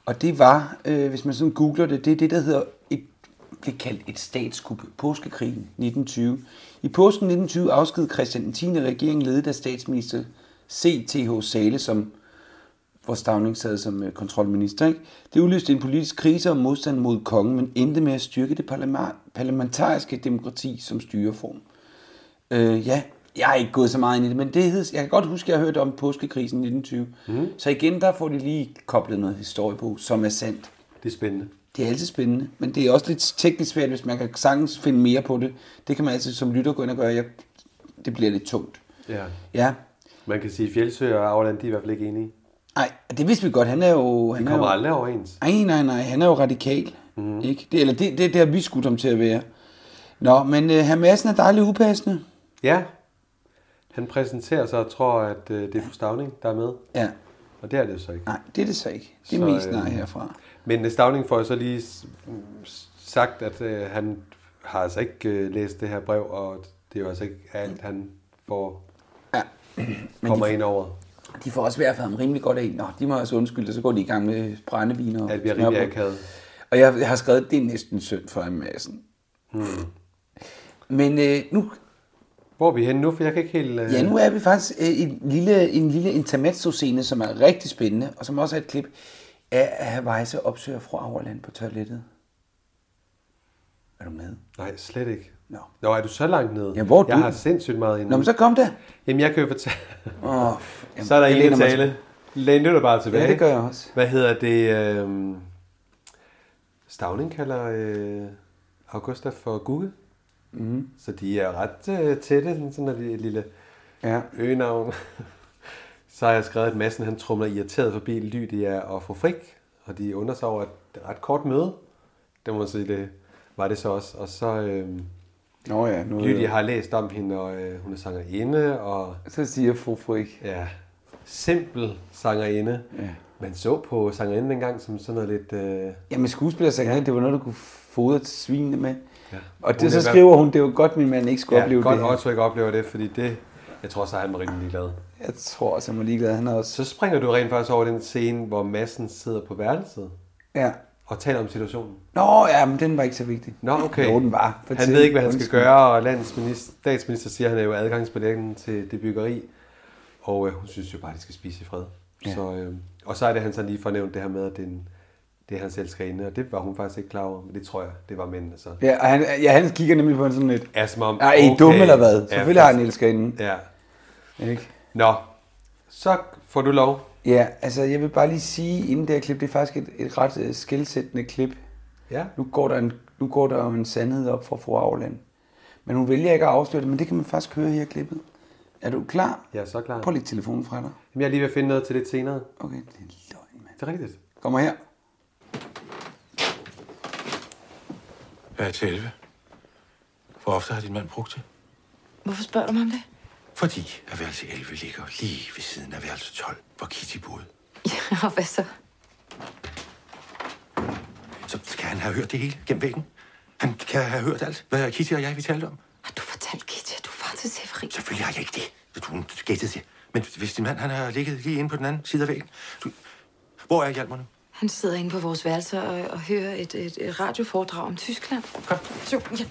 Speaker 2: og det var, øh, hvis man sådan googler det, det er det, der hedder et, blev kaldt et statskup. Påskekrigen 1920. I påsken 1920 afskedede Christian 10. regeringen ledet af statsminister C.T.H. Sale, som hvor Stavning sad som øh, kontrolminister. Ikke? Det udløste en politisk krise og modstand mod kongen, men endte med at styrke det parlama- parlamentariske demokrati som styreform. Øh, ja, jeg er ikke gået så meget ind i det, men det hed, jeg kan godt huske, at jeg hørte om påskekrisen i 1920. Mm. Så igen, der får de lige koblet noget historie på, som er sandt.
Speaker 1: Det er spændende.
Speaker 2: Det er altid spændende, men det er også lidt teknisk svært, hvis man kan sagtens finde mere på det. Det kan man altid som lytter gå ind og gøre. Jeg, det bliver lidt tungt.
Speaker 1: Ja.
Speaker 2: Ja,
Speaker 1: Man kan sige, at Fjeldsø og Auland, de er i hvert fald ikke enige.
Speaker 2: Nej, det vidste vi godt. Han er jo... Han
Speaker 1: De kommer
Speaker 2: er jo,
Speaker 1: aldrig overens.
Speaker 2: Nej, nej, nej. Han er jo radikal. Mm. Ikke? Det, eller det, det, det har vi skudt ham til at være. Nå, men uh, Hamassen er dejligt upassende.
Speaker 1: Ja. Han præsenterer sig og tror, at øh, det er fru Stavning, der er med.
Speaker 2: Ja.
Speaker 1: Og det er det jo så ikke.
Speaker 2: Nej, det er det så ikke. Det er mest nej herfra.
Speaker 1: Men øh, Stavning får jo så lige s- m- sagt, at øh, han har altså ikke øh, læst det her brev, og det er jo altså ikke alt, han får ja. kommer ind over.
Speaker 2: De får også i hvert fald ham rimelig godt af. Nå, de må også undskylde, og så går de i gang med brændeviner. Ja, det
Speaker 1: bliver rimelig akavet.
Speaker 2: Og jeg, jeg har skrevet, det er næsten synd for Hamassen.
Speaker 1: Hmm.
Speaker 2: Men øh, nu...
Speaker 1: Hvor er vi henne nu? For jeg kan ikke helt... Øh...
Speaker 2: Ja, nu er vi faktisk øh, en lille, en lille intermezzo-scene, som er rigtig spændende, og som også er et klip af, at Havajse opsøger fru Auerland på toilettet. Er du med?
Speaker 1: Nej, slet ikke.
Speaker 2: Nå.
Speaker 1: Nå, er du så langt nede?
Speaker 2: Ja, hvor er
Speaker 1: jeg
Speaker 2: du?
Speaker 1: har sindssygt meget inde.
Speaker 2: Nå, men så kom der.
Speaker 1: Jamen, jeg kan jo fortælle...
Speaker 2: Åh, jamen,
Speaker 1: så er der
Speaker 2: jeg
Speaker 1: en
Speaker 2: læner mig
Speaker 1: tale. Læn du dig bare tilbage.
Speaker 2: Ja, det gør jeg også.
Speaker 1: Hvad hedder det? Øh... Stavning kalder øh... Augusta for Google.
Speaker 2: Mhm.
Speaker 1: Så de er ret øh, tætte, sådan, sådan er det et lille
Speaker 2: ja.
Speaker 1: øgenavn. så har jeg skrevet, at massen han trumler irriteret forbi Lydia og fru Frik, og de undrer sig over et ret kort møde. Det må man sige, det var det så også. Og så... Øh...
Speaker 2: Nå ja, nu...
Speaker 1: Lydia har læst om hende, og øh, hun er sangerinde, og...
Speaker 2: Så siger fru Frik.
Speaker 1: Ja. Simpel sangerinde. Ja. Man så på sangerinden dengang som sådan noget lidt... Øh,
Speaker 2: Jamen skuespiller sagde han, det var noget, du kunne fodre et svin med. Ja. Og
Speaker 1: Hun
Speaker 2: det, så
Speaker 1: er-
Speaker 2: skriver hun, det er jo godt, min mand ikke skulle
Speaker 1: ja,
Speaker 2: opleve
Speaker 1: godt
Speaker 2: det. her.
Speaker 1: Otto ikke oplever det, fordi det... Jeg tror så, han var rimelig ligeglad.
Speaker 2: Jeg tror også, han var ligeglad. Han er også...
Speaker 1: Så springer du rent faktisk over den scene, hvor massen sidder på værelset
Speaker 2: Ja.
Speaker 1: og taler om situationen.
Speaker 2: Nå, ja, men den var ikke så vigtig.
Speaker 1: Nå, okay.
Speaker 2: Jo, den var.
Speaker 1: han ved ikke, hvad han skal gøre, og landets minister, statsminister siger, at han er jo adgangsbilletten til det byggeri. Og øh, hun synes jo bare, at de skal spise i fred.
Speaker 2: Ja.
Speaker 1: Ja. Så, øh, og så er det, han så lige fornævnt det her med, at det er, en, det er hans elskerinde, og det var hun faktisk ikke klar over, men det tror jeg, det var mændene så.
Speaker 2: Ja, og han, ja, han kigger nemlig på hende sådan lidt.
Speaker 1: Ja, som om,
Speaker 2: Er I
Speaker 1: Altså, okay.
Speaker 2: dumme eller hvad?
Speaker 1: Ja,
Speaker 2: Selvfølgelig har han
Speaker 1: præcis.
Speaker 2: elskerinde.
Speaker 1: Ja.
Speaker 2: Ikke?
Speaker 1: Nå, så får du lov.
Speaker 2: Ja, altså jeg vil bare lige sige, inden det her klip, det er faktisk et, et ret øh, skældsættende klip.
Speaker 1: Ja.
Speaker 2: Nu går der en, nu går der jo en sandhed op fra fru Auland. Men hun vælger ikke at afsløre det, men det kan man faktisk høre her i klippet. Er du klar?
Speaker 1: Jeg er så klar.
Speaker 2: Prøv at lægge telefonen fra dig.
Speaker 1: Jamen, jeg er lige ved at finde noget til lidt senere.
Speaker 2: Okay, det er en løgn, mand.
Speaker 1: Det er rigtigt.
Speaker 2: Kommer her.
Speaker 3: Hvad er til 11? Hvor ofte har din mand brugt det?
Speaker 11: Hvorfor spørger du mig om det?
Speaker 3: Fordi at værelse 11 ligger lige ved siden af værelse 12, hvor Kitty boede.
Speaker 11: Ja, og hvad så?
Speaker 3: Så skal han have hørt det hele gennem væggen. Han kan have hørt alt, hvad Kitty og jeg vi talte om.
Speaker 11: Har du fortalt Kitty, at du er far til Severin?
Speaker 3: Selvfølgelig har jeg ikke det. Du, du gættede det. Men hvis din mand han har ligget lige inde på den anden side af væggen. Du... Hvor er Hjalmar nu?
Speaker 11: Han sidder inde på vores værelse og, og hører et, øh, et, et radioforedrag om Tyskland. Kom. Så, ja.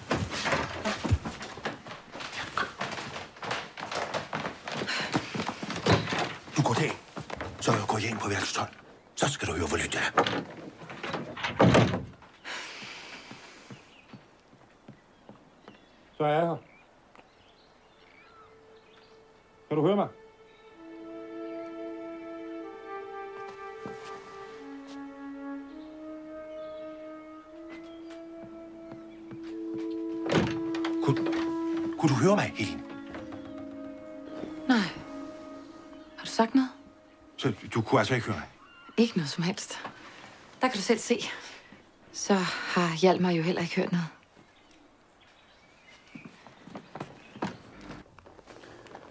Speaker 3: Du går derind. Så går jeg ind på værelse 12. Så skal du høre, hvor lyt det er.
Speaker 6: Så er jeg her. Kan du høre mig?
Speaker 3: Kunne,
Speaker 14: Kunne du høre mig, Helene?
Speaker 15: Nej. Har du sagt noget?
Speaker 14: Så du kunne altså ikke høre mig?
Speaker 15: Ikke noget som helst. Der kan du selv se. Så har Hjalmar jo heller ikke hørt noget.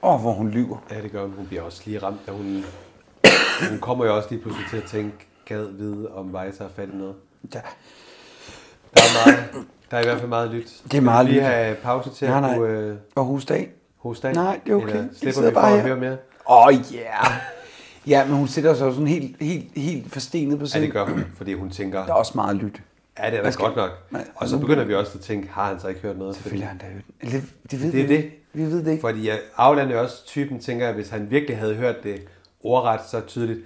Speaker 1: Åh, oh, hvor hun lyver. Ja, det gør hun. Hun bliver også lige ramt, da hun... hun kommer jo også lige pludselig til at tænke, gad vide, om Vejsa har fat i noget.
Speaker 2: Ja.
Speaker 1: Der er, meget, der er i hvert fald meget lyt.
Speaker 2: Det er meget
Speaker 1: lyt. lige
Speaker 2: lyt.
Speaker 1: have pause til
Speaker 2: Nej,
Speaker 1: at
Speaker 2: nej.
Speaker 1: kunne... Øh,
Speaker 2: Og hoste af.
Speaker 1: Hoste af?
Speaker 2: Nej, det er okay.
Speaker 1: Eller
Speaker 2: Det
Speaker 1: slipper
Speaker 2: sidder
Speaker 1: vi for
Speaker 2: bare
Speaker 1: at
Speaker 2: her.
Speaker 1: høre mere?
Speaker 2: Åh, oh, yeah. Ja, men hun sætter sig jo sådan helt, helt, helt forstenet på
Speaker 1: ja,
Speaker 2: siden.
Speaker 1: det gør hun, fordi hun tænker...
Speaker 2: Der er også meget lyt.
Speaker 1: Ja, det er da
Speaker 2: Hvad skal-
Speaker 1: godt nok.
Speaker 2: Nej,
Speaker 1: Og så
Speaker 2: nu-
Speaker 1: begynder vi også at tænke, har han så ikke hørt noget?
Speaker 2: Selvfølgelig har han da hørt
Speaker 1: det.
Speaker 2: det ved
Speaker 1: det er
Speaker 2: vi
Speaker 1: det.
Speaker 2: ikke. Vi ved det ikke.
Speaker 1: Fordi ja, Afland er også typen, tænker jeg, hvis han virkelig havde hørt det ordret så tydeligt,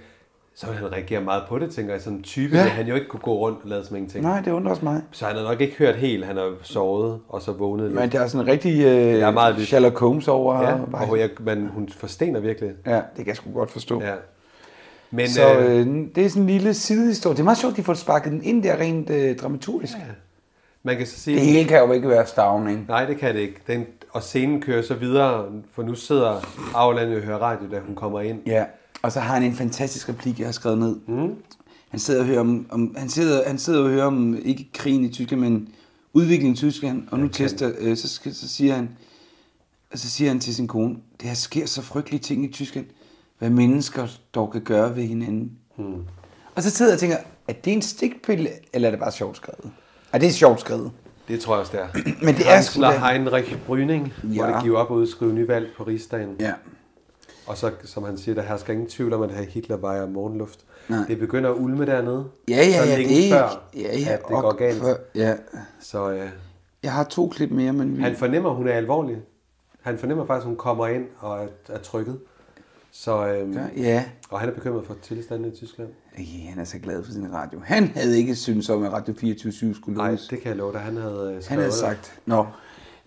Speaker 1: så ville han reagere meget på det, tænker jeg. Som type
Speaker 2: Ja.
Speaker 1: ja. vil han jo ikke kunne gå rundt og lade som ingenting.
Speaker 2: Nej, det undrer også mig.
Speaker 1: Så han har nok ikke hørt helt. Han har sovet og så vågnet lidt.
Speaker 2: Men der er sådan en rigtig øh,
Speaker 1: Der er meget lyt.
Speaker 2: Sherlock Holmes over.
Speaker 1: Ja, og hun, jeg, man, hun forstener virkelig.
Speaker 2: Ja, det kan jeg sgu godt forstå.
Speaker 1: Ja. Men,
Speaker 2: så
Speaker 1: øh,
Speaker 2: øh, det er sådan en lille sidehistorie. Det er meget sjovt, at de får sparket den ind der rent øh, dramaturgisk. Ja.
Speaker 1: Man kan så sige...
Speaker 2: Det hele kan jo ikke være stavning.
Speaker 1: Nej, det kan det ikke. Den, og scenen kører så videre, for nu sidder Auland jo og hører radio, da hun kommer ind.
Speaker 2: Ja, og så har han en fantastisk replik, jeg har skrevet ned.
Speaker 1: Mm.
Speaker 2: Han sidder og hører om, om han, sidder, han sidder og hører om, ikke krigen i Tyskland, men udviklingen i Tyskland, og nu tester, øh, så, sk- så, siger han, og så siger han til sin kone, det her sker så frygtelige ting i Tyskland, hvad mennesker dog kan gøre ved hinanden.
Speaker 1: Mm.
Speaker 2: Og så sidder jeg og tænker, er det en stikpille, eller er det bare sjovt skrevet? Er det er sjovt skrevet?
Speaker 1: Det tror jeg også, det er.
Speaker 2: Men det er sgu
Speaker 1: Kansler
Speaker 2: da-
Speaker 1: Heinrich Bryning, ja. hvor
Speaker 2: Ja.
Speaker 1: det giver op at udskrive nyvalg på rigsdagen.
Speaker 2: Ja.
Speaker 1: Og så, som han siger, der hersker ingen tvivl om, at her Hitler vejer morgenluft.
Speaker 2: Nej.
Speaker 1: Det begynder at ulme dernede.
Speaker 2: Ja, ja,
Speaker 1: så
Speaker 2: ja,
Speaker 1: længe
Speaker 2: det er ikke-
Speaker 1: før,
Speaker 2: ja, ja,
Speaker 1: at det
Speaker 2: og
Speaker 1: går galt.
Speaker 2: før- ja.
Speaker 1: Så øh,
Speaker 2: Jeg har to klip mere, men vi...
Speaker 1: han fornemmer, at hun er alvorlig. Han fornemmer faktisk, at hun kommer ind og er, er trykket. Så, øhm,
Speaker 2: Ja.
Speaker 1: Og han er bekymret for tilstanden i Tyskland.
Speaker 2: Ja, han er så glad for sin radio. Han havde ikke syntes om, at Radio 24 skulle lukkes.
Speaker 1: Nej, det kan jeg love dig. Han havde øh, skrevet
Speaker 2: Han havde
Speaker 1: det.
Speaker 2: sagt, nå,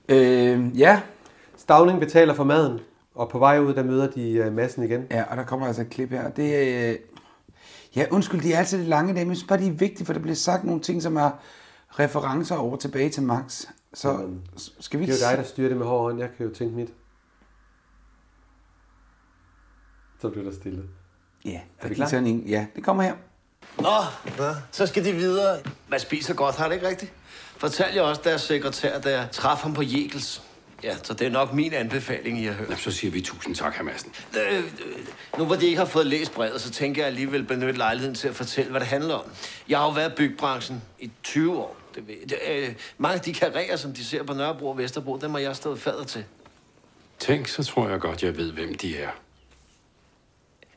Speaker 2: øh, ja.
Speaker 1: Stavning betaler for maden, og på vej ud, der møder de øh, massen igen.
Speaker 2: Ja, og der kommer altså et klip her. og Det, er, øh, ja, undskyld, de er altid lidt lange i dag, men jeg synes bare, de er vigtige, for der bliver sagt nogle ting, som er referencer over tilbage til Max. Så
Speaker 1: Jamen,
Speaker 2: skal
Speaker 1: Mm.
Speaker 2: vi
Speaker 1: Det er jo
Speaker 2: s-
Speaker 1: dig, der styrer det med hård hånd. Jeg kan jo tænke mit. Så blev der stille.
Speaker 2: Ja,
Speaker 1: er vi
Speaker 2: gik sådan
Speaker 1: klar?
Speaker 2: en- Ja, det kommer her.
Speaker 4: Nå, så skal de videre. Man spiser godt, har det ikke rigtigt? Fortal jeg også deres sekretær, da jeg traf ham på Jekels. Ja, så det er nok min anbefaling, I har hørt.
Speaker 14: Så siger vi tusind tak, herr Madsen.
Speaker 4: Øh, øh, nu hvor de ikke har fået læst brevet, så tænker jeg alligevel benytte lejligheden til at fortælle, hvad det handler om. Jeg har jo været i byggebranchen i 20 år. Det, ved- det, øh, mange af de karrierer, som de ser på Nørrebro og Vesterbro, dem har jeg stået fader til.
Speaker 3: Tænk, så tror jeg godt, jeg ved, hvem de er.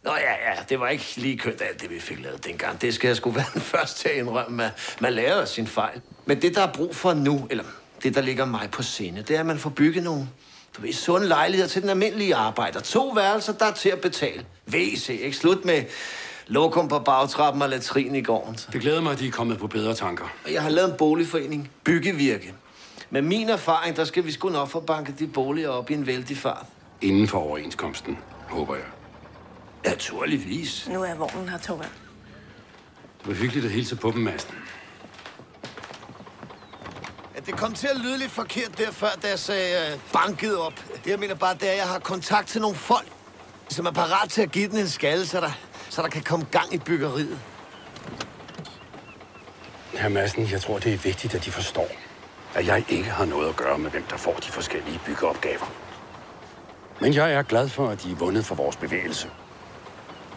Speaker 4: Nå ja, ja, det var ikke lige kønt alt det, vi fik lavet dengang. Det skal jeg sgu være den første til at indrømme. Man, man lærer jo sin fejl. Men det, der er brug for nu, eller det, der ligger mig på sinde, det er, at man får bygget nogle du ved, sunde lejligheder til den almindelige arbejder. To værelser, der er til at betale. WC, ikke? Slut med lokum på bagtrappen og latrin i gården. Så.
Speaker 3: Det glæder mig, at de er kommet på bedre tanker.
Speaker 4: Og Jeg har lavet en boligforening, Byggevirke. Med min erfaring, der skal vi sgu nok få banket de boliger op i en vældig fart.
Speaker 3: Inden for overenskomsten, håber jeg.
Speaker 4: Naturligvis.
Speaker 5: Nu er vognen her, Torvald.
Speaker 3: Det var hyggeligt at hilse på dem, Madsen.
Speaker 4: Ja, det kom til at lyde lidt forkert der før, da jeg sagde øh, banket op. Det jeg mener bare, det er, at jeg har kontakt til nogle folk, som er parat til at give den en skalle, så der, så der kan komme gang i byggeriet.
Speaker 3: Herr Madsen, jeg tror, det er vigtigt, at de forstår, at jeg ikke har noget at gøre med, hvem der får de forskellige byggeopgaver. Men jeg er glad for, at de er vundet for vores bevægelse.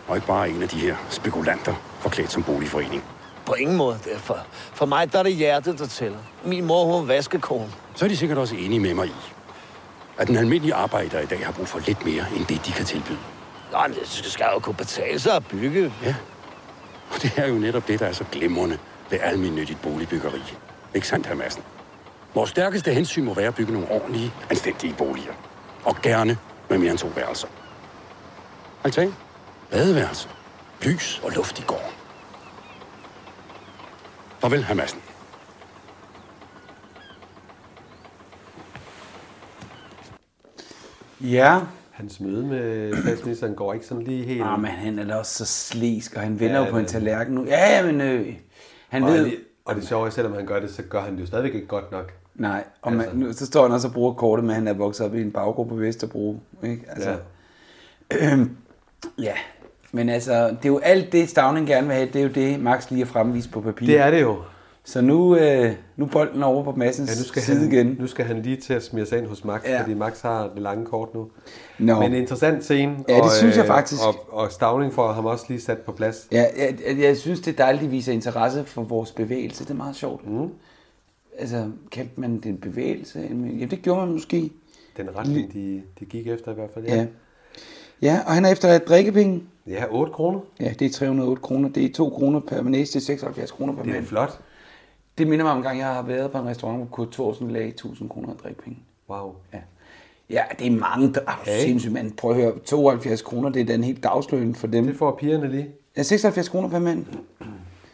Speaker 3: Og ikke bare en af de her spekulanter, forklædt som boligforening.
Speaker 4: På ingen måde derfor. For mig der er det hjertet, der tæller. Min mor, hun er vaskekone.
Speaker 3: Så er de sikkert også enige med mig i, at den almindelige arbejder i dag har brug for lidt mere, end det, de kan tilbyde.
Speaker 4: Nå, men det skal jo kunne betale sig at bygge.
Speaker 3: Ja. Og det er jo netop det, der er så glimrende ved almindeligt boligbyggeri. Ikke sandt, herr Madsen? Vores stærkeste hensyn må være at bygge nogle ordentlige, anstændige boliger. Og gerne med mere end to værelser. Altan, badeværelse, lys og luft i gården. Farvel, herr Madsen.
Speaker 2: Ja.
Speaker 1: Hans møde med statsministeren går ikke sådan lige helt...
Speaker 2: Ah, men han er da også så slæsk, og han vender
Speaker 1: Ja,
Speaker 2: jo på en
Speaker 1: det-
Speaker 2: tallerken nu. Ja, ja, men øh, han
Speaker 1: og,
Speaker 2: ved...
Speaker 1: det- og det sjove er, selvom han gør det, så gør han det jo stadigvæk ikke godt nok.
Speaker 2: Nej, og man,
Speaker 1: Altså.
Speaker 2: nu, så står han også og bruger kortet med, at han er vokset op i en baggruppe på Vesterbro. Ikke? Altså, ja. ja. Men altså, det er jo alt det, Stavning gerne vil have, det er jo det, Max lige har fremvist på papir.
Speaker 1: Det er det jo.
Speaker 2: Så nu, øh, nu er bolden over på Massens ja,
Speaker 1: nu skal
Speaker 2: side
Speaker 1: han,
Speaker 2: igen.
Speaker 1: Nu skal han lige til at smire sig ind hos Max,
Speaker 2: Ja.
Speaker 1: ja. fordi Max har det lange kort nu.
Speaker 2: Nå.
Speaker 1: Men en interessant scene.
Speaker 2: Ja, det
Speaker 1: og,
Speaker 2: synes jeg
Speaker 1: øh,
Speaker 2: faktisk.
Speaker 1: Og, og Stavning får ham også lige sat på plads.
Speaker 2: Ja, jeg, jeg synes, det er dejligt, at de viser interesse for vores bevægelse. Det er meget sjovt. Mm. Altså, kaldte man det en bevægelse? Ja, det gjorde man måske.
Speaker 1: Den retning, de, de gik efter i hvert fald.
Speaker 2: Ja. Ja, og han har efterladt drikkepenge.
Speaker 1: Ja, 8 kroner.
Speaker 2: Ja, det er 308 kroner. Det er 2 kroner per manæs, det er 76 kroner per
Speaker 1: Det er
Speaker 2: mand.
Speaker 1: flot.
Speaker 2: Det minder mig om en gang, jeg har været på en restaurant, hvor Kurt Thorsen lagde 1000 kroner af drikkepenge.
Speaker 1: Wow.
Speaker 2: Ja. Ja, det er mange. Der, oh,
Speaker 1: Ja,
Speaker 2: ja,
Speaker 1: ikke?
Speaker 2: sindssygt, mand. Prøv at høre, 72 kroner, det er den helt dagsløn for dem. Det
Speaker 1: får pigerne lige.
Speaker 2: Ja, 76 kroner per mand.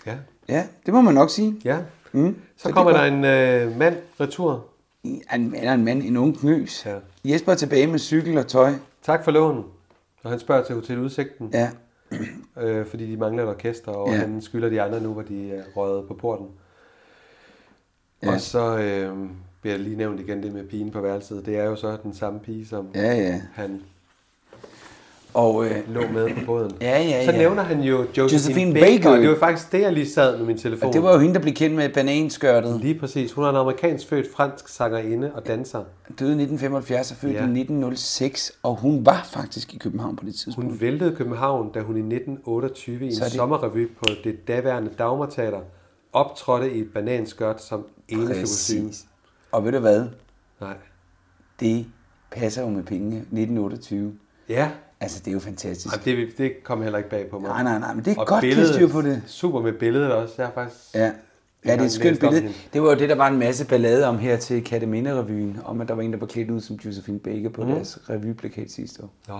Speaker 1: Ja.
Speaker 2: Ja, det må man nok sige.
Speaker 1: Ja.
Speaker 2: Mm.
Speaker 1: Så, kommer
Speaker 2: det
Speaker 1: der
Speaker 2: var-
Speaker 1: en øh, mand retur.
Speaker 2: En mand er en mand, en ung knøs.
Speaker 1: Ja.
Speaker 2: Jesper er tilbage med cykel og tøj.
Speaker 1: Tak for lånen. Og han spørger til Hotel Udsigten.
Speaker 2: Ja.
Speaker 1: Øh, fordi de mangler et orkester, og
Speaker 2: Ja.
Speaker 1: ja. han skylder de andre nu, hvor de er røget på porten.
Speaker 2: Ja.
Speaker 1: Ja. Og så øh, bliver det lige nævnt igen det med pigen på værelset. Det er jo så den samme pige, som
Speaker 2: Ja, ja.
Speaker 1: han
Speaker 2: og, øh,
Speaker 1: lå med på båden.
Speaker 2: Ja, ja,
Speaker 1: så
Speaker 2: ja.
Speaker 1: nævner han jo Josephine,
Speaker 2: Josephine
Speaker 1: Josephine
Speaker 2: Baker.
Speaker 1: Baker. Baker. Det var faktisk det, jeg lige sad med min telefon.
Speaker 2: Og det var jo hende, der blev kendt med bananskørtet.
Speaker 1: Lige præcis. Hun er en amerikansk født fransk sangerinde og danser.
Speaker 2: Døde i 1975 og født
Speaker 1: Ja.
Speaker 2: ja. i 1906, og hun var faktisk i København på det tidspunkt.
Speaker 1: Hun væltede København, da hun i 1928 i en
Speaker 2: Så er det-
Speaker 1: sommerrevy på det daværende Dagmar Teater optrådte i et bananskørt som eneste kostume.
Speaker 2: Præcis. Og ved du hvad?
Speaker 1: Nej.
Speaker 2: Det passer jo med penge. 1928.
Speaker 1: Ja.
Speaker 2: Altså, det er jo fantastisk.
Speaker 1: Jamen, det, det kom heller ikke bag på mig.
Speaker 2: Nej, nej, nej, men det er
Speaker 1: Og
Speaker 2: godt billedet.
Speaker 1: billedet-
Speaker 2: styr på det.
Speaker 1: Super med billedet også. Jeg har faktisk...
Speaker 2: Ja. Ja, det er
Speaker 1: engang
Speaker 2: et skønt
Speaker 1: læst om
Speaker 2: billede.
Speaker 1: hende.
Speaker 2: Det var jo det, der var en masse ballade om her til Katamina-revyen, om at der var en, der var klædt ud som Josephine Baker på
Speaker 1: Mhm.
Speaker 2: mm. deres revyplakat sidste år.
Speaker 1: Nå.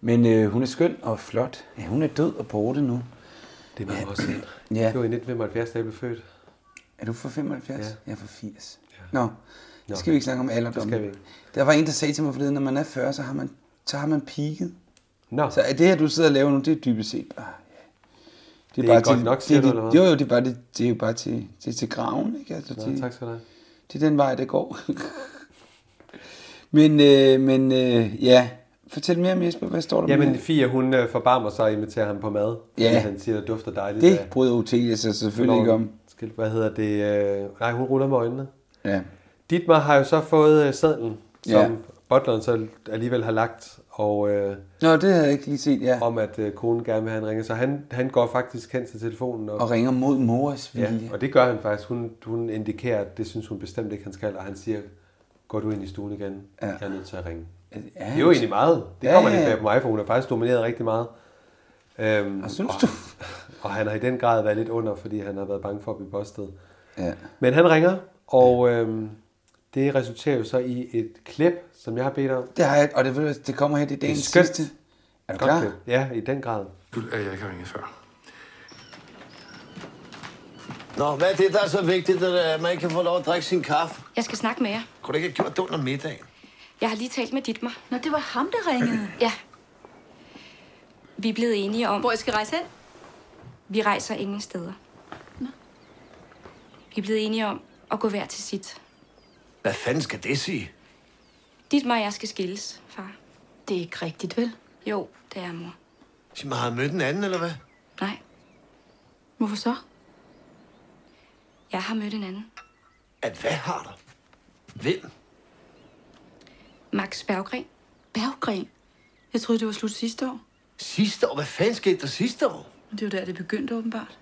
Speaker 2: Men øh, hun er skøn og flot. Ja, hun er død og borte nu.
Speaker 1: Det var også en.
Speaker 2: Ja.
Speaker 1: Det var i 1975, da jeg blev født.
Speaker 2: Er du fra 75? Ja.
Speaker 1: Ja.
Speaker 2: Jeg er fra 80. Ja. Nå, det skal vi ikke snakke om alderdom.
Speaker 1: Det skal vi ikke.
Speaker 2: Der var en, der sagde til mig forleden, når man er 40, så har man, så har man peaked.
Speaker 1: Nå.
Speaker 2: Så er det her, du sidder og laver nu, det er dybest set bare... ja.
Speaker 1: Det er ikke godt nok, siger
Speaker 2: det,
Speaker 1: du,
Speaker 2: er
Speaker 1: eller
Speaker 2: det,
Speaker 1: hvad?
Speaker 2: Jo, jo, det er, bare, det, det er jo bare til, til, til graven, ikke? Altså,
Speaker 1: Nå,
Speaker 2: til,
Speaker 1: tak skal du have.
Speaker 2: Det er den vej, det går. men, øh, men øh, ja, fortæl mere om Jesper, hvad står der med
Speaker 1: Jamen,
Speaker 2: her?
Speaker 1: Fia, hun øh, forbarmer sig og inviterer ham på mad.
Speaker 2: Ja.
Speaker 1: fordi Han siger, det dufter dejligt.
Speaker 2: Det
Speaker 1: af-
Speaker 2: bryder Otelia sig selvfølgelig ikke om.
Speaker 1: Skil- Hvad hedder det? øh, Nej, hun ruller med øjnene.
Speaker 2: Ja.
Speaker 1: Dietmar har jo så fået øh, sadlen, som
Speaker 2: Ja.
Speaker 1: butleren så alligevel har lagt, og øh,
Speaker 2: Nå, det havde jeg ikke lige set, ja.
Speaker 1: om at øh, konen gerne vil have en ringer. Så han, han går faktisk hen til telefonen. Og,
Speaker 2: Og ringer mod mors vilje.
Speaker 1: Ja, og det gør han faktisk. Hun, hun indikerer, at det synes hun bestemt ikke, han skal, og han siger, går du ind i stuen igen? Ja. Jeg er nødt til at ringe. Ja, det er jo egentlig meget. Det
Speaker 2: Ja,
Speaker 1: kommer
Speaker 2: ja,
Speaker 1: lidt
Speaker 2: ja.
Speaker 1: bag på mig, for hun har faktisk domineret rigtig meget. Øhm, og
Speaker 2: synes
Speaker 1: og, du? Og han har i den grad været lidt under, fordi han har været bange for at blive bustet.
Speaker 2: Ja.
Speaker 1: Men han ringer, og øhm, det resulterer jo så i et klip, som jeg har bedt om.
Speaker 2: Det har jeg, og det, ved du, det kommer her, det er
Speaker 1: Det er
Speaker 2: dagens
Speaker 1: skønt.
Speaker 2: sidste. Er du
Speaker 1: Godt
Speaker 2: klar?
Speaker 1: klip. Ja, i den grad.
Speaker 3: Du, at jeg ikke har ringet før.
Speaker 4: Nå, hvad er det, der er så vigtigt, at øh, man ikke kan få lov at drikke sin kaffe?
Speaker 15: Jeg skal snakke med jer.
Speaker 4: Kunne du ikke have gjort det under middagen?
Speaker 15: Jeg har lige talt med Ditmar. Nå, det var ham, der ringede. ja. Vi er blevet enige om... Hvor jeg skal rejse hen? Vi rejser ingen steder. Nå. Vi er blevet enige om at gå hver til sit.
Speaker 4: Hvad fanden skal det sige?
Speaker 15: Ditmar og jeg skal skilles, far. Det er ikke rigtigt, vel? Jo, det er mor.
Speaker 4: Sig mig, har han mødt en anden, eller hvad?
Speaker 15: Nej. Hvorfor så? Jeg har mødt en anden.
Speaker 4: At hvad har du? Hvem?
Speaker 15: Max Berggren. Berggren? Jeg troede, det var slut sidste år.
Speaker 4: Sidste år? Hvad fanden skete der sidste år?
Speaker 15: Det var der, det begyndte åbenbart.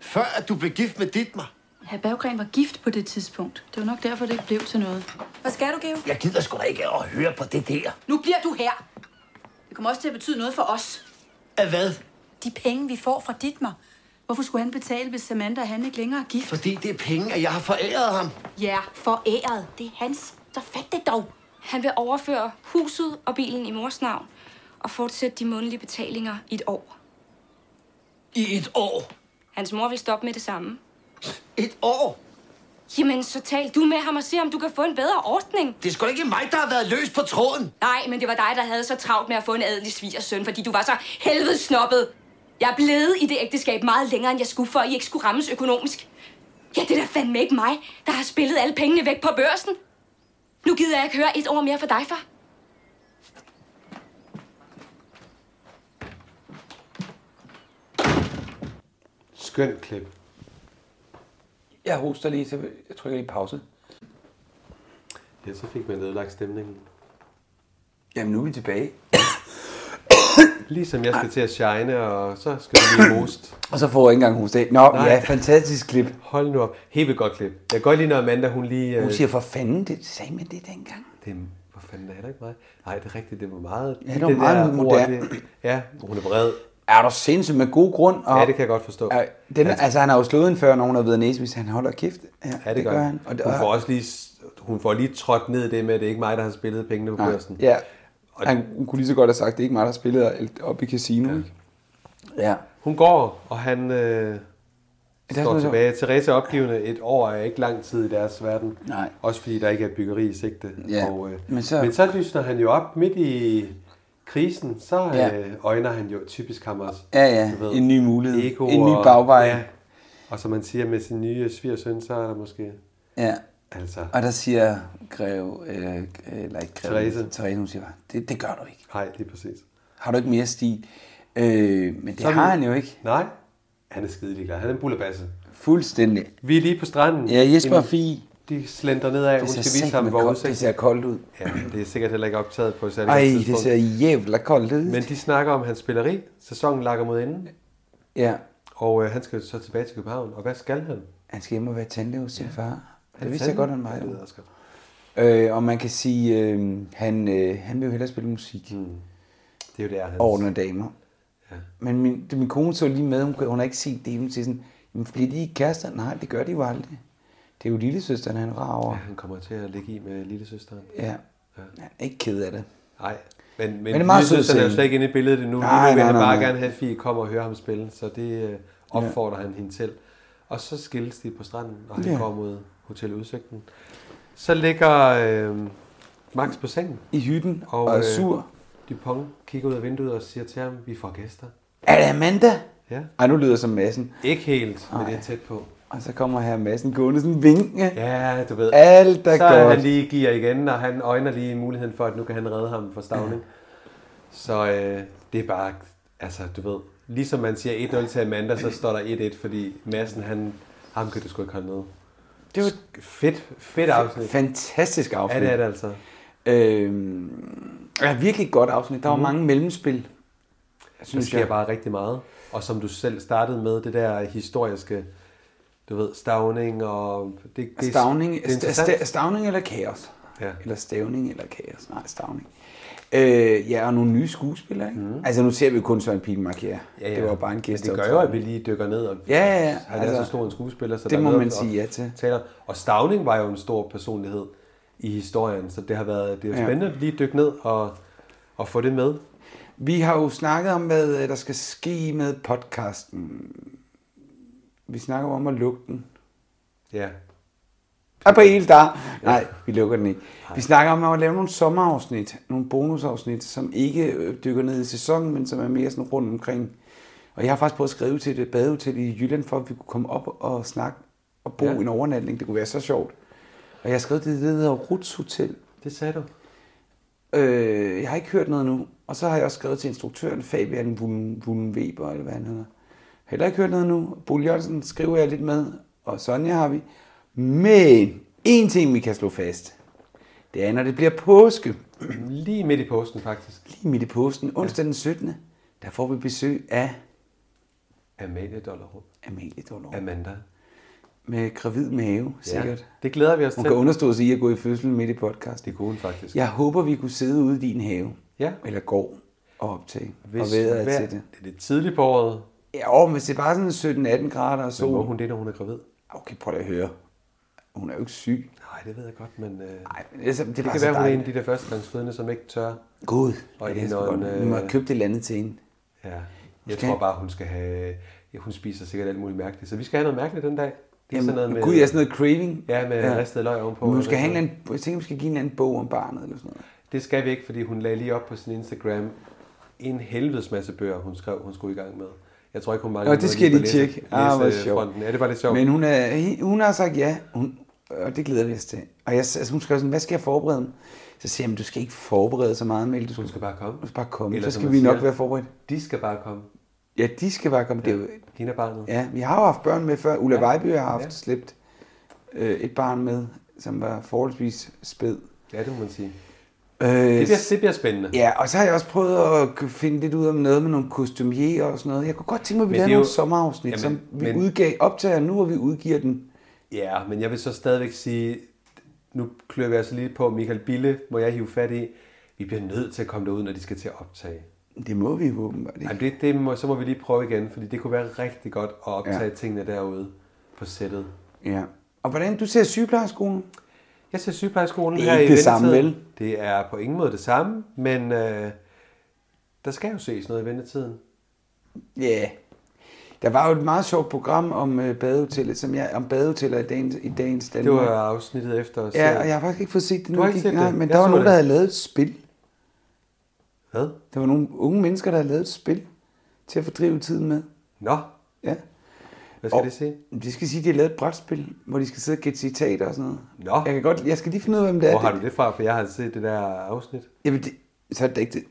Speaker 4: Før at du blev gift med Dietmar?
Speaker 15: Herr Berggren var gift på det tidspunkt. Det var nok derfor, det ikke blev til noget. Hvad skal du, Geo?
Speaker 4: Jeg gider sgu da ikke at høre på det der.
Speaker 16: Nu bliver du her. Det kommer også til at betyde noget for os.
Speaker 4: Af hvad?
Speaker 16: De penge, vi får fra Ditmar. Hvorfor skulle han betale, hvis Samantha og han ikke længere er gift?
Speaker 4: Fordi det er penge, at jeg har foræret ham.
Speaker 16: Ja, foræret. Det er hans. Så fat det dog.
Speaker 15: Han vil overføre huset og bilen i mors navn og fortsætte de månedlige betalinger i et år.
Speaker 4: I et år?
Speaker 15: Hans mor vil stoppe med det samme.
Speaker 4: Et år?
Speaker 15: Jamen, så tal du med ham og se, om du kan få en bedre ordning.
Speaker 4: Det er sgu da ikke mig, der har været løs på tråden.
Speaker 15: Nej, men det var dig, der havde så travlt med at få en adelig svigersøn, fordi du var så helvede snobbet. Jeg er blevet i det ægteskab meget længere, end jeg skulle, for at I ikke skulle rammes økonomisk. Ja, det er da fandme ikke mig, der har spillet alle pengene væk på børsen. Nu gider jeg ikke høre et ord mere fra dig, far.
Speaker 1: Skønt klip.
Speaker 2: Jeg hoster lige, så jeg trykker lige pause.
Speaker 1: Ja, så fik man nedlagt stemningen.
Speaker 2: Jamen, nu er vi tilbage.
Speaker 1: ligesom jeg skal til at shine, og så skal du lige host.
Speaker 2: Og så får jeg ikke engang host af. Nå, ja, fantastisk klip.
Speaker 1: Hold nu op. Helt vildt godt klip. Jeg kan godt lide, når Amanda, hun lige... øh,
Speaker 2: Hun siger, for fanden, det sagde man det dengang.
Speaker 1: Det, hvor fanden er det ikke meget? Nej, det er rigtigt, det var meget...
Speaker 2: Ja, det var meget
Speaker 1: der
Speaker 2: moderne.
Speaker 1: ord, det- ja, hun er vred.
Speaker 2: Er du sindssygt med god grund? Og
Speaker 1: Ja, det kan jeg godt forstå.
Speaker 2: Er, den, altså, han har jo slået en før nogen af ved næse, hvis han holder kæft. Ja,
Speaker 1: Ja, det, det gør han.
Speaker 2: Og det,
Speaker 1: hun får også lige, hun får lige trådt ned i det med, at det er ikke mig, der har spillet pengene på
Speaker 2: Nej,
Speaker 1: børsen.
Speaker 2: ja. Han hun kunne lige så godt have sagt, det er ikke mig, der har spillet op i casino. Ja. ja.
Speaker 1: Hun går, og han øh,
Speaker 2: er
Speaker 1: står
Speaker 2: sådan-
Speaker 1: tilbage. Therese er opgivende. Et år er ikke lang tid i deres verden.
Speaker 2: Nej.
Speaker 1: Også fordi der ikke er byggeri i sigte.
Speaker 2: Ja,
Speaker 1: Og, øh, men,
Speaker 2: men
Speaker 1: så...
Speaker 2: så-
Speaker 1: men så lysner han jo op midt i krisen. Så øh,
Speaker 2: Ja.
Speaker 1: øjner han jo typisk ham også.
Speaker 2: Ja, ja.
Speaker 1: Du
Speaker 2: En ny mulighed.
Speaker 1: Ego
Speaker 2: En ny
Speaker 1: og-
Speaker 2: bagvej.
Speaker 1: Ja. Og som man siger med sin nye svigersøn, så er der måske...
Speaker 2: Ja.
Speaker 1: Altså.
Speaker 2: Og der siger Greve, øh, øh, eller ikke Greve,
Speaker 1: Therese.
Speaker 2: Therese hun siger bare, det, det gør du ikke.
Speaker 1: Nej, lige præcis.
Speaker 2: Har du ikke mere stil? Øh, men det
Speaker 1: Så er vi-
Speaker 2: har han jo ikke.
Speaker 1: Nej, han er skidelig glad. Han er en bullerbasse.
Speaker 2: Fuldstændig.
Speaker 1: Vi er lige på stranden.
Speaker 2: Ja, Jesper
Speaker 1: En-
Speaker 2: og Fie.
Speaker 1: De slender nedad.
Speaker 2: Det
Speaker 1: Hun
Speaker 2: ser
Speaker 1: skal vise ham,
Speaker 2: satme
Speaker 1: hvor
Speaker 2: koldt-
Speaker 1: udsigten
Speaker 2: det ser koldt ud.
Speaker 1: Ja, det er sikkert heller ikke optaget på et særligt
Speaker 2: Ej,
Speaker 1: godt
Speaker 2: det ser jævla koldt ud.
Speaker 1: Men de snakker om hans spilleri. Sæsonen lakker mod enden.
Speaker 2: Ja.
Speaker 1: Og øh, han skal så tilbage til København. Og hvad skal han?
Speaker 2: Han skal hjem og være tandlæge hos sin far.
Speaker 1: Han
Speaker 2: Det vidste
Speaker 1: er
Speaker 2: jeg godt, han
Speaker 1: tandlæge. Ja,
Speaker 2: meget
Speaker 1: det
Speaker 2: ud.
Speaker 1: ved jeg også godt.
Speaker 2: Øh, og man kan sige, øh, han, øh, han vil jo hellere spille musik. Mm.
Speaker 1: Det er jo der, hans...
Speaker 2: Ordner damer.
Speaker 1: Ja.
Speaker 2: Ja. Men min, det, min kone så lige med, hun, hun har ikke set det. Hun siger sådan, Jamen, bliver de ikke kærester? Nej, det gør de jo aldrig. Det er jo lillesøsteren, han rager.
Speaker 1: Ja, han kommer til at ligge i med lillesøsteren.
Speaker 2: Ja. Han er ikke ked af det.
Speaker 1: Nej, men, men,
Speaker 2: Men det er meget sødt
Speaker 1: lillesøsteren er jo
Speaker 2: scene.
Speaker 1: slet ikke inde i billedet endnu.
Speaker 2: Nej,
Speaker 1: Nej, nu vil
Speaker 2: nej,
Speaker 1: han
Speaker 2: nej,
Speaker 1: bare
Speaker 2: nej.
Speaker 1: gerne have, at Fie kommer og hører ham spille. Så det øh, opfordrer han hende til. Og så skilles de på stranden, og han
Speaker 2: Ja.
Speaker 1: går mod Hotel Udsigten. Så ligger øh, Max på sengen.
Speaker 2: I hytten og, øh, og er sur.
Speaker 1: øh, Dupont kigger ud af vinduet og siger til ham, vi får gæster.
Speaker 2: Er det Amanda?
Speaker 1: Ja.
Speaker 2: Ej, nu lyder jeg som Madsen.
Speaker 1: Ikke helt, men
Speaker 2: Ej.
Speaker 1: det er tæt på.
Speaker 2: Og så kommer her Madsen gående sådan vinkende.
Speaker 1: Ja, du ved.
Speaker 2: Alt er
Speaker 1: så er
Speaker 2: godt.
Speaker 1: han lige giver igen, og han øjner lige muligheden for, at nu kan han redde ham fra Stavning. Ja. Så øh, det er bare, altså du ved, ligesom man siger 1-0 til Amanda, så står der 1-1, fordi Madsen, han, ham kan du sgu ikke holde ned.
Speaker 2: Det var
Speaker 1: et fedt, fedt afsnit.
Speaker 2: Fantastisk afsnit.
Speaker 1: Ja, det er det altså.
Speaker 2: Øhm, ja, virkelig et godt afsnit. Der var
Speaker 1: Mhm.
Speaker 2: mange mellemspil.
Speaker 1: synes der sker jeg. bare rigtig meget. Og som du selv startede med, det der historiske, du ved, stavning og... Det, det,
Speaker 2: Stavning,
Speaker 1: det er
Speaker 2: sta-
Speaker 1: interessant.
Speaker 2: sta- stavning eller kaos.
Speaker 1: Ja.
Speaker 2: Eller stavning eller kaos. Nej, stavning. Øh, ja, og nogle nye skuespillere. Ikke? Mm. Altså, nu ser vi jo kun Søren Pilmark her.
Speaker 1: Mhm. Ja, ja.
Speaker 2: Det var jo bare en
Speaker 1: Men
Speaker 2: gæst.
Speaker 1: Det gør jo, at vi lige dykker ned, og
Speaker 2: Ja, ja, ja.
Speaker 1: han er
Speaker 2: Altså,
Speaker 1: så stor en skuespiller, så
Speaker 2: det
Speaker 1: der er
Speaker 2: må
Speaker 1: noget
Speaker 2: man
Speaker 1: at-
Speaker 2: sige ja til.
Speaker 1: Taler. Og Stavning var jo en stor personlighed i historien, så det har været det er jo
Speaker 2: Ja.
Speaker 1: spændende at lige dykke ned og, og få det med.
Speaker 2: Vi har jo snakket om, hvad øh, der skal ske med podcasten. Vi snakker jo om at lukke den.
Speaker 1: Ja,
Speaker 2: April, der. Nej, vi lukker den ikke. Vi snakker om at lave nogle sommerafsnit, nogle bonusafsnit, som ikke øh, dykker ned i sæsonen, men som er mere sådan rundt omkring. Og jeg har faktisk prøvet at skrive til det badehotel i Jylland, for at vi kunne komme op og snakke og bo
Speaker 1: Ja.
Speaker 2: ja. en overnatning. Det kunne være så sjovt. Og jeg har skrevet det, det hedder Ruts Hotel.
Speaker 1: det sagde du.
Speaker 2: Øh, jeg har ikke hørt noget nu. Og så har jeg også skrevet til instruktøren, Fabian Wun- Wun Weber, eller hvad han hedder. Heller ikke hørt noget nu. Bo Jørgensen skriver jeg lidt med, og Sonja har vi. Men en ting, vi kan slå fast, det er, når det bliver påske.
Speaker 1: Lige midt i påsken, faktisk.
Speaker 2: Lige midt i påsken, onsdag den 17. Der får vi besøg af
Speaker 1: Amalie Dollerup.
Speaker 2: Amalie Dollerup.
Speaker 1: Amanda.
Speaker 2: med gravid mave, sikkert.
Speaker 1: Ja, det glæder vi os
Speaker 2: Hun
Speaker 1: til.
Speaker 2: kan understå sig i at gå i fødsel midt i podcast.
Speaker 1: Det kunne hun faktisk.
Speaker 2: Jeg håber, vi kunne sidde ude i din have.
Speaker 1: Ja.
Speaker 2: Eller gård og optage.
Speaker 1: Hvis
Speaker 2: og vejret er
Speaker 1: vejr-
Speaker 2: til det.
Speaker 1: Det er lidt tidligt på året.
Speaker 2: Ja, og hvis det er bare sådan 17-18 grader og sol.
Speaker 1: må hun det, når hun er gravid?
Speaker 2: Okay, prøv lige at høre. Hun er jo ikke syg.
Speaker 1: Nej, det ved jeg godt, men... Øh, Nej,
Speaker 2: men det er så- det er
Speaker 1: det, det
Speaker 2: bare
Speaker 1: kan
Speaker 2: så
Speaker 1: være, hun er en
Speaker 2: Altså, dejligt.
Speaker 1: af de der førstegangsfødende, som ikke tør.
Speaker 2: God.
Speaker 1: Og ja,
Speaker 2: Ja, det er
Speaker 1: en, øh,
Speaker 2: sgu godt. Vi må have købt et eller andet til hende.
Speaker 1: Ja.
Speaker 2: Hun
Speaker 1: Jeg
Speaker 2: skal-
Speaker 1: tror bare, hun skal have... Ja, hun spiser sikkert alt muligt mærkeligt, så vi skal have noget mærkeligt den dag. Det er
Speaker 2: Jamen,
Speaker 1: sådan noget med...
Speaker 2: Gud, jeg er sådan noget craving.
Speaker 1: Ja, med ja. ristet løg ovenpå.
Speaker 2: Men hun
Speaker 1: og
Speaker 2: skal
Speaker 1: sådan
Speaker 2: have en
Speaker 1: noget.
Speaker 2: eller anden, jeg tænker, vi skal give en anden bog om barnet eller sådan noget.
Speaker 1: Det skal vi ikke, fordi hun lagde lige op på sin Instagram en helvedes masse bøger, hun skrev, hun skulle i gang med. Jeg tror ikke, hun mangler
Speaker 2: Nå, det
Speaker 1: noget
Speaker 2: skal jeg lige
Speaker 1: på læse-
Speaker 2: tjekke. Ah, hvor sjovt.
Speaker 1: læsefronten. Ja, det var lidt sjovt.
Speaker 2: Men hun, er, he- hun har sagt ja, hun, og det glæder vi os til. Og jeg, altså, hun skrev sådan, hvad skal jeg forberede mig? Så siger jeg, "Men du skal ikke forberede så meget, Mel. Du skal,
Speaker 1: skal bare komme.
Speaker 2: Du skal bare komme,
Speaker 1: Eller
Speaker 2: Eller, så
Speaker 1: som
Speaker 2: skal
Speaker 1: man
Speaker 2: vi nok
Speaker 1: siger,
Speaker 2: være forberedt.
Speaker 1: De skal bare komme.
Speaker 2: Ja, de skal bare komme. Ja. Det er jo,
Speaker 1: hende er barnet.
Speaker 2: Ja, vi har jo haft børn med før. Ulla ja. Vejby har haft
Speaker 1: Ja.
Speaker 2: ja. slæbt øh, et barn med, som var forholdsvis spæd.
Speaker 1: Ja, det må man sige.
Speaker 2: Øh,
Speaker 1: det, bliver, det bliver spændende.
Speaker 2: Ja, og så har jeg også prøvet at k- finde lidt ud om noget med nogle kostumier og sådan noget. Jeg kunne godt tænke mig, at vi
Speaker 1: Men det er
Speaker 2: lavede nogle
Speaker 1: jo-
Speaker 2: sommerafsnit,
Speaker 1: Jamen,
Speaker 2: jamen, som vi
Speaker 1: men-
Speaker 2: men... udgav, optager nu, og vi udgiver den.
Speaker 1: Ja, men jeg vil så stadigvæk sige, nu klør vi altså lige på Michael Bille, må jeg hive fat i. Vi bliver nødt til at komme derud, når de skal til at optage.
Speaker 2: Det må vi jo åbenbart ikke.
Speaker 1: Jamen, det, det må, så må vi lige prøve igen, fordi det kunne være rigtig godt at optage ja. tingene derude på sættet.
Speaker 2: Ja. Og hvordan, du ser sygeplejerskolen?
Speaker 1: Jeg ser sygeplejerskolen
Speaker 2: Det er
Speaker 1: her
Speaker 2: ikke
Speaker 1: i
Speaker 2: det samme,
Speaker 1: ventetiden.
Speaker 2: vel?
Speaker 1: Det er på ingen måde det samme, men øh, der skal jo ses noget i ventetiden.
Speaker 2: Ja. Yeah. Der var jo et meget sjovt program om øh, badehotellet, som jeg, om badehoteller i dagens, i dagens
Speaker 1: Det
Speaker 2: Danmark.
Speaker 1: var afsnittet efter os.
Speaker 2: Ja, og jeg har faktisk ikke fået set det
Speaker 1: Du
Speaker 2: nu.
Speaker 1: har ikke
Speaker 2: Gik-
Speaker 1: set
Speaker 2: Nej,
Speaker 1: det? Jeg
Speaker 2: men der var
Speaker 1: så
Speaker 2: nogen,
Speaker 1: det.
Speaker 2: der havde lavet et spil.
Speaker 1: Hvad?
Speaker 2: Der var nogle unge mennesker, der havde lavet et spil til at fordrive tiden med.
Speaker 1: Nå.
Speaker 2: Ja.
Speaker 1: Hvad skal det sige?
Speaker 2: Det skal sige, at de har lavet et brætspil, hvor de skal sidde og gætte citater og sådan noget.
Speaker 1: Nå.
Speaker 2: Jeg, kan godt, jeg skal lige finde ud af, hvem det er.
Speaker 1: Hvor har du det fra? For jeg har set det der afsnit.
Speaker 2: Jamen, det, så er det ikke det.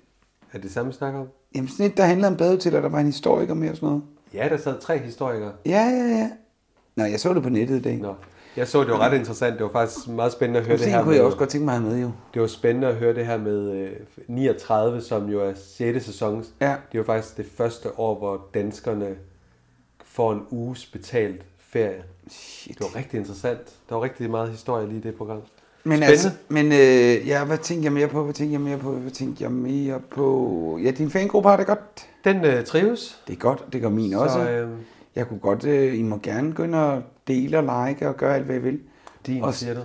Speaker 1: Er det samme, vi snakker om?
Speaker 2: Jamen sådan et, der handler om badehoteller, der var en historiker med og sådan noget.
Speaker 1: Ja, der sad tre historikere.
Speaker 2: Ja, ja, ja. Nå, jeg så det på nettet i dag. Nå.
Speaker 1: Jeg så, det var ret interessant. Det var faktisk meget spændende at høre det
Speaker 2: Måske
Speaker 1: her
Speaker 2: kunne jeg også godt tænke mig at have med, jo.
Speaker 1: Det var spændende at høre det her med øh, 39, som jo er 6. sæson.
Speaker 2: Ja.
Speaker 1: Det var faktisk det første år, hvor danskerne får en uges betalt ferie.
Speaker 2: Shit.
Speaker 1: Det var rigtig interessant. Der var rigtig meget historie lige i det program.
Speaker 2: Men
Speaker 1: spændende.
Speaker 2: altså, men øh, ja, hvad tænker jeg mere på, hvad tænker jeg mere på, hvad tænker jeg mere på? Ja, din fangruppe har det godt.
Speaker 1: Den øh, trives.
Speaker 2: Det er godt, det gør min
Speaker 1: Så,
Speaker 2: også.
Speaker 1: øh,
Speaker 2: Jeg kunne godt, øh, I må gerne gå ind og dele og like og gøre alt, hvad I vil.
Speaker 1: Din,
Speaker 2: og,
Speaker 1: siger du?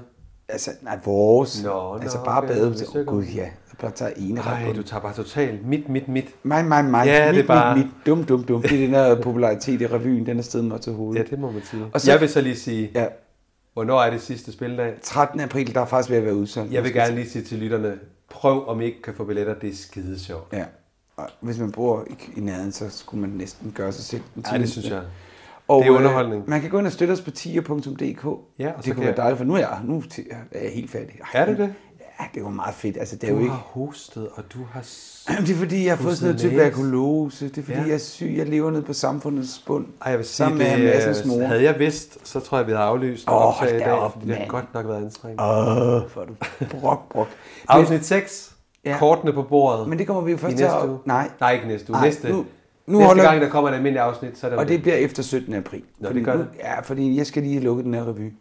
Speaker 2: Altså, nej, vores.
Speaker 1: Nå,
Speaker 2: altså
Speaker 1: nå,
Speaker 2: bare
Speaker 1: okay,
Speaker 2: bade.
Speaker 1: det er
Speaker 2: Åh, oh, gud, ja. Jeg bare tager ene ret
Speaker 1: Nej,
Speaker 2: på
Speaker 1: du
Speaker 2: den.
Speaker 1: tager bare totalt mit, mit, mit.
Speaker 2: Mig, mig, mig.
Speaker 1: Ja,
Speaker 2: mit,
Speaker 1: det er bare...
Speaker 2: Mit, mit, dum, dum, dum. Det er den her popularitet i revyen, den er stedet mig til hovedet.
Speaker 1: Ja, det må man sige.
Speaker 2: Og
Speaker 1: Og
Speaker 2: så-
Speaker 1: så, jeg vil så lige sige,
Speaker 2: ja.
Speaker 1: hvornår er det sidste spildag?
Speaker 2: 13. april, der er faktisk ved at være udsolgt.
Speaker 1: Jeg vil gerne lige sige til lytterne, prøv om I ikke kan få billetter, det er skide sjovt.
Speaker 2: Ja. Og hvis man bor i- i nærheden, så skulle man næsten gøre sig selv. en
Speaker 1: Ej, det
Speaker 2: tjeneste.
Speaker 1: synes jeg. Det er
Speaker 2: øh,
Speaker 1: underholdning.
Speaker 2: man kan gå ind og støtte os på tier.dk.
Speaker 1: Ja, og så
Speaker 2: det
Speaker 1: kan
Speaker 2: kunne være
Speaker 1: jeg-
Speaker 2: dejligt, for nu er jeg, nu er jeg helt færdig. Ej,
Speaker 1: Er du det?
Speaker 2: Ja, det var meget fedt. Altså, det er
Speaker 1: Du
Speaker 2: jo ikke...
Speaker 1: har hostet, og du har... s-
Speaker 2: Jamen, det er fordi, jeg har fået
Speaker 1: pustet
Speaker 2: sådan noget
Speaker 1: næse.
Speaker 2: tuberkulose. Det er fordi,
Speaker 1: Ja.
Speaker 2: ja. jeg er syg. Jeg lever nede på samfundets bund.
Speaker 1: Ej, jeg vil sige,
Speaker 2: sammen med
Speaker 1: det,
Speaker 2: hr. Madsens
Speaker 1: øh,
Speaker 2: mor.
Speaker 1: havde jeg vidst, så tror jeg, vi havde aflyst
Speaker 2: Åh,
Speaker 1: oh,
Speaker 2: hold
Speaker 1: optag i
Speaker 2: da
Speaker 1: dag,
Speaker 2: op,
Speaker 1: fordi det har
Speaker 2: mand.
Speaker 1: godt nok været anstrengende.
Speaker 2: Åh, hvor er du brok, brok.
Speaker 1: Afsnit 6,
Speaker 2: Ja.
Speaker 1: kortene på bordet.
Speaker 2: Men det kommer vi jo først
Speaker 1: I
Speaker 2: til
Speaker 1: næste
Speaker 2: at-
Speaker 1: uge.
Speaker 2: nej.
Speaker 1: Nej, ikke næste uge.
Speaker 2: Nej,
Speaker 1: næste,
Speaker 2: nu-
Speaker 1: nu,
Speaker 2: nu
Speaker 1: næste
Speaker 2: holder-
Speaker 1: gang, der kommer et almindeligt afsnit, så er der
Speaker 2: Og det bliver efter 17. april.
Speaker 1: Nå,
Speaker 2: Fordi
Speaker 1: det gør
Speaker 2: nu-
Speaker 1: det.
Speaker 2: Ja, fordi jeg skal lige lukke den her revy.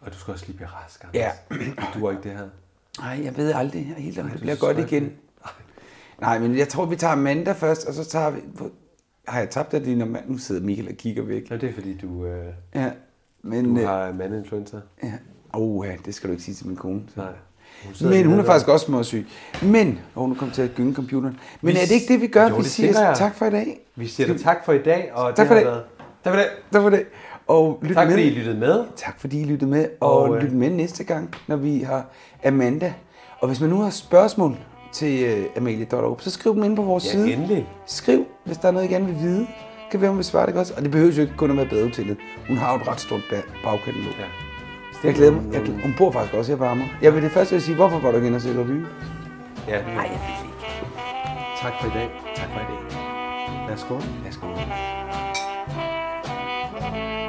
Speaker 1: Og du skal også lige blive rask, Anders.
Speaker 2: Ja.
Speaker 1: Du duer ikke det her.
Speaker 2: Nej, jeg ved aldrig helt, om
Speaker 1: Ej,
Speaker 2: det
Speaker 1: du
Speaker 2: bliver
Speaker 1: er
Speaker 2: godt
Speaker 1: skrøbelig.
Speaker 2: igen. Nej, men jeg tror, vi tager mandag først, og så tager vi... Hvor... Har jeg tabt dig din om Nu sidder Michael og kigger væk.
Speaker 1: Nå, det er fordi, du, øh,
Speaker 2: Ja, men...
Speaker 1: du
Speaker 2: øh,
Speaker 1: har mandinfluenza.
Speaker 2: Ja. Oh, ja, det skal du ikke sige til min kone. Så.
Speaker 1: Nej. sidder lige
Speaker 2: Men hun er
Speaker 1: nede
Speaker 2: faktisk også småsyg. Men, og nu kom til at gynge computeren. Men
Speaker 1: Vi-
Speaker 2: er det ikke det, vi gør?
Speaker 1: Jo,
Speaker 2: vi
Speaker 1: det
Speaker 2: siger
Speaker 1: tænker jeg.
Speaker 2: tak for i dag.
Speaker 1: Vi siger dig tak for i dag, og
Speaker 2: Tak
Speaker 1: det
Speaker 2: for
Speaker 1: har
Speaker 2: i dag.
Speaker 1: været... Tak for det.
Speaker 2: Tak for det. Og lyt
Speaker 1: Tak
Speaker 2: med.
Speaker 1: fordi I lyttede med.
Speaker 2: Tak fordi I lyttede med. Og,
Speaker 1: Og,
Speaker 2: og
Speaker 1: øh,
Speaker 2: lyt med næste gang, når vi har Amanda. Og hvis man nu har spørgsmål til øh, Amalie.org, så skriv dem ind på vores
Speaker 1: Ja,
Speaker 2: side.
Speaker 1: endelig.
Speaker 2: Skriv, hvis der er noget, I gerne vil vide. Kan være, hun vil svare det godt. Og det behøver jo ikke kun at være badehotellet. Hun har jo et ret stort ba- bagkatalog. Ja. Jeg glæder mig. Jeg glæder, hun bor faktisk også her på Amager. Jeg vil det første jeg vil sige, hvorfor var du ikke inde og se revy?
Speaker 1: Ja. Nej, jeg fik ikke. Tak for i dag. Tak for i dag. Lad os gå. Lad os gå.
Speaker 5: Thank you.